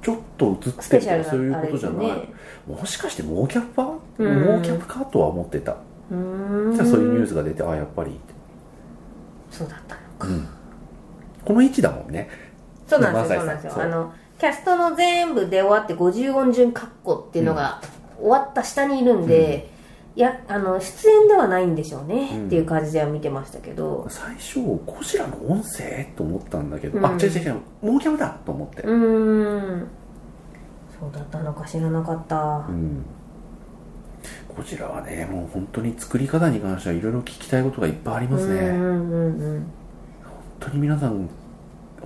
Speaker 1: ちょっと映
Speaker 2: ス
Speaker 1: って
Speaker 2: ペ
Speaker 1: る
Speaker 2: シ
Speaker 1: と
Speaker 2: ャル
Speaker 1: か
Speaker 2: な
Speaker 1: そういう
Speaker 2: あ
Speaker 1: こ
Speaker 2: れ
Speaker 1: と
Speaker 2: で
Speaker 1: じ
Speaker 2: す
Speaker 1: ゃない、
Speaker 2: ね
Speaker 1: もしかしてモーキャッパー、
Speaker 2: うん
Speaker 1: モーキャップかとは思ってた
Speaker 2: うー
Speaker 1: そした
Speaker 2: ん
Speaker 1: らそういうニュースが出てあやっぱりって
Speaker 2: そうだったのか
Speaker 1: うんこの位置だもんね
Speaker 2: そうなんです
Speaker 1: まさに
Speaker 2: よそうなんです
Speaker 1: そ
Speaker 2: よ
Speaker 1: う
Speaker 2: あのキャストの全部で終わって50音順括弧っていうのが終わった下にいるんで、いやあの出演ではないんでしょうね、
Speaker 1: うん
Speaker 2: っていう感じでは見てましたけど
Speaker 1: 最初ゴジラの音声と思ったんだけど、
Speaker 2: うん
Speaker 1: あ違う違う違うモーキャップだと思って
Speaker 2: うーんそうだったのか知らなかった
Speaker 1: うんゴジラはねもう本当に作り方に関してはいろいろ聞きたいことがいっぱいありますね、
Speaker 2: うん
Speaker 1: 本
Speaker 2: うんうん
Speaker 1: 当に皆さん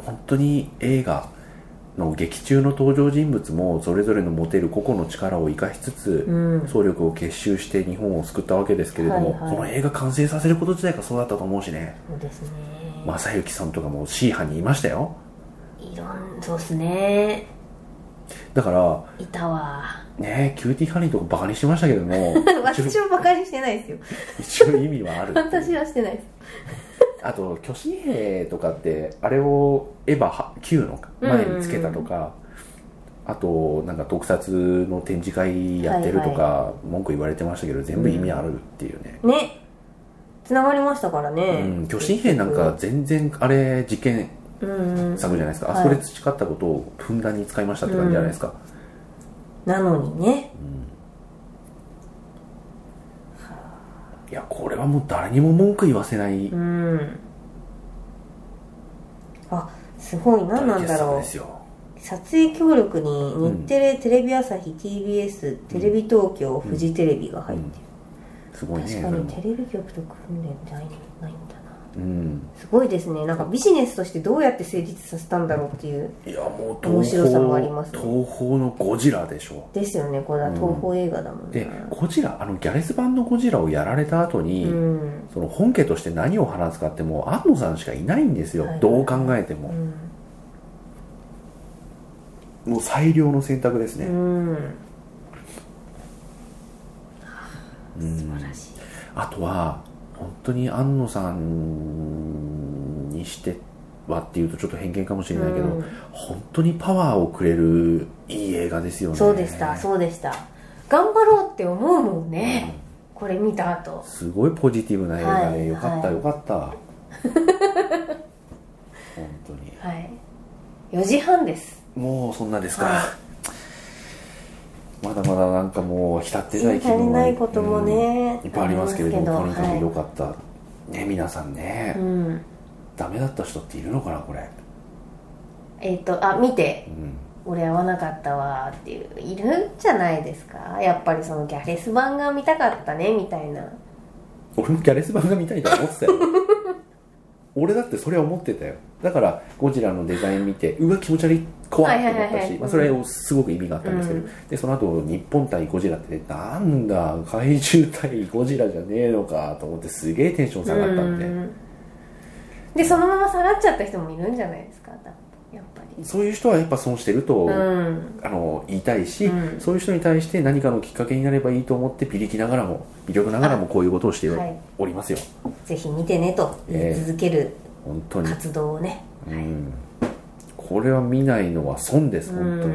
Speaker 1: 本当に映画の劇中の登場人物もそれぞれの持てる個々の力を生かしつ
Speaker 2: う
Speaker 1: つ、
Speaker 2: んうん
Speaker 1: 総力を結集して日本を救ったわけですけれども、
Speaker 2: はいはい
Speaker 1: この映画完成させること自体がそうだったと思うしね
Speaker 2: そうですね
Speaker 1: 正行さんとかも C 班にいましたよ
Speaker 2: いろんそうですね
Speaker 1: だから
Speaker 2: い たわ
Speaker 1: ねキューティーハニーとかバカにしてましたけども
Speaker 2: 私はバカにしてないですよ
Speaker 1: 一応意味はある
Speaker 2: 私はしてないです
Speaker 1: あと巨神兵とかってあれをエヴァ9の前につけたとか、あとなんか特撮の展示会やってるとか、文句言われてましたけど全部意味あるっていうね、
Speaker 2: ねつながりましたから
Speaker 1: う
Speaker 2: ね、
Speaker 1: ん巨神兵なんか全然あれ実験
Speaker 2: うん
Speaker 1: 作じゃないですか、
Speaker 2: うん
Speaker 1: あそ
Speaker 2: は
Speaker 1: こ
Speaker 2: い
Speaker 1: で培ったことをふんだんに使いましたって感じじゃないですか、
Speaker 2: なのにね
Speaker 1: いやこれはもう誰にも文句言わせない
Speaker 2: うんあすごい何な
Speaker 1: 大
Speaker 2: ん
Speaker 1: 傑
Speaker 2: だ
Speaker 1: 作
Speaker 2: ろ
Speaker 1: ですよ
Speaker 2: う撮影協力に日テレ、テレビ朝日 TBS テレビ東京、フジテレビが入って
Speaker 1: すごい
Speaker 2: る、
Speaker 1: ね
Speaker 2: 確
Speaker 1: そ
Speaker 2: か
Speaker 1: れ
Speaker 2: に
Speaker 1: も
Speaker 2: テレビ局と組んでないないんだな
Speaker 1: うん
Speaker 2: すごいですねなんかビジネスとしてどうやって成立させたんだろうっていう
Speaker 1: いやもう
Speaker 2: 面
Speaker 1: 東
Speaker 2: 白
Speaker 1: 宝
Speaker 2: さもありますね
Speaker 1: 東宝のゴジラでしょ
Speaker 2: ですよねこれは東宝映画だもん
Speaker 1: で
Speaker 2: ね、
Speaker 1: ゴジラあのギャレス版のゴジラをやられた後に、
Speaker 2: うん
Speaker 1: その本家として何を話すかってもう安野さんしかいないんですよ、
Speaker 2: はい
Speaker 1: どう考えて
Speaker 2: う
Speaker 1: も、
Speaker 2: ん
Speaker 1: もう最良の選択です
Speaker 2: う
Speaker 1: ね、
Speaker 2: ん
Speaker 1: うん
Speaker 2: 素晴らしい
Speaker 1: あとは本当に安野さんにしてはっていうとちょっと偏見かもしれないけど、
Speaker 2: うん
Speaker 1: 本当にパワーをくれるいい映画ですよね
Speaker 2: そうでしたそうでした頑張ろうって思うもんね、これ見た後
Speaker 1: すごいポジティブな映画で、
Speaker 2: はい
Speaker 1: よかった、
Speaker 2: はい
Speaker 1: よかった 本当に
Speaker 2: はい4時半です
Speaker 1: もうそんなですか、
Speaker 2: は
Speaker 1: まだまだなんかもう浸ってない
Speaker 2: 足りないこともね、
Speaker 1: うんいっぱいありますけれどもと
Speaker 2: あり
Speaker 1: に
Speaker 2: ます
Speaker 1: か
Speaker 2: けど
Speaker 1: く良かった、ね皆さんね、
Speaker 2: はいうん
Speaker 1: ダメだった人っているのかなこれ、
Speaker 2: えっ、とあ見て
Speaker 1: うん、
Speaker 2: 俺合わなかったわーっていういるんじゃないですかやっぱりそのギャレス版が見たかったねみたいな
Speaker 1: 俺もギャレス版が見たいと思ってたよ 俺だってそれは思ってたよだからゴジラのデザイン見てうわ気持ち悪い怖いって思っ
Speaker 2: はいはい
Speaker 1: た
Speaker 2: はいは
Speaker 1: し
Speaker 2: い
Speaker 1: まあそれはすごく意味があったんですけど、
Speaker 2: うん
Speaker 1: でその後日本対ゴジラってなんだ怪獣対ゴジラじゃねえのかと思ってすげえテンション下がったんで、
Speaker 2: うんでそのまま下がっちゃった人もいるんじゃないですかやっぱり
Speaker 1: そういう人はやっぱ損してると、
Speaker 2: うん
Speaker 1: あの言いたいし、
Speaker 2: うん
Speaker 1: そういう人に対して何かのきっかけになればいいと思ってピリきながらも微力ながらもこういうことをして
Speaker 2: はい
Speaker 1: おりますよ、
Speaker 2: ぜひ見てねと言い続ける
Speaker 1: 本当に
Speaker 2: 活動をね、
Speaker 1: うんこれは見ないのは損です
Speaker 2: うん
Speaker 1: 本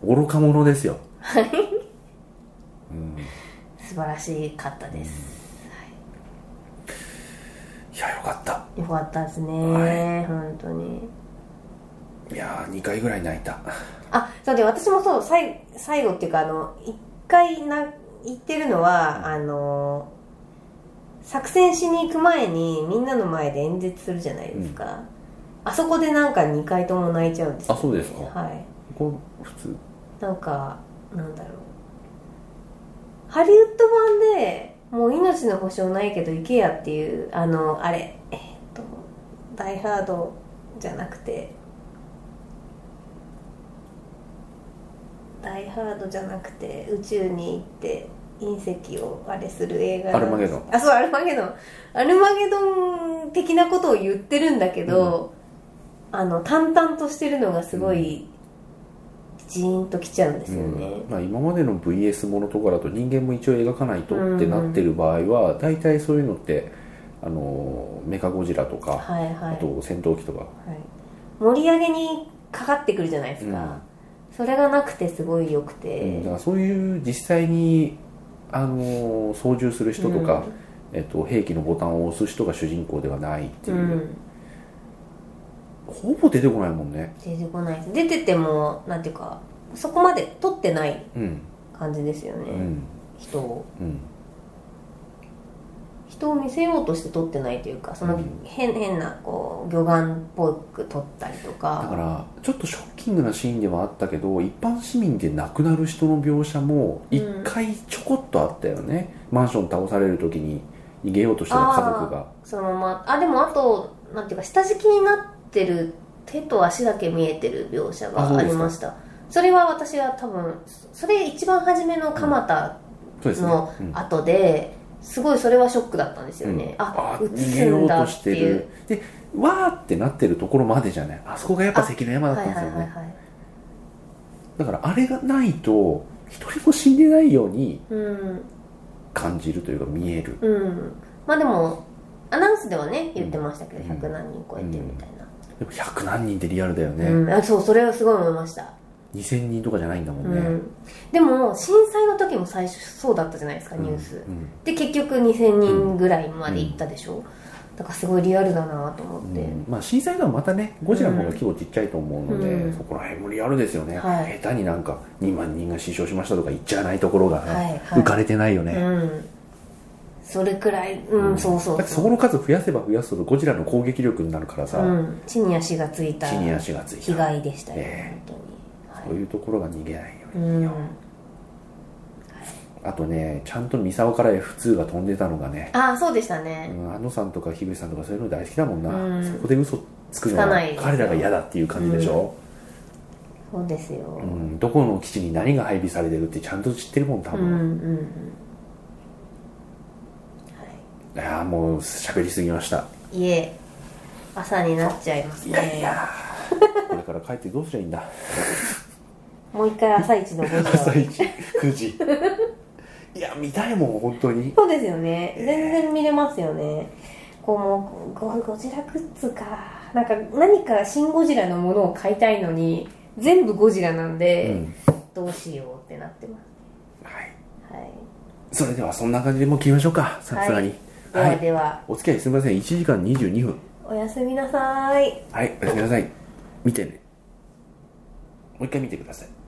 Speaker 1: 当に、愚か者ですようん
Speaker 2: 素晴らしかったです、
Speaker 1: いやよかった
Speaker 2: よかったですね、
Speaker 1: は
Speaker 2: 本当に
Speaker 1: いやー2回ぐらい泣いた
Speaker 2: あそうで私もそう最最後っていうかあの一回な言ってるのはあの作戦しに行く前にみんなの前で演説するじゃないですか、あそこでなんか2回とも泣いちゃうんですよ
Speaker 1: あそうですか
Speaker 2: はい
Speaker 1: ここ普通
Speaker 2: なんかなんだろうハリウッド版でもう命の保証ないけど行けやっていうあのあれえーっと「ダイ・ハード」じゃなくて「ダイ・ハード」じゃなくて宇宙に行って隕石をあれする映画
Speaker 1: アルマゲドン
Speaker 2: あそうアルマゲドンアルマゲドン的なことを言ってるんだけど、あの淡々としてるのがすごい、ジーンときちゃうんですよね
Speaker 1: うん、まあ、今までの VS ものとかだと人間も一応描かないとってなってる場合は大体そういうのってあのメカゴジラとか、
Speaker 2: はいはい
Speaker 1: あと戦闘機とか、
Speaker 2: はい、盛り上げにかかってくるじゃないですか、
Speaker 1: うん
Speaker 2: それがなくてすごい良くて、
Speaker 1: うんだからそういう実際にあの操縦する人とか、えっと、兵器のボタンを押す人が主人公ではないって
Speaker 2: う
Speaker 1: い
Speaker 2: ん、
Speaker 1: う、ほぼ出てこないもんね
Speaker 2: 出てこないです出ててもなんていうかそこまで撮ってない
Speaker 1: うん
Speaker 2: 感じですよね、
Speaker 1: うん
Speaker 2: 人を
Speaker 1: うん
Speaker 2: 人を見せようとして撮ってないというかその
Speaker 1: うん
Speaker 2: 変,、変なこう魚眼っぽく撮ったりと
Speaker 1: だか
Speaker 2: から
Speaker 1: ちょっとショッキングなシーンではあったけど一般市民で亡くなる人の描写も
Speaker 2: うん
Speaker 1: 一回ちょこっとあったよね、マンション倒される時に逃げようとしてた家族が
Speaker 2: そのままあでもあとなんていうか下敷きになってる手と足だけ見えてる描写
Speaker 1: あそ
Speaker 2: が
Speaker 1: う
Speaker 2: あ
Speaker 1: です
Speaker 2: り
Speaker 1: か
Speaker 2: ましたそれは私は多分それ一番初めの蒲田
Speaker 1: そうですね、
Speaker 2: の
Speaker 1: うん
Speaker 2: 後ですごいそれはショックだったんですよね、
Speaker 1: うん
Speaker 2: あ
Speaker 1: ー
Speaker 2: 映
Speaker 1: 逃げ
Speaker 2: す
Speaker 1: よ
Speaker 2: ん
Speaker 1: うと
Speaker 2: だっ
Speaker 1: してて
Speaker 2: い
Speaker 1: る
Speaker 2: う
Speaker 1: でわーってなってるところまでじゃないあそこがやっぱ関の山だ
Speaker 2: は
Speaker 1: っ
Speaker 2: い
Speaker 1: た
Speaker 2: は
Speaker 1: ん
Speaker 2: い
Speaker 1: ですよ
Speaker 2: は
Speaker 1: ね、
Speaker 2: いはい
Speaker 1: だからあれがないと一人も死んでないように
Speaker 2: うん
Speaker 1: 感じるというか見える
Speaker 2: うんまあでもアナウンスではね言ってましたけど、
Speaker 1: うん
Speaker 2: 100何人超えてみたいな、
Speaker 1: でも100何人ってリアルだよね、
Speaker 2: うん、あそうそれはすごい思いました、
Speaker 1: 2000人とかじゃないんだも
Speaker 2: うん
Speaker 1: ね、
Speaker 2: ん、でも震災の時も最初そうだったじゃないですかニュース、
Speaker 1: うん
Speaker 2: で結局2000人ぐらいまで行ったでしょ、だからすごいリアルだなと思って、
Speaker 1: うんまあ、震災ではまたねゴジラの方が規模ちっちゃいと思うので、
Speaker 2: うん
Speaker 1: そこら辺もリアルですよね、
Speaker 2: はい
Speaker 1: 下手になんか2万人が死傷しましたとか言っちゃないところが、
Speaker 2: はいはい
Speaker 1: 浮かれてないよね、
Speaker 2: うんそれくらいうん、
Speaker 1: うん
Speaker 2: そうそう
Speaker 1: だってそこの数増やせば増やすほどゴジラの攻撃力になるからさ、
Speaker 2: うん、地に足がついた
Speaker 1: 地に足がつい
Speaker 2: 被
Speaker 1: た
Speaker 2: 害でしたよ、
Speaker 1: え
Speaker 2: 本当
Speaker 1: そう
Speaker 2: に、
Speaker 1: いうところが逃げないよう
Speaker 2: う
Speaker 1: に、
Speaker 2: ん、
Speaker 1: あとねちゃんとミサオから F2 が飛んでたのがね
Speaker 2: ああそうでした
Speaker 1: う
Speaker 2: ね、
Speaker 1: ん、あのさんとか樋口さんとかそういうの大好きだもんな、
Speaker 2: うん
Speaker 1: そこで嘘つくの
Speaker 2: つか
Speaker 1: は
Speaker 2: ないですよ
Speaker 1: 彼らが嫌だっていう感じでしょ、
Speaker 2: そうですよ、
Speaker 1: うんどこの基地に何が配備されてるってちゃんと知ってるもん多
Speaker 2: うんう
Speaker 1: 分、
Speaker 2: んうん
Speaker 1: ああもう喋りすぎました
Speaker 2: はいいえ朝になっちゃいますね
Speaker 1: これから帰ってどうすりゃいいんだ
Speaker 2: もう一回朝一の5時
Speaker 1: 朝
Speaker 2: は
Speaker 1: 一9時いや見たいもん本当に
Speaker 2: そうですよね全然見れますよねこうもうゴゴジラグッズかなんか何かシン・ゴジラのものを買いたいのに全部ゴジラなん
Speaker 1: う
Speaker 2: で、
Speaker 1: ん
Speaker 2: どうしようってなってま
Speaker 1: はい
Speaker 2: すはい
Speaker 1: それではそんな感じでもう切りましょうかさすがに
Speaker 2: ではでは、
Speaker 1: お付き合いすみません1時間22分
Speaker 2: おやすみなさーい
Speaker 1: はいおやすみなさい見てねもう一回見てください